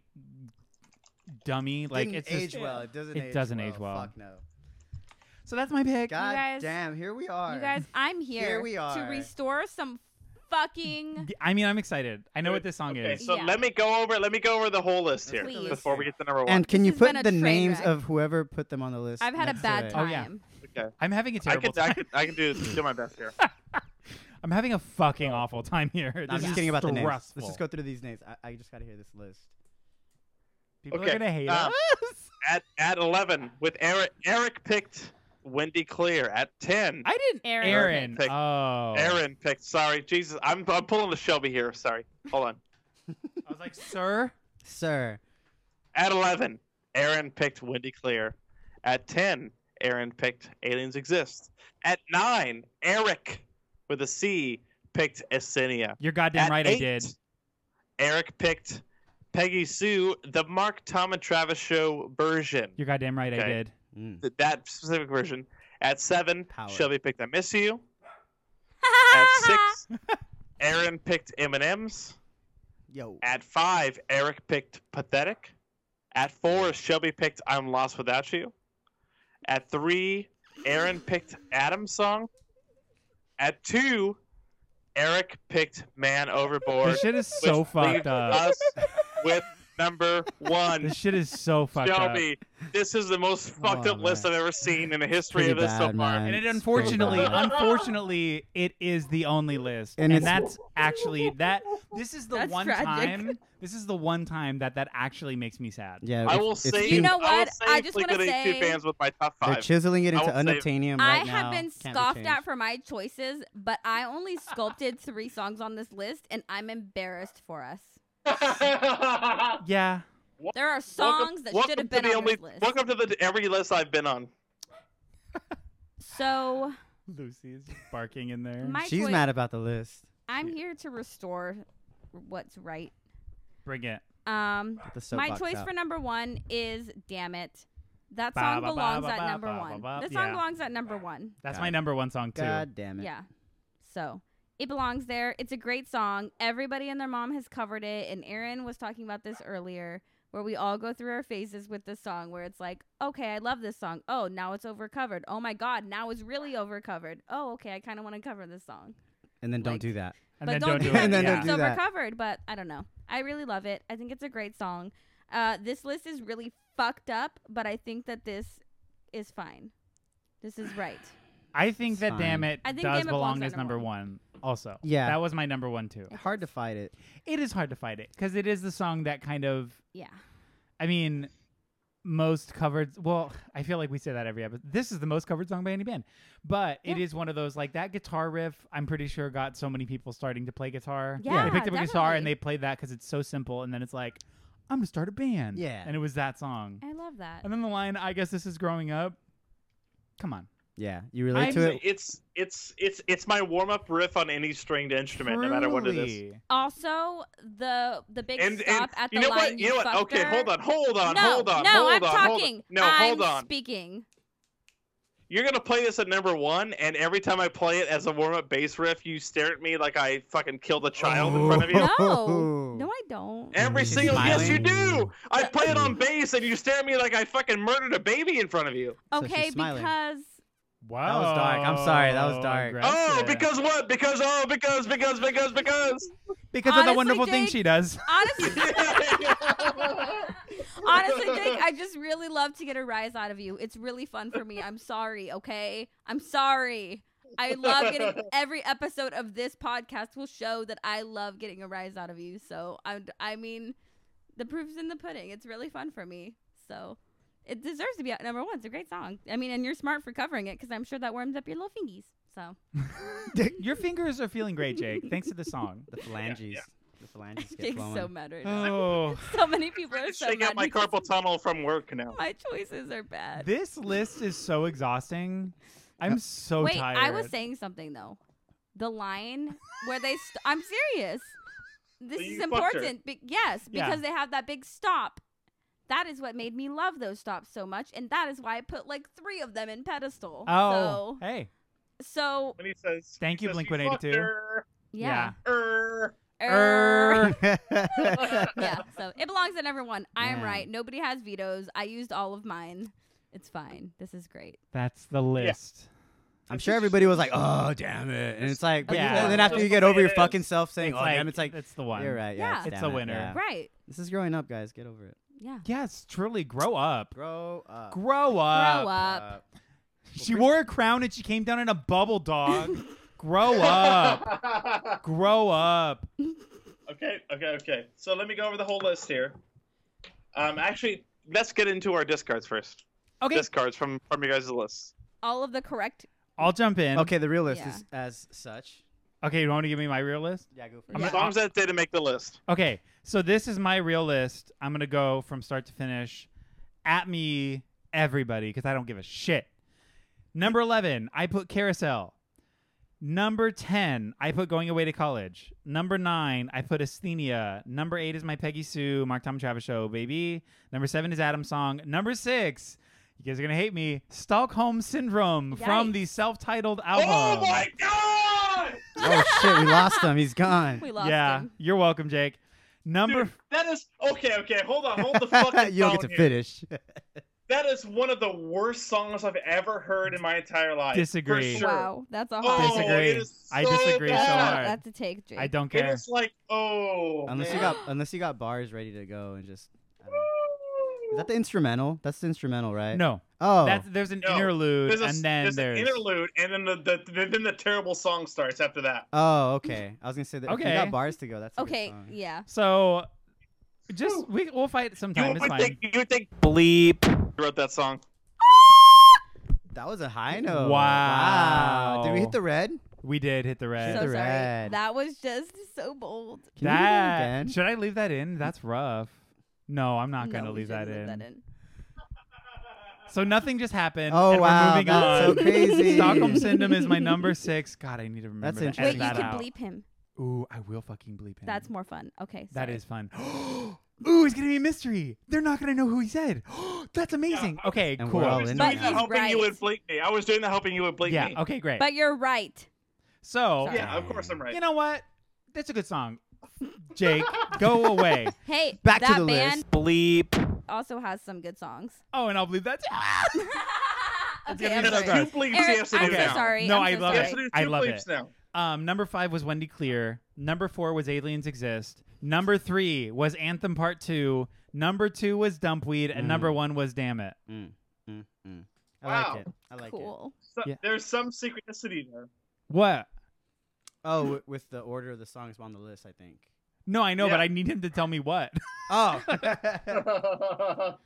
S1: dummy. Like
S4: didn't
S1: it's
S4: age
S1: just,
S4: well. It doesn't.
S1: it
S4: age
S1: doesn't
S4: well.
S1: age well.
S4: Fuck no.
S1: So that's my pick.
S4: God
S3: guys-
S4: damn, here we are.
S3: You guys, I'm here,
S4: we
S3: to
S4: are.
S3: restore some fucking.
S1: I mean, I'm excited. I know what this song
S2: Okay,
S1: is.
S2: so
S3: Yeah.
S2: let me go over let me go over the whole list here
S3: Please.
S2: before we get to number one.
S4: And can you
S3: has been
S4: put
S3: a
S4: the
S3: train
S4: names
S3: wreck.
S4: of whoever put them on the list?
S3: I've had a
S4: next to
S3: bad
S4: it?
S1: Oh,
S3: time.
S1: yeah.
S2: okay.
S1: I'm having a
S2: I
S1: terrible
S2: can
S1: time.
S2: I can I can do do my best here.
S1: I'm having a fucking awful time here.
S4: No, I'm
S1: This
S4: just
S1: is
S4: kidding about the names.
S1: stressful.
S4: Let's just go through these names. I, I just gotta hear this list.
S1: People
S2: Okay,
S1: are gonna hate
S2: uh,
S1: us.
S2: At at eleven with Eric Eric picked Wendy Clear at ten.
S1: I didn't.
S3: Aaron.
S1: Aaron.
S2: Take-
S1: Oh.
S2: Aaron picked. Sorry, Jesus, I'm I'm pulling the Shelby here. Sorry, hold on.
S1: I was like, sir.
S4: Sir,
S2: At eleven, Aaron picked Wendy Clear. At ten, Aaron picked Aliens Exist. At nine, Eric with a C picked Essenia.
S1: You're goddamn
S2: At
S1: right. I
S2: eight,
S1: did.
S2: Eric picked Peggy Sue, the Mark Tom and Travis show version.
S1: You're goddamn right. I
S2: Okay.
S1: did.
S4: Mm.
S2: Th- That specific version. At seven,
S4: Power.
S2: Shelby picked I Miss You. At six, Aaron picked M&M's.
S4: yo,
S2: At five, Eric picked Pathetic. At four, Shelby picked I'm Lost Without You. At three, Aaron picked Adam's Song. At two, Eric picked Man Overboard.
S1: This shit is
S2: which
S1: so
S2: leaves
S1: fucked up.
S2: Us with number one.
S1: This shit is so fucked up.
S2: Shelby, this is the most fucked
S4: Oh,
S2: up list
S4: man.
S2: I've ever seen in the history
S4: Pretty
S2: of this so far.
S4: bad, man.
S1: And it
S4: It's
S1: unfortunately,
S4: pretty bad.
S1: unfortunately, it is the only list,
S4: And
S1: and,
S4: it's-
S1: that's actually that. This is the
S3: That's
S1: one
S3: tragic.
S1: time. This is the one time that that actually makes me sad.
S4: yeah.
S2: I
S4: it's-
S2: will
S4: it's
S2: save.
S3: You
S4: been-
S2: I
S3: know
S2: will
S3: what?
S2: save
S3: I just
S2: Fleet
S3: wanna
S2: Good 82
S3: say-
S2: fans with my top
S4: They're
S2: five.
S4: chiseling it
S2: I
S4: into
S2: will save-
S4: unobtainium
S3: I
S4: right now.
S3: have been
S4: Can't be
S3: scoffed
S4: changed.
S3: at for my choices, but I only sculpted three songs on this list, and I'm embarrassed for us.
S1: Yeah.
S3: There are songs that should have been
S2: to the
S3: on
S2: only,
S3: this list.
S2: Welcome to the every list I've been on.
S3: So
S1: Lucy's barking in there,
S3: my
S4: She's
S3: choice-
S4: mad about the list.
S3: I'm here to restore what's right.
S1: bring it.
S3: Um,
S4: Get the
S3: my
S4: soapbox
S3: choice
S4: out.
S3: for number one is "Damn It." That
S1: Ba,
S3: song
S1: ba, ba,
S3: belongs
S1: ba,
S3: at
S1: ba,
S3: number
S1: ba,
S3: one.
S1: ba, ba.
S3: That song
S1: Yeah.
S3: belongs at number one.
S1: That's
S4: Got
S1: my
S4: it.
S1: number one song too.
S4: God damn it.
S3: Yeah. So it belongs there. It's a great song. Everybody and their mom has covered it. And Aaron was talking about this earlier, where we all go through our phases with this song, where it's like, okay, I love this song. Oh, now it's overcovered. Oh my God, now it's really overcovered. Oh, okay, I kind of want to cover this song.
S4: And then don't
S3: Like-
S4: do that.
S1: And
S3: but
S1: then
S3: don't
S1: don't
S3: do
S1: do
S4: it.
S1: it.
S4: And then
S1: yeah.
S4: don't
S3: it's
S4: do that.
S3: overcovered, but I don't know. I really love it. I think it's a great song. Uh, this list is really fucked up, but I think that this is fine. This is right.
S1: I think that
S4: Fine.
S1: damn it
S3: I think
S1: does
S3: Damn It
S1: belong
S3: belongs at
S1: as number
S3: number
S1: one. Also,
S4: Yeah.
S1: that was my number one too.
S4: Hard to fight it.
S1: It is hard to fight it because it is the song that kind of
S3: Yeah.
S1: I mean, most covered. Well, I feel like we say that every episode. This is the most covered song by any band, but it
S3: Yeah.
S1: is one of those like that guitar riff. I'm pretty sure got so many people starting to play guitar.
S3: Yeah,
S1: they picked up a guitar and
S3: definitely.
S1: they played that because it's so simple. And then it's like, I'm gonna start a band.
S4: Yeah.
S1: and it was that song.
S3: I love that.
S1: And then the line, I guess this is growing up. Come on,
S4: Yeah. You relate
S1: I'm
S4: to it?
S2: It's it's it's it's my warm up riff on any stringed instrument, no matter what it is.
S1: Truly.
S3: Also, the the big
S2: And,
S3: stop
S2: and
S3: at the
S2: you know
S3: line.
S2: what? You know what?
S3: fucked
S2: Okay,
S3: her.
S2: hold on, hold on,
S3: no,
S2: hold on,
S3: no,
S2: hold
S3: I'm
S2: on, hold on.
S3: talking.
S2: No,
S3: I'm
S2: hold on.
S3: Speaking.
S5: You're gonna play this at number one, and every time I play it as a warm-up bass riff, you stare at me like I fucking killed a child in front of you.
S3: No, no, I don't.
S5: Every
S4: She's
S5: single yes, you
S4: smiling.
S5: do. I play it on bass, and you stare at me like I fucking murdered a baby in front of you.
S4: So
S3: Okay,
S4: she's smiling.
S3: because
S1: Wow.
S4: was dark. I'm sorry, that was dark.
S5: Oh,
S1: aggressive.
S5: because what? Because oh, because because because because.
S1: because of
S3: Honestly,
S1: the wonderful thing
S3: Jake-
S1: she does.
S3: honestly, honestly, Jake, I just really love to get a rise out of you. It's really fun for me. I'm sorry, okay? I'm sorry. I love getting every episode of this podcast will show that I love getting a rise out of you. So I, I mean, the proof's in the pudding. It's really fun for me. So it deserves to be at number one. It's a great song. I mean, and you're smart for covering it because I'm sure that warms up your little fingies. So
S1: Your fingers are feeling great, Jake. Thanks to the song.
S4: The phalanges. The phalanges get
S3: Jake's
S4: flowing.
S3: so mad right now.
S1: Oh,
S3: So many people are
S5: Just
S3: so
S5: Take
S3: mad.
S5: out my
S3: because
S5: carpal tunnel from work now.
S3: My choices are bad.
S1: this list is so exhausting. I'm so
S3: Wait,
S1: tired.
S3: I was saying something though. The line where they st- I'm serious. This
S5: So
S3: is
S5: you fucked her.
S3: important. Be- yes,
S1: Yeah.
S3: because they have that big stop. That is what made me love those stops so much, and that is why I put like three of them in pedestal.
S1: Oh, hey,
S3: So, so
S2: When he says,
S1: Thank
S2: he
S1: you,
S2: says,
S1: Blink
S2: fucked
S1: 182.
S2: her,
S3: yeah.
S2: er.
S3: Err.
S1: Err.
S3: yeah. So it belongs to number one. I am
S4: Yeah.
S3: right. Nobody has vetoes. I used all of mine. It's fine. This is great.
S1: That's the list.
S4: I'm sure everybody was like, "Oh, damn it!" And it's like, but
S1: Yeah.
S4: yeah. And then
S2: That's
S4: after
S2: just
S4: you
S2: the
S4: get
S2: way
S4: over your
S2: it
S4: fucking self saying,
S1: It's
S4: "Oh, damn," it's like,
S1: it's the one.
S4: you're right. Yeah,
S3: Yeah.
S4: it's,
S1: It's
S4: damn
S1: a
S4: it,
S1: winner.
S4: yeah.
S3: Right.
S4: This is growing up, guys. Get over it.
S3: Yeah.
S1: Yes, truly grow up.
S4: Grow up. Uh,
S1: Grow
S3: Grow
S1: up.
S3: up.
S1: She wore a crown and she came down in a bubble dog. grow up. Grow up.
S2: Okay, okay, okay. So let me go over the whole list here.
S5: Um, actually, let's get into our discards first.
S1: Okay,
S5: Discards from from your guys' list.
S3: All of the correct.
S1: I'll jump in.
S4: Okay, the real list
S3: Yeah.
S4: is as such.
S1: Okay, you want to give me my real list?
S4: Yeah, go for
S3: I'm Yeah.
S5: Songs that didn't make the list.
S1: Okay, so this is my real list. I'm gonna go from start to finish. At me, everybody, because I don't give a shit. Number eleven, I put Carousel. Number ten, I put Going Away to College. Number nine, I put Asthenia. Number eight is my Peggy Sue, Mark Tom Travis show, baby. Number seven is Adam's song. Number six, you guys are gonna hate me. Stockholm Syndrome from
S3: Yikes.
S1: the self-titled album.
S5: Oh my god!
S4: oh shit, we lost him. He's gone.
S3: We lost
S1: yeah,
S3: him.
S1: you're welcome, Jake. Number
S2: Dude, that is okay. Okay, hold on, hold the fucking.
S4: you don't
S2: phone
S4: get to
S2: here.
S4: finish.
S2: That is one of the worst songs I've ever heard in my entire life.
S1: Disagree.
S2: For sure.
S3: Wow. That's a hard.
S2: Oh,
S1: Disagree.
S2: it is
S1: I
S2: so
S1: disagree so
S3: That's
S2: bad.
S3: a-
S1: hard.
S3: That's a take, Jake.
S1: I don't
S2: It
S1: care.
S2: is like oh.
S4: unless you
S2: man.
S4: got unless you got bars ready to go and just. I don't know. Is that the instrumental? That's the instrumental, right?
S1: No,
S4: Oh,
S1: that's there's an
S2: No.
S1: interlude
S2: There's a,
S1: and then
S2: there's,
S1: there's,
S2: an interlude, and then the, the, the then the terrible song starts after that.
S4: oh, okay. I was gonna say that. If you
S1: Okay.
S4: got bars to go. That's a good
S3: Okay,
S4: song.
S3: yeah.
S1: so just we we'll fight sometime.
S5: You
S1: It's
S5: would
S1: fine.
S5: think you would think bleep wrote that song.
S4: That was a high note.
S1: Wow.
S4: Did we hit the red? Can
S1: we did hit the
S3: So
S1: red.
S4: Hit the
S3: sorry.
S4: red.
S3: That was just so bold.
S4: you do
S1: that
S4: again?
S1: should I leave that in? That's rough. No, I'm not gonna
S3: No, we
S1: leave that in.
S3: shouldn't leave
S1: So nothing just happened.
S4: Oh
S1: and
S4: wow,
S1: we're moving
S4: that's
S1: on.
S4: so crazy.
S1: Stockholm Syndrome is my number six. God, I need to remember.
S4: That's
S1: to
S4: interesting.
S1: edit
S3: Wait, you
S1: that
S3: can
S1: out.
S3: bleep him.
S1: Ooh, I will fucking bleep him.
S3: That's more fun. Okay.
S1: That
S3: sorry.
S1: is fun. Ooh, it's gonna be a mystery. They're not gonna know who he said. That's amazing. okay,
S4: And
S1: cool.
S4: we're all
S2: I was
S4: in
S2: doing
S3: it
S2: that
S3: now.
S2: hoping you
S3: Right.
S2: would bleep me. I was doing that hoping you would bleep
S1: yeah.
S2: me.
S1: Okay, great.
S3: But you're right.
S1: so
S3: Sorry.
S2: Yeah, of course I'm right.
S1: You know what? That's a good song. Jake, go away.
S3: Hey,
S4: Back to
S3: that
S4: the
S3: band
S4: list.
S3: also has some good songs.
S1: Oh, and I'll believe that. too.
S3: okay,
S1: gonna
S3: I'm
S1: be
S2: And
S1: so
S2: a
S3: sorry.
S1: good. sorry.
S2: two bleeps
S3: Eric,
S2: he has to
S3: I'm
S2: do
S3: so
S2: now.
S3: sorry.
S1: No,
S3: I'm
S1: I
S3: so
S1: love
S2: He
S1: it.
S2: has
S3: sorry.
S2: to do two
S1: I love
S2: bleeps
S1: it.
S2: now.
S1: Um, number five was Wendy Clear. Number four was Aliens Exist. Number three was Anthem Part Two. Number two was Dumpweed, and
S4: Mm.
S1: number one was Damn It.
S4: Mm, mm. I
S2: Wow.
S4: like it. I like it.
S3: Cool.
S2: So-
S1: Yeah.
S2: There's some synchronicity there.
S1: What?
S4: Oh, wi- with the order of the songs on the list, I think.
S1: No, I know,
S2: Yeah.
S1: but I need him to tell me what.
S4: Oh,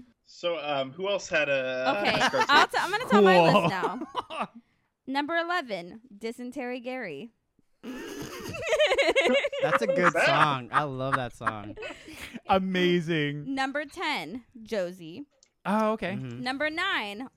S2: so, um, who else had
S4: Uh,
S2: a?
S3: Okay,
S2: discard
S3: I'll
S2: sheet?
S3: t- I'm going to tell my
S1: Cool.
S3: list now. Number 11, Dysentery Gary.
S4: that's a good song. I love that song.
S1: Amazing.
S3: Number 10, Josie.
S1: Oh, okay.
S4: Mhm.
S3: Number 9,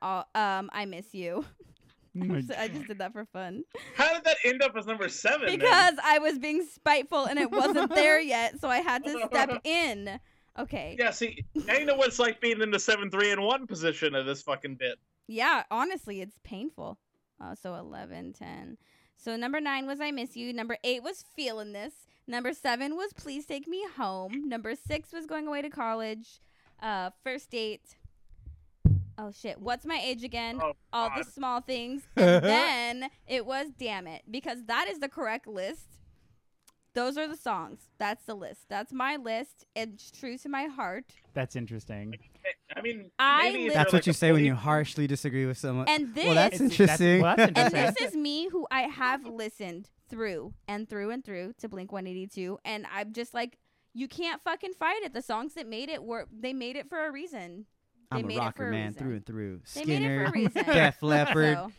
S3: uh, um, I Miss You.
S1: Oh my
S3: So I just did that for fun.
S2: How did that end up as number seven? then?
S3: Because I was being spiteful and it wasn't there yet, so I had to step in. Okay.
S2: Yeah, see, now you know what it's like being in the seven three and one position of this fucking bit.
S3: Yeah, honestly, it's painful. Uh, so 11, 10. So number nine was I Miss You. Number eight was Feeling This. Number seven was Please Take Me Home. Number six was Going Away to College. Uh, first Date. Oh shit, What's My Age Again?
S2: Oh,
S3: All the Small Things. And then it was Damn It, because that is the correct list. Those are the songs. That's the list. That's my list. It's true to my heart.
S1: That's interesting.
S2: I mean,
S3: I
S2: maybe if
S3: live-
S2: you're,
S3: That's
S4: That's what
S2: like,
S4: you
S2: a
S4: say when
S2: fully-
S4: you harshly disagree with someone.
S3: And this
S4: well, that's
S1: It's-
S4: interesting.
S1: well, that's
S3: and
S1: interesting.
S3: this is me who I have listened through and through and through to Blink 182 and I'm just like you can't fucking fight it. The songs that made it were they made it for a reason. They
S4: I'm
S3: made
S4: a
S3: it for
S4: rocker
S3: a
S4: man
S3: reason.
S4: through and through.
S3: They made it
S4: Skinner,
S3: for a reason.
S4: Def Leppard.
S3: So,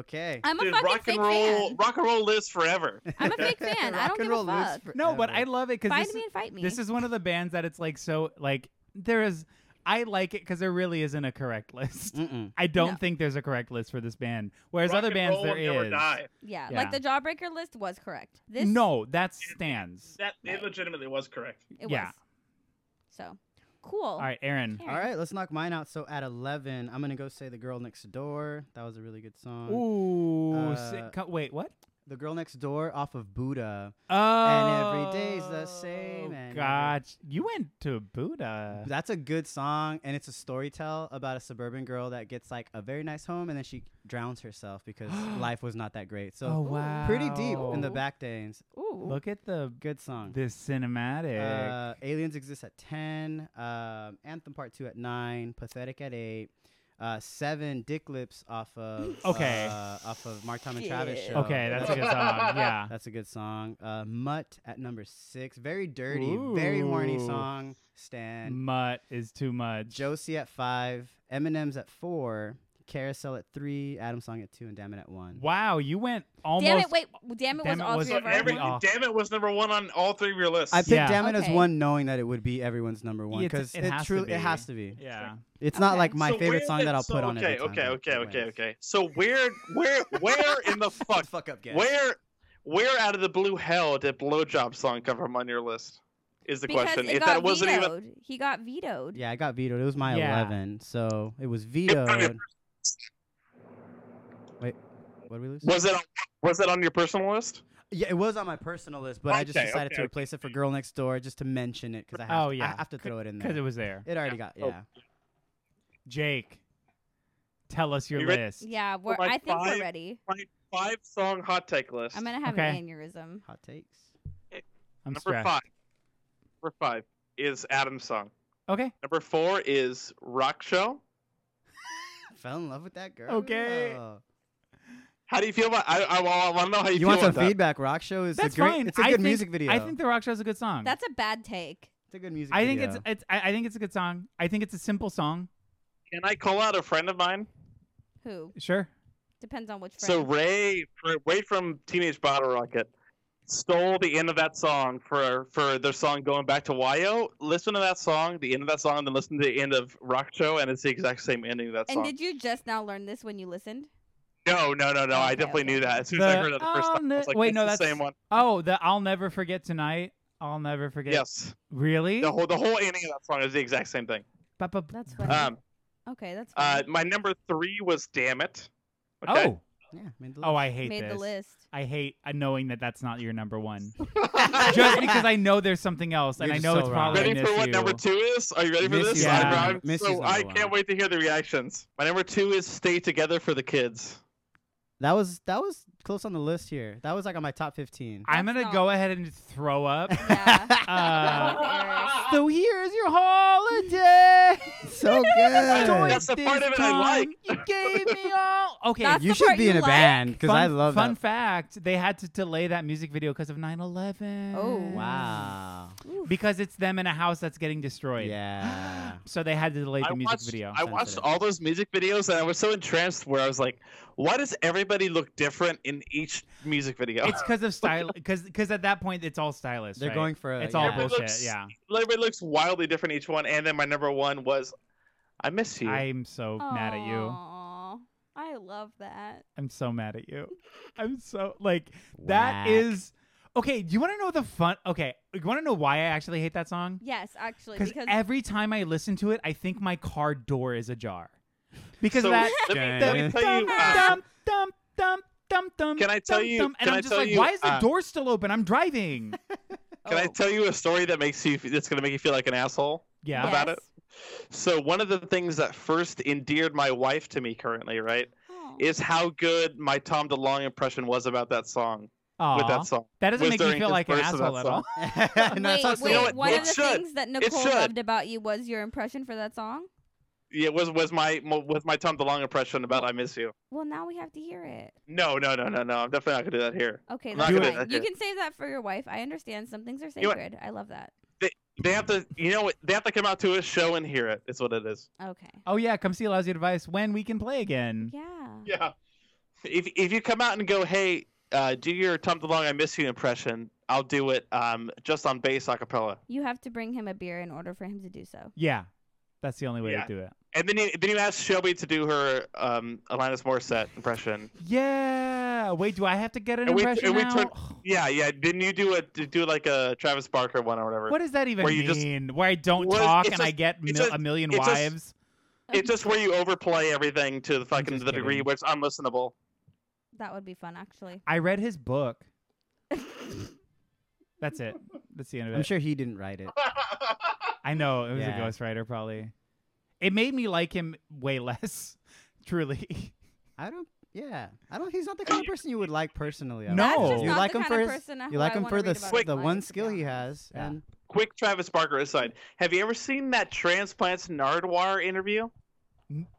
S4: Okay.
S3: I'm a
S2: dude,
S3: fucking
S2: rock and
S3: big
S2: roll,
S3: fan.
S2: rock and roll lives forever.
S3: I'm a big fan. I
S4: Rock
S3: don't
S4: and
S3: give a
S4: roll lives
S3: fuck.
S1: No, but I
S4: forever.
S1: love it because
S3: Find
S1: this,
S3: me and fight me.
S1: this is one of the bands that it's like so like there is. I like it because there really isn't a correct list.
S4: Mm-mm.
S1: I don't
S3: No.
S1: think therell correct list for this band. Whereas
S2: Rock
S1: other
S2: and
S1: bands
S2: roll
S1: there
S2: will never
S1: is.
S2: die.
S3: yeah,
S1: Yeah.
S3: like the Jawbreaker list was correct. This
S1: No, that stands.
S2: That
S3: Right.
S2: it legitimately was correct.
S3: it
S1: yeah.
S3: was. So, cool.
S1: All right, Aaron.
S3: Karen.
S4: All right, let's knock mine out. So at 11, I'm going to go say The Girl Next Door. That was a really good song.
S1: Ooh. si-
S4: Uh,
S1: co- wait, what?
S4: The Girl Next Door off of Buddha.
S1: Oh,
S4: every day's the same, and every-
S1: Gotcha. Oh, You went to Buddha.
S4: That's a good song, and it's a story tell about a suburban girl that gets like a very nice home, and then she drowns herself because life was not that great. So
S1: Oh wow.
S4: pretty deep in the
S3: Wow.
S4: back days.
S3: Ooh.
S1: Look at the
S4: Good song.
S1: this cinematic.
S4: Uh, Aliens exist at ten. Um, Anthem Part Two at nine. Pathetic at eight. Uh, seven. Dick Lips off of
S1: Okay.
S4: uh, off of Mark Tom and Travis
S3: Shit.
S4: show.
S1: okay, that's a good song. Yeah.
S4: That's a good song. Uh, Mutt at number six. Very dirty. Very horny
S1: Ooh.
S4: song. Stan.
S1: Mutt is too much.
S4: Josie at five. Eminem's at four. Carousel at three. Adam Song at two. And Damn It at one.
S1: Wow, you went almost.
S3: Damn it! Wait, damn it
S1: Damn
S3: was
S1: it
S3: all
S1: was
S3: three of
S1: Never
S3: our
S2: Every,
S1: mind. Oh.
S2: Damn it was number one on all three of your lists.
S4: I picked
S1: Yeah.
S4: Damn It as
S3: Okay.
S4: one, knowing that it would be everyone's number one
S1: It's-
S4: because
S1: it
S4: it,
S1: has to
S4: truly
S1: be.
S4: it has to be.
S1: Yeah.
S4: It's not
S3: Okay.
S4: like my
S2: So
S4: favorite
S2: where
S4: song
S2: did-
S4: that I'll
S2: so,
S4: put on
S2: Okay,
S4: every time,
S2: okay,
S4: but
S2: okay,
S4: it
S2: okay,
S4: wins.
S2: okay. So where, where, where in the fuck,
S4: Fuck up, guys.
S2: where, where out of the blue hell did "Blowjob Song" come from on your list? Is the
S3: because
S2: question.
S3: it
S2: If
S3: got
S2: that wasn't even
S3: vetoed. he got vetoed.
S4: Yeah, I got vetoed. It was my
S1: Yeah.
S4: 11, so it was
S2: on your
S4: vetoed. Wait, what did we lose?
S2: was it on, was it on your personal list?
S4: Yeah, it was on my personal list, but I just
S2: Okay,
S4: decided
S2: okay,
S4: to
S2: okay.
S4: replace it for Girl Next Door just to mention it because I have
S1: Oh,
S4: to, I
S1: yeah.
S4: have to
S1: Could-
S4: throw it in there.
S1: Because it was there.
S4: It already got
S2: Oh.
S4: yeah.
S1: Jake, tell us your
S2: You ready?
S1: list.
S3: Yeah, we're,
S2: Oh my
S3: I think
S2: five-
S3: we're ready.
S2: My five song hot take list.
S3: I'm gonna have
S1: Okay.
S3: an aneurysm.
S4: Hot takes.
S1: I'm
S2: number
S1: stressed.
S2: five. Number five is Adam's song.
S1: Okay.
S2: Number four is Rock Show.
S4: Fell in love with that girl.
S1: Okay.
S2: How do you feel about? I I, want to know how you,
S4: You
S2: feel
S4: want some
S2: about that.
S4: feedback? Rock show is
S1: That's
S4: a great.
S1: fine.
S4: It's a
S1: I
S4: good
S1: think-
S4: music video.
S1: I think the Rock Show is a good song.
S3: That's a bad take.
S4: it's a good music.
S1: I think
S4: video.
S1: it's it's I, I think it's a good song. I think it's a simple song.
S2: Can I call out a friend of mine?
S3: Who
S1: Sure.
S3: depends on which.
S2: So
S3: friend.
S2: Ray, Ray- Ray from Teenage Bottle Rocket, stole the end of that song for for their song going back to Wayo. Listen to that song, the end of that song, then listen to the end of Rock Show, and it's the exact same ending of that
S3: and
S2: song.
S3: did you just now learn this when you listened?
S2: No, no, no, no. I
S3: Okay,
S2: definitely
S3: okay,
S2: knew that
S3: okay.
S2: as soon as I
S1: The-
S2: heard it the first
S1: I'll
S2: time. I was
S1: ne-
S2: like,
S1: wait,
S2: it's
S1: no,
S2: the
S1: that's-
S2: same one.
S1: Oh, the I'll never forget tonight. I'll never forget.
S2: Yes,
S1: Really?
S2: the whole the whole ending of that song is the exact same thing.
S1: Ba-ba-
S3: That's funny.
S2: Um,
S3: okay, that's
S2: uh,
S3: fine.
S2: my number three was "Damn It." Okay?
S1: Oh.
S4: Yeah, made the
S1: Oh,
S4: list.
S1: I hate
S3: Made
S1: this.
S3: the list.
S1: I hate uh, knowing that that's not your number one. Just because I know there's something else, and
S4: You're
S1: I
S4: just
S1: know
S4: so
S1: it's
S4: wrong.
S1: probably
S2: Ready
S1: Miss
S2: for what
S1: You.
S2: number two is? Are you ready for
S4: Miss
S2: this?
S1: you.
S2: I'm-
S1: Yeah.
S2: I'm-
S4: Miss you's
S2: so I
S4: number
S2: can't
S4: one.
S2: wait to hear the reactions. My number two is "Stay Together for the Kids."
S4: That was that was close on the list here. That was like on my top fifteen.
S1: I'm
S3: That's
S1: gonna
S3: not-
S1: go ahead and throw up.
S3: yeah.
S1: Uh,
S3: That
S4: so here's your holiday. so good.
S1: Joy
S2: That's the
S1: this
S2: part of it I
S1: time
S2: like.
S1: You gave me all. Okay.
S3: That's
S4: you
S3: the
S4: should
S3: part
S4: be
S3: you
S4: in a
S3: like?
S4: band because
S1: fun,
S4: I love
S1: Fun
S4: that.
S1: fact: They had to delay that music video because of 9/11.
S3: Oh.
S4: wow.
S3: Oof.
S1: Because it's them in a house that's getting destroyed.
S4: Yeah.
S1: So they had to delay
S2: I
S1: the music
S2: watched,
S1: video.
S2: I watched
S4: Sensitive.
S2: all those music videos and I was so entranced where I was like, why does everybody look different in each music video?
S1: it's because of style. Because at that point it's all stylist.
S4: They're
S1: right?
S4: going for a,
S1: It's
S4: yeah.
S1: all
S2: Everybody
S1: bullshit.
S2: looks-
S1: yeah.
S2: everybody looks wildly different each one. And then my number one was, I miss you.
S1: I'm so mad at you.
S3: Aw, I love that.
S1: I'm so mad at you. I'm so like that is okay. Do you want to know the fun? Okay, you want to know why I actually hate that song?
S3: Yes, actually,
S1: Because
S3: because
S1: every time I listen to it, I think my car door is ajar. because
S2: So,
S1: that.
S2: let
S1: Dum,
S2: me- let me tell
S1: dum,
S2: you, uh,
S1: dum, dum, dum, dum, dum,
S2: Can I tell
S1: dum,
S2: you-
S1: dum. And
S2: can
S1: I'm
S2: I
S1: just
S2: tell
S1: like,
S2: you,
S1: why is the
S2: uh,
S1: door still open? I'm driving.
S2: Can I
S3: Oh.
S2: tell you a story that makes you that's going to make you feel like an asshole?
S1: Yeah.
S2: about it?
S3: Yes.
S2: So one of the things that first endeared my wife to me currently, right,
S3: Oh.
S2: is how good my Tom DeLonge impression was about that song. With
S1: Aw.
S2: that song,
S1: That doesn't
S2: was
S1: make me
S2: during
S1: feel
S2: his
S1: like an
S2: verse of that
S1: asshole at
S2: song.
S1: all.
S4: no,
S3: wait,
S4: it's not
S3: wait,
S2: You know what?
S3: one
S2: It
S3: of the
S2: should.
S3: things that Nicole
S2: should.
S3: loved about you was your impression for that song.
S2: yeah, was was my was my Tom DeLonge impression about "I Miss You."
S3: Well, now we have to hear it.
S2: No, no, no, no, no. I'm definitely not gonna do that here.
S3: Okay,
S2: I'm
S3: that's
S2: not
S1: gonna-
S3: fine. You
S2: okay.
S3: can save that for your wife. I understand some things are
S2: know what?
S3: sacred. I love that.
S2: They have to, you know, what? they have to come out to a show and hear it. It's what it is.
S3: Okay.
S1: Oh yeah, come see Lousy Advice when we can play again.
S3: Yeah.
S2: Yeah. If if you come out and go, hey, uh, do your Tom DeLonge "I Miss You" impression, I'll do it um, just on bass a cappella.
S3: You have to bring him a beer in order for him to do so.
S1: Yeah, that's the only way
S2: Yeah.
S1: to do it.
S2: And then you, then you ask Shelby to do her um, Alanis Morissette impression.
S1: Yeah. Wait, do I have to get an
S2: And we-
S1: impression
S2: and we
S1: now?
S2: turn- Yeah, yeah. Didn't you do a do like a Travis Barker one or whatever?
S1: what does that even
S2: Where you just-
S1: mean? Where I don't
S2: Well,
S1: talk
S2: it's
S1: and I
S2: just-
S1: get
S2: it's
S1: mil-
S2: just-
S1: a million
S2: it's just-
S1: wives?
S2: It's just where you overplay everything to the fucking
S1: just
S2: to the degree
S1: kidding.
S2: where it's unlistenable.
S3: That would be fun, actually.
S1: I read his book. That's it. That's the end of it.
S4: I'm sure he didn't write it.
S1: I know it was
S4: Yeah.
S1: a ghostwriter, probably. It made me like him way less. Truly,
S4: I don't. Yeah, I don't. He's not the kind of person you would like personally. I
S1: No.
S4: don't
S3: That's
S4: think.
S3: just
S1: You
S3: not
S4: Oh. like
S3: the
S4: him
S3: kind of
S4: for his-
S3: person who
S4: you like
S3: I
S4: him
S3: wanna
S4: for
S3: read
S4: the
S3: about
S4: s-
S3: in
S4: the
S3: life,
S4: one
S3: to be
S4: skill he
S3: honest.
S4: has.
S1: Yeah.
S4: And
S2: Quick Travis Barker aside, have you ever seen that Transplants Nardwar interview?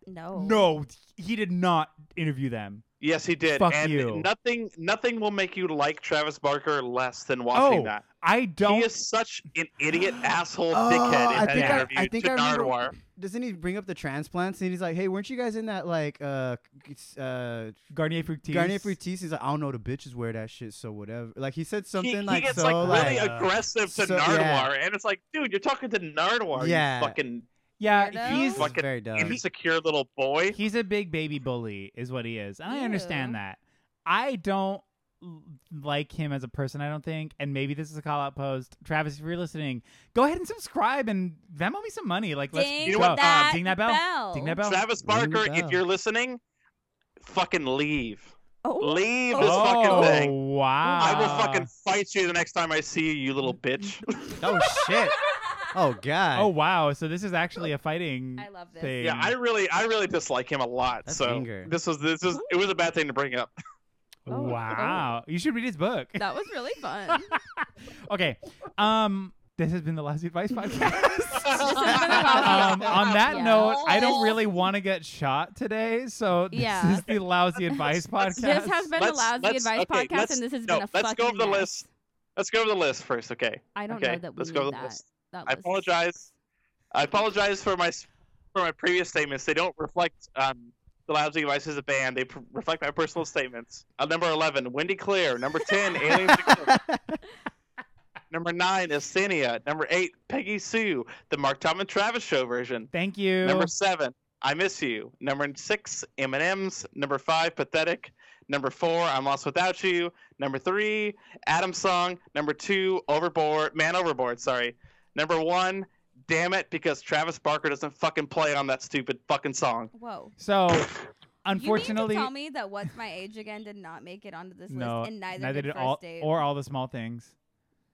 S3: No.
S1: no, he did not interview them.
S2: Yes, he did.
S1: Fuck
S2: and
S1: you.
S2: nothing nothing will make you like Travis Barker less than watching
S1: Oh,
S2: that.
S1: I don't.
S2: He is such an idiot asshole
S4: Oh,
S2: dickhead in
S4: I
S2: that
S4: think I-
S2: interview
S4: I think
S2: to
S4: I remember-
S2: Nardwar.
S4: doesn't he bring up the transplants? And he's like, "Hey, weren't you guys in that like uh c- c- uh
S1: Garnier Fructis.
S4: Garnier Fructis?" He's like, "I don't know. The bitches wear that shit, so whatever." Like he said something
S2: he,
S4: like
S2: he gets
S4: so
S2: like really
S1: like, uh,
S2: aggressive to
S4: so-
S2: Nardwar,
S4: yeah.
S2: and it's like, dude, you're talking to Nardwar,
S4: Yeah.
S2: you fucking
S1: Yeah,
S3: Weirdo.
S1: he's
S2: Fucking
S4: very dumb.
S2: insecure little boy.
S1: he's a big baby bully, is what he is, and I understand
S3: Ew.
S1: that. I don't l- like him as a person. I don't think, and maybe this is a call out post. Travis, if you're listening, go ahead and subscribe and Venmo me some money. Like, let's
S3: Ding,
S2: you know
S1: go.
S2: what,
S3: that
S1: Um, ding that bell.
S3: bell.
S1: Ding that bell.
S2: Travis
S4: Ring the
S2: Barker, if
S4: bell.
S2: you're listening, fucking leave.
S3: Oh.
S2: Leave this
S3: Oh.
S2: fucking thing.
S1: wow!
S2: I will fucking fight you the next time I see you, you little bitch.
S4: oh shit! Oh god!
S1: Oh wow! So this is actually a fighting.
S3: I love this.
S1: thing.
S2: yeah, I really, I really dislike him a lot.
S4: That's
S2: so
S4: anger.
S2: this was, this is, it was a bad thing to bring up.
S3: Oh.
S1: wow! You should read his book.
S3: That was really fun.
S1: okay. Um. This has been the Lousy Advice podcast.
S3: This has been a while.
S1: um, on that
S3: Yeah.
S1: note, I don't really want to get shot today, so this
S3: Yeah.
S1: is the Lousy Advice podcast.
S3: This has been
S2: Let's-
S3: the Lousy
S2: let's-
S3: Advice
S2: okay,
S3: podcast,
S2: let's-
S3: and this has
S2: no,
S3: been a
S2: let's
S3: fucking
S2: go over the
S3: mess.
S2: list. Let's go over the list first, okay?
S3: I don't
S2: Okay,
S3: know that we
S2: let's
S3: need
S2: go over the
S3: that.
S2: list.
S3: that
S2: I
S3: list.
S2: apologize. I apologize for my for my previous statements. They don't reflect um, the Lousy Advice as a band. They pr- reflect my personal statements. Uh, number eleven, Wendy Clear. Number ten, Aliens. number nine, Asenia. Number eight, Peggy Sue, the Mark Tom and Travis Show version.
S1: Thank you.
S2: Number seven, I Miss You. Number six, M and M's. Number five, Pathetic. Number four, I'm Lost Without You. Number three, Adam Song. Number two, Overboard, Man Overboard. Sorry. Number one, Damn It, because Travis Barker doesn't fucking play on that stupid fucking song.
S3: Whoa.
S1: so,
S3: you
S1: unfortunately,
S3: mean to tell me that what's my age again did not make it onto this
S1: no,
S3: list, and neither, did, first
S1: all
S3: date.
S1: or all the small things.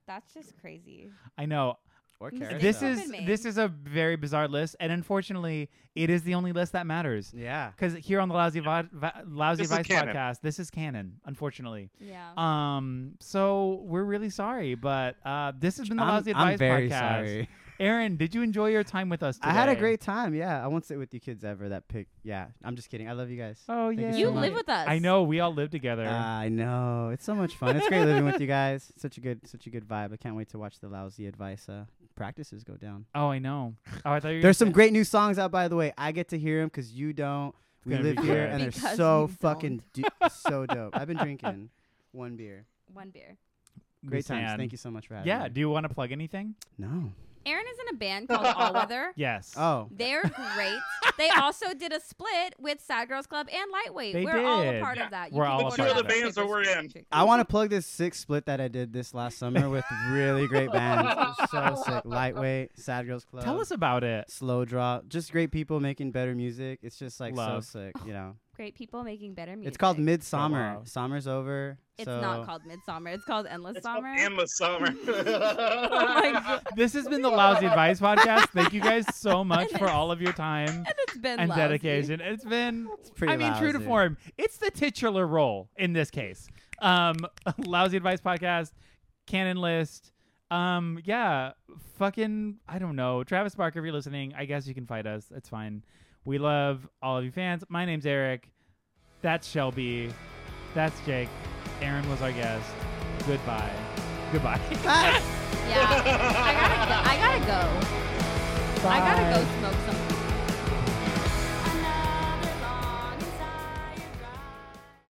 S3: That's just crazy.
S1: I know
S4: Or
S3: This
S4: Karen,
S1: this
S4: though.
S1: is
S3: Stupid man.
S1: this is a very bizarre list, and unfortunately, it is the only list that matters.
S4: yeah.
S1: Because here on the Lousy Vi- Vi- Lousy
S2: This is
S1: Vice
S2: canon.
S1: podcast, this is canon, unfortunately.
S3: Yeah.
S1: Um, so we're really sorry, but uh, this has been the Lousy
S4: I'm, I'm
S1: Advice
S4: very
S1: podcast.
S4: sorry.
S1: Aaron, did you enjoy your time with us? Today?
S4: I had a great time. Yeah, I won't sit with you kids ever. That pick. Yeah, I'm just kidding. I love you guys.
S1: Oh
S4: Thank you
S1: yeah,
S4: so
S3: you
S4: much. Uh,
S3: live with us.
S1: I know we all live together.
S4: I know. It's so much fun. It's great living with you guys. Such a good, such a good vibe. I can't wait to watch the lousy advice uh, practices go down.
S1: oh, I know. Oh, I thought you. Were
S4: There's
S1: gonna
S4: some great new songs out, by the way. I get to hear them because you don't. We
S1: gonna be
S4: live here,
S1: good.
S4: and they're
S3: Because
S4: so
S3: you
S4: fucking du- so dope. I've been drinking one beer.
S3: One beer.
S1: say-
S4: Great times.
S1: Sand.
S4: Thank you so much for having
S1: Yeah.
S4: me.
S1: Do you want to plug anything?
S4: No.
S3: Aaron is in a band called All Weather.
S1: Yes.
S4: Oh,
S3: They're great. they also did a split with Sad Girls Club and Lightweight.
S1: They
S3: We're all a
S1: did.
S3: part
S2: Yeah.
S3: of that.
S1: We're
S3: can
S1: all
S3: go
S1: a
S3: to
S1: part of that.
S3: that.
S2: The bands that we're in.
S4: I want to plug this six split that I did this last summer with really great bands. It was so sick. Lightweight, Sad Girls Club.
S1: Tell us about it.
S4: Slow Drop. Just great people making better music. It's just like
S1: Love.
S4: so sick, you know.
S3: Great people making better music.
S4: It's called Midsummer.
S1: Oh, wow.
S4: Summer's over.
S3: It's
S4: so-
S3: not called Midsummer. It's called Endless
S2: It's called
S3: Summer.
S2: endless summer.
S3: oh my god.
S1: This has been the Lousy Advice Podcast. Thank you guys so much for all of your time
S3: It's been
S1: and
S3: lousy.
S1: dedication. It's been,
S4: pretty
S1: I mean, true to
S4: lousy.
S1: form. It's the titular role in this case. Um, Lousy Advice Podcast, Canon List. Um, yeah, fucking, I don't know. Travis Barker, if you're listening, I guess you can fight us. It's fine. We love all of you fans. My name's Eric. That's Shelby. That's Jake. Aaron was our guest. Goodbye. Goodbye.
S3: Yeah. I gotta go. I gotta go. I gotta go smoke something.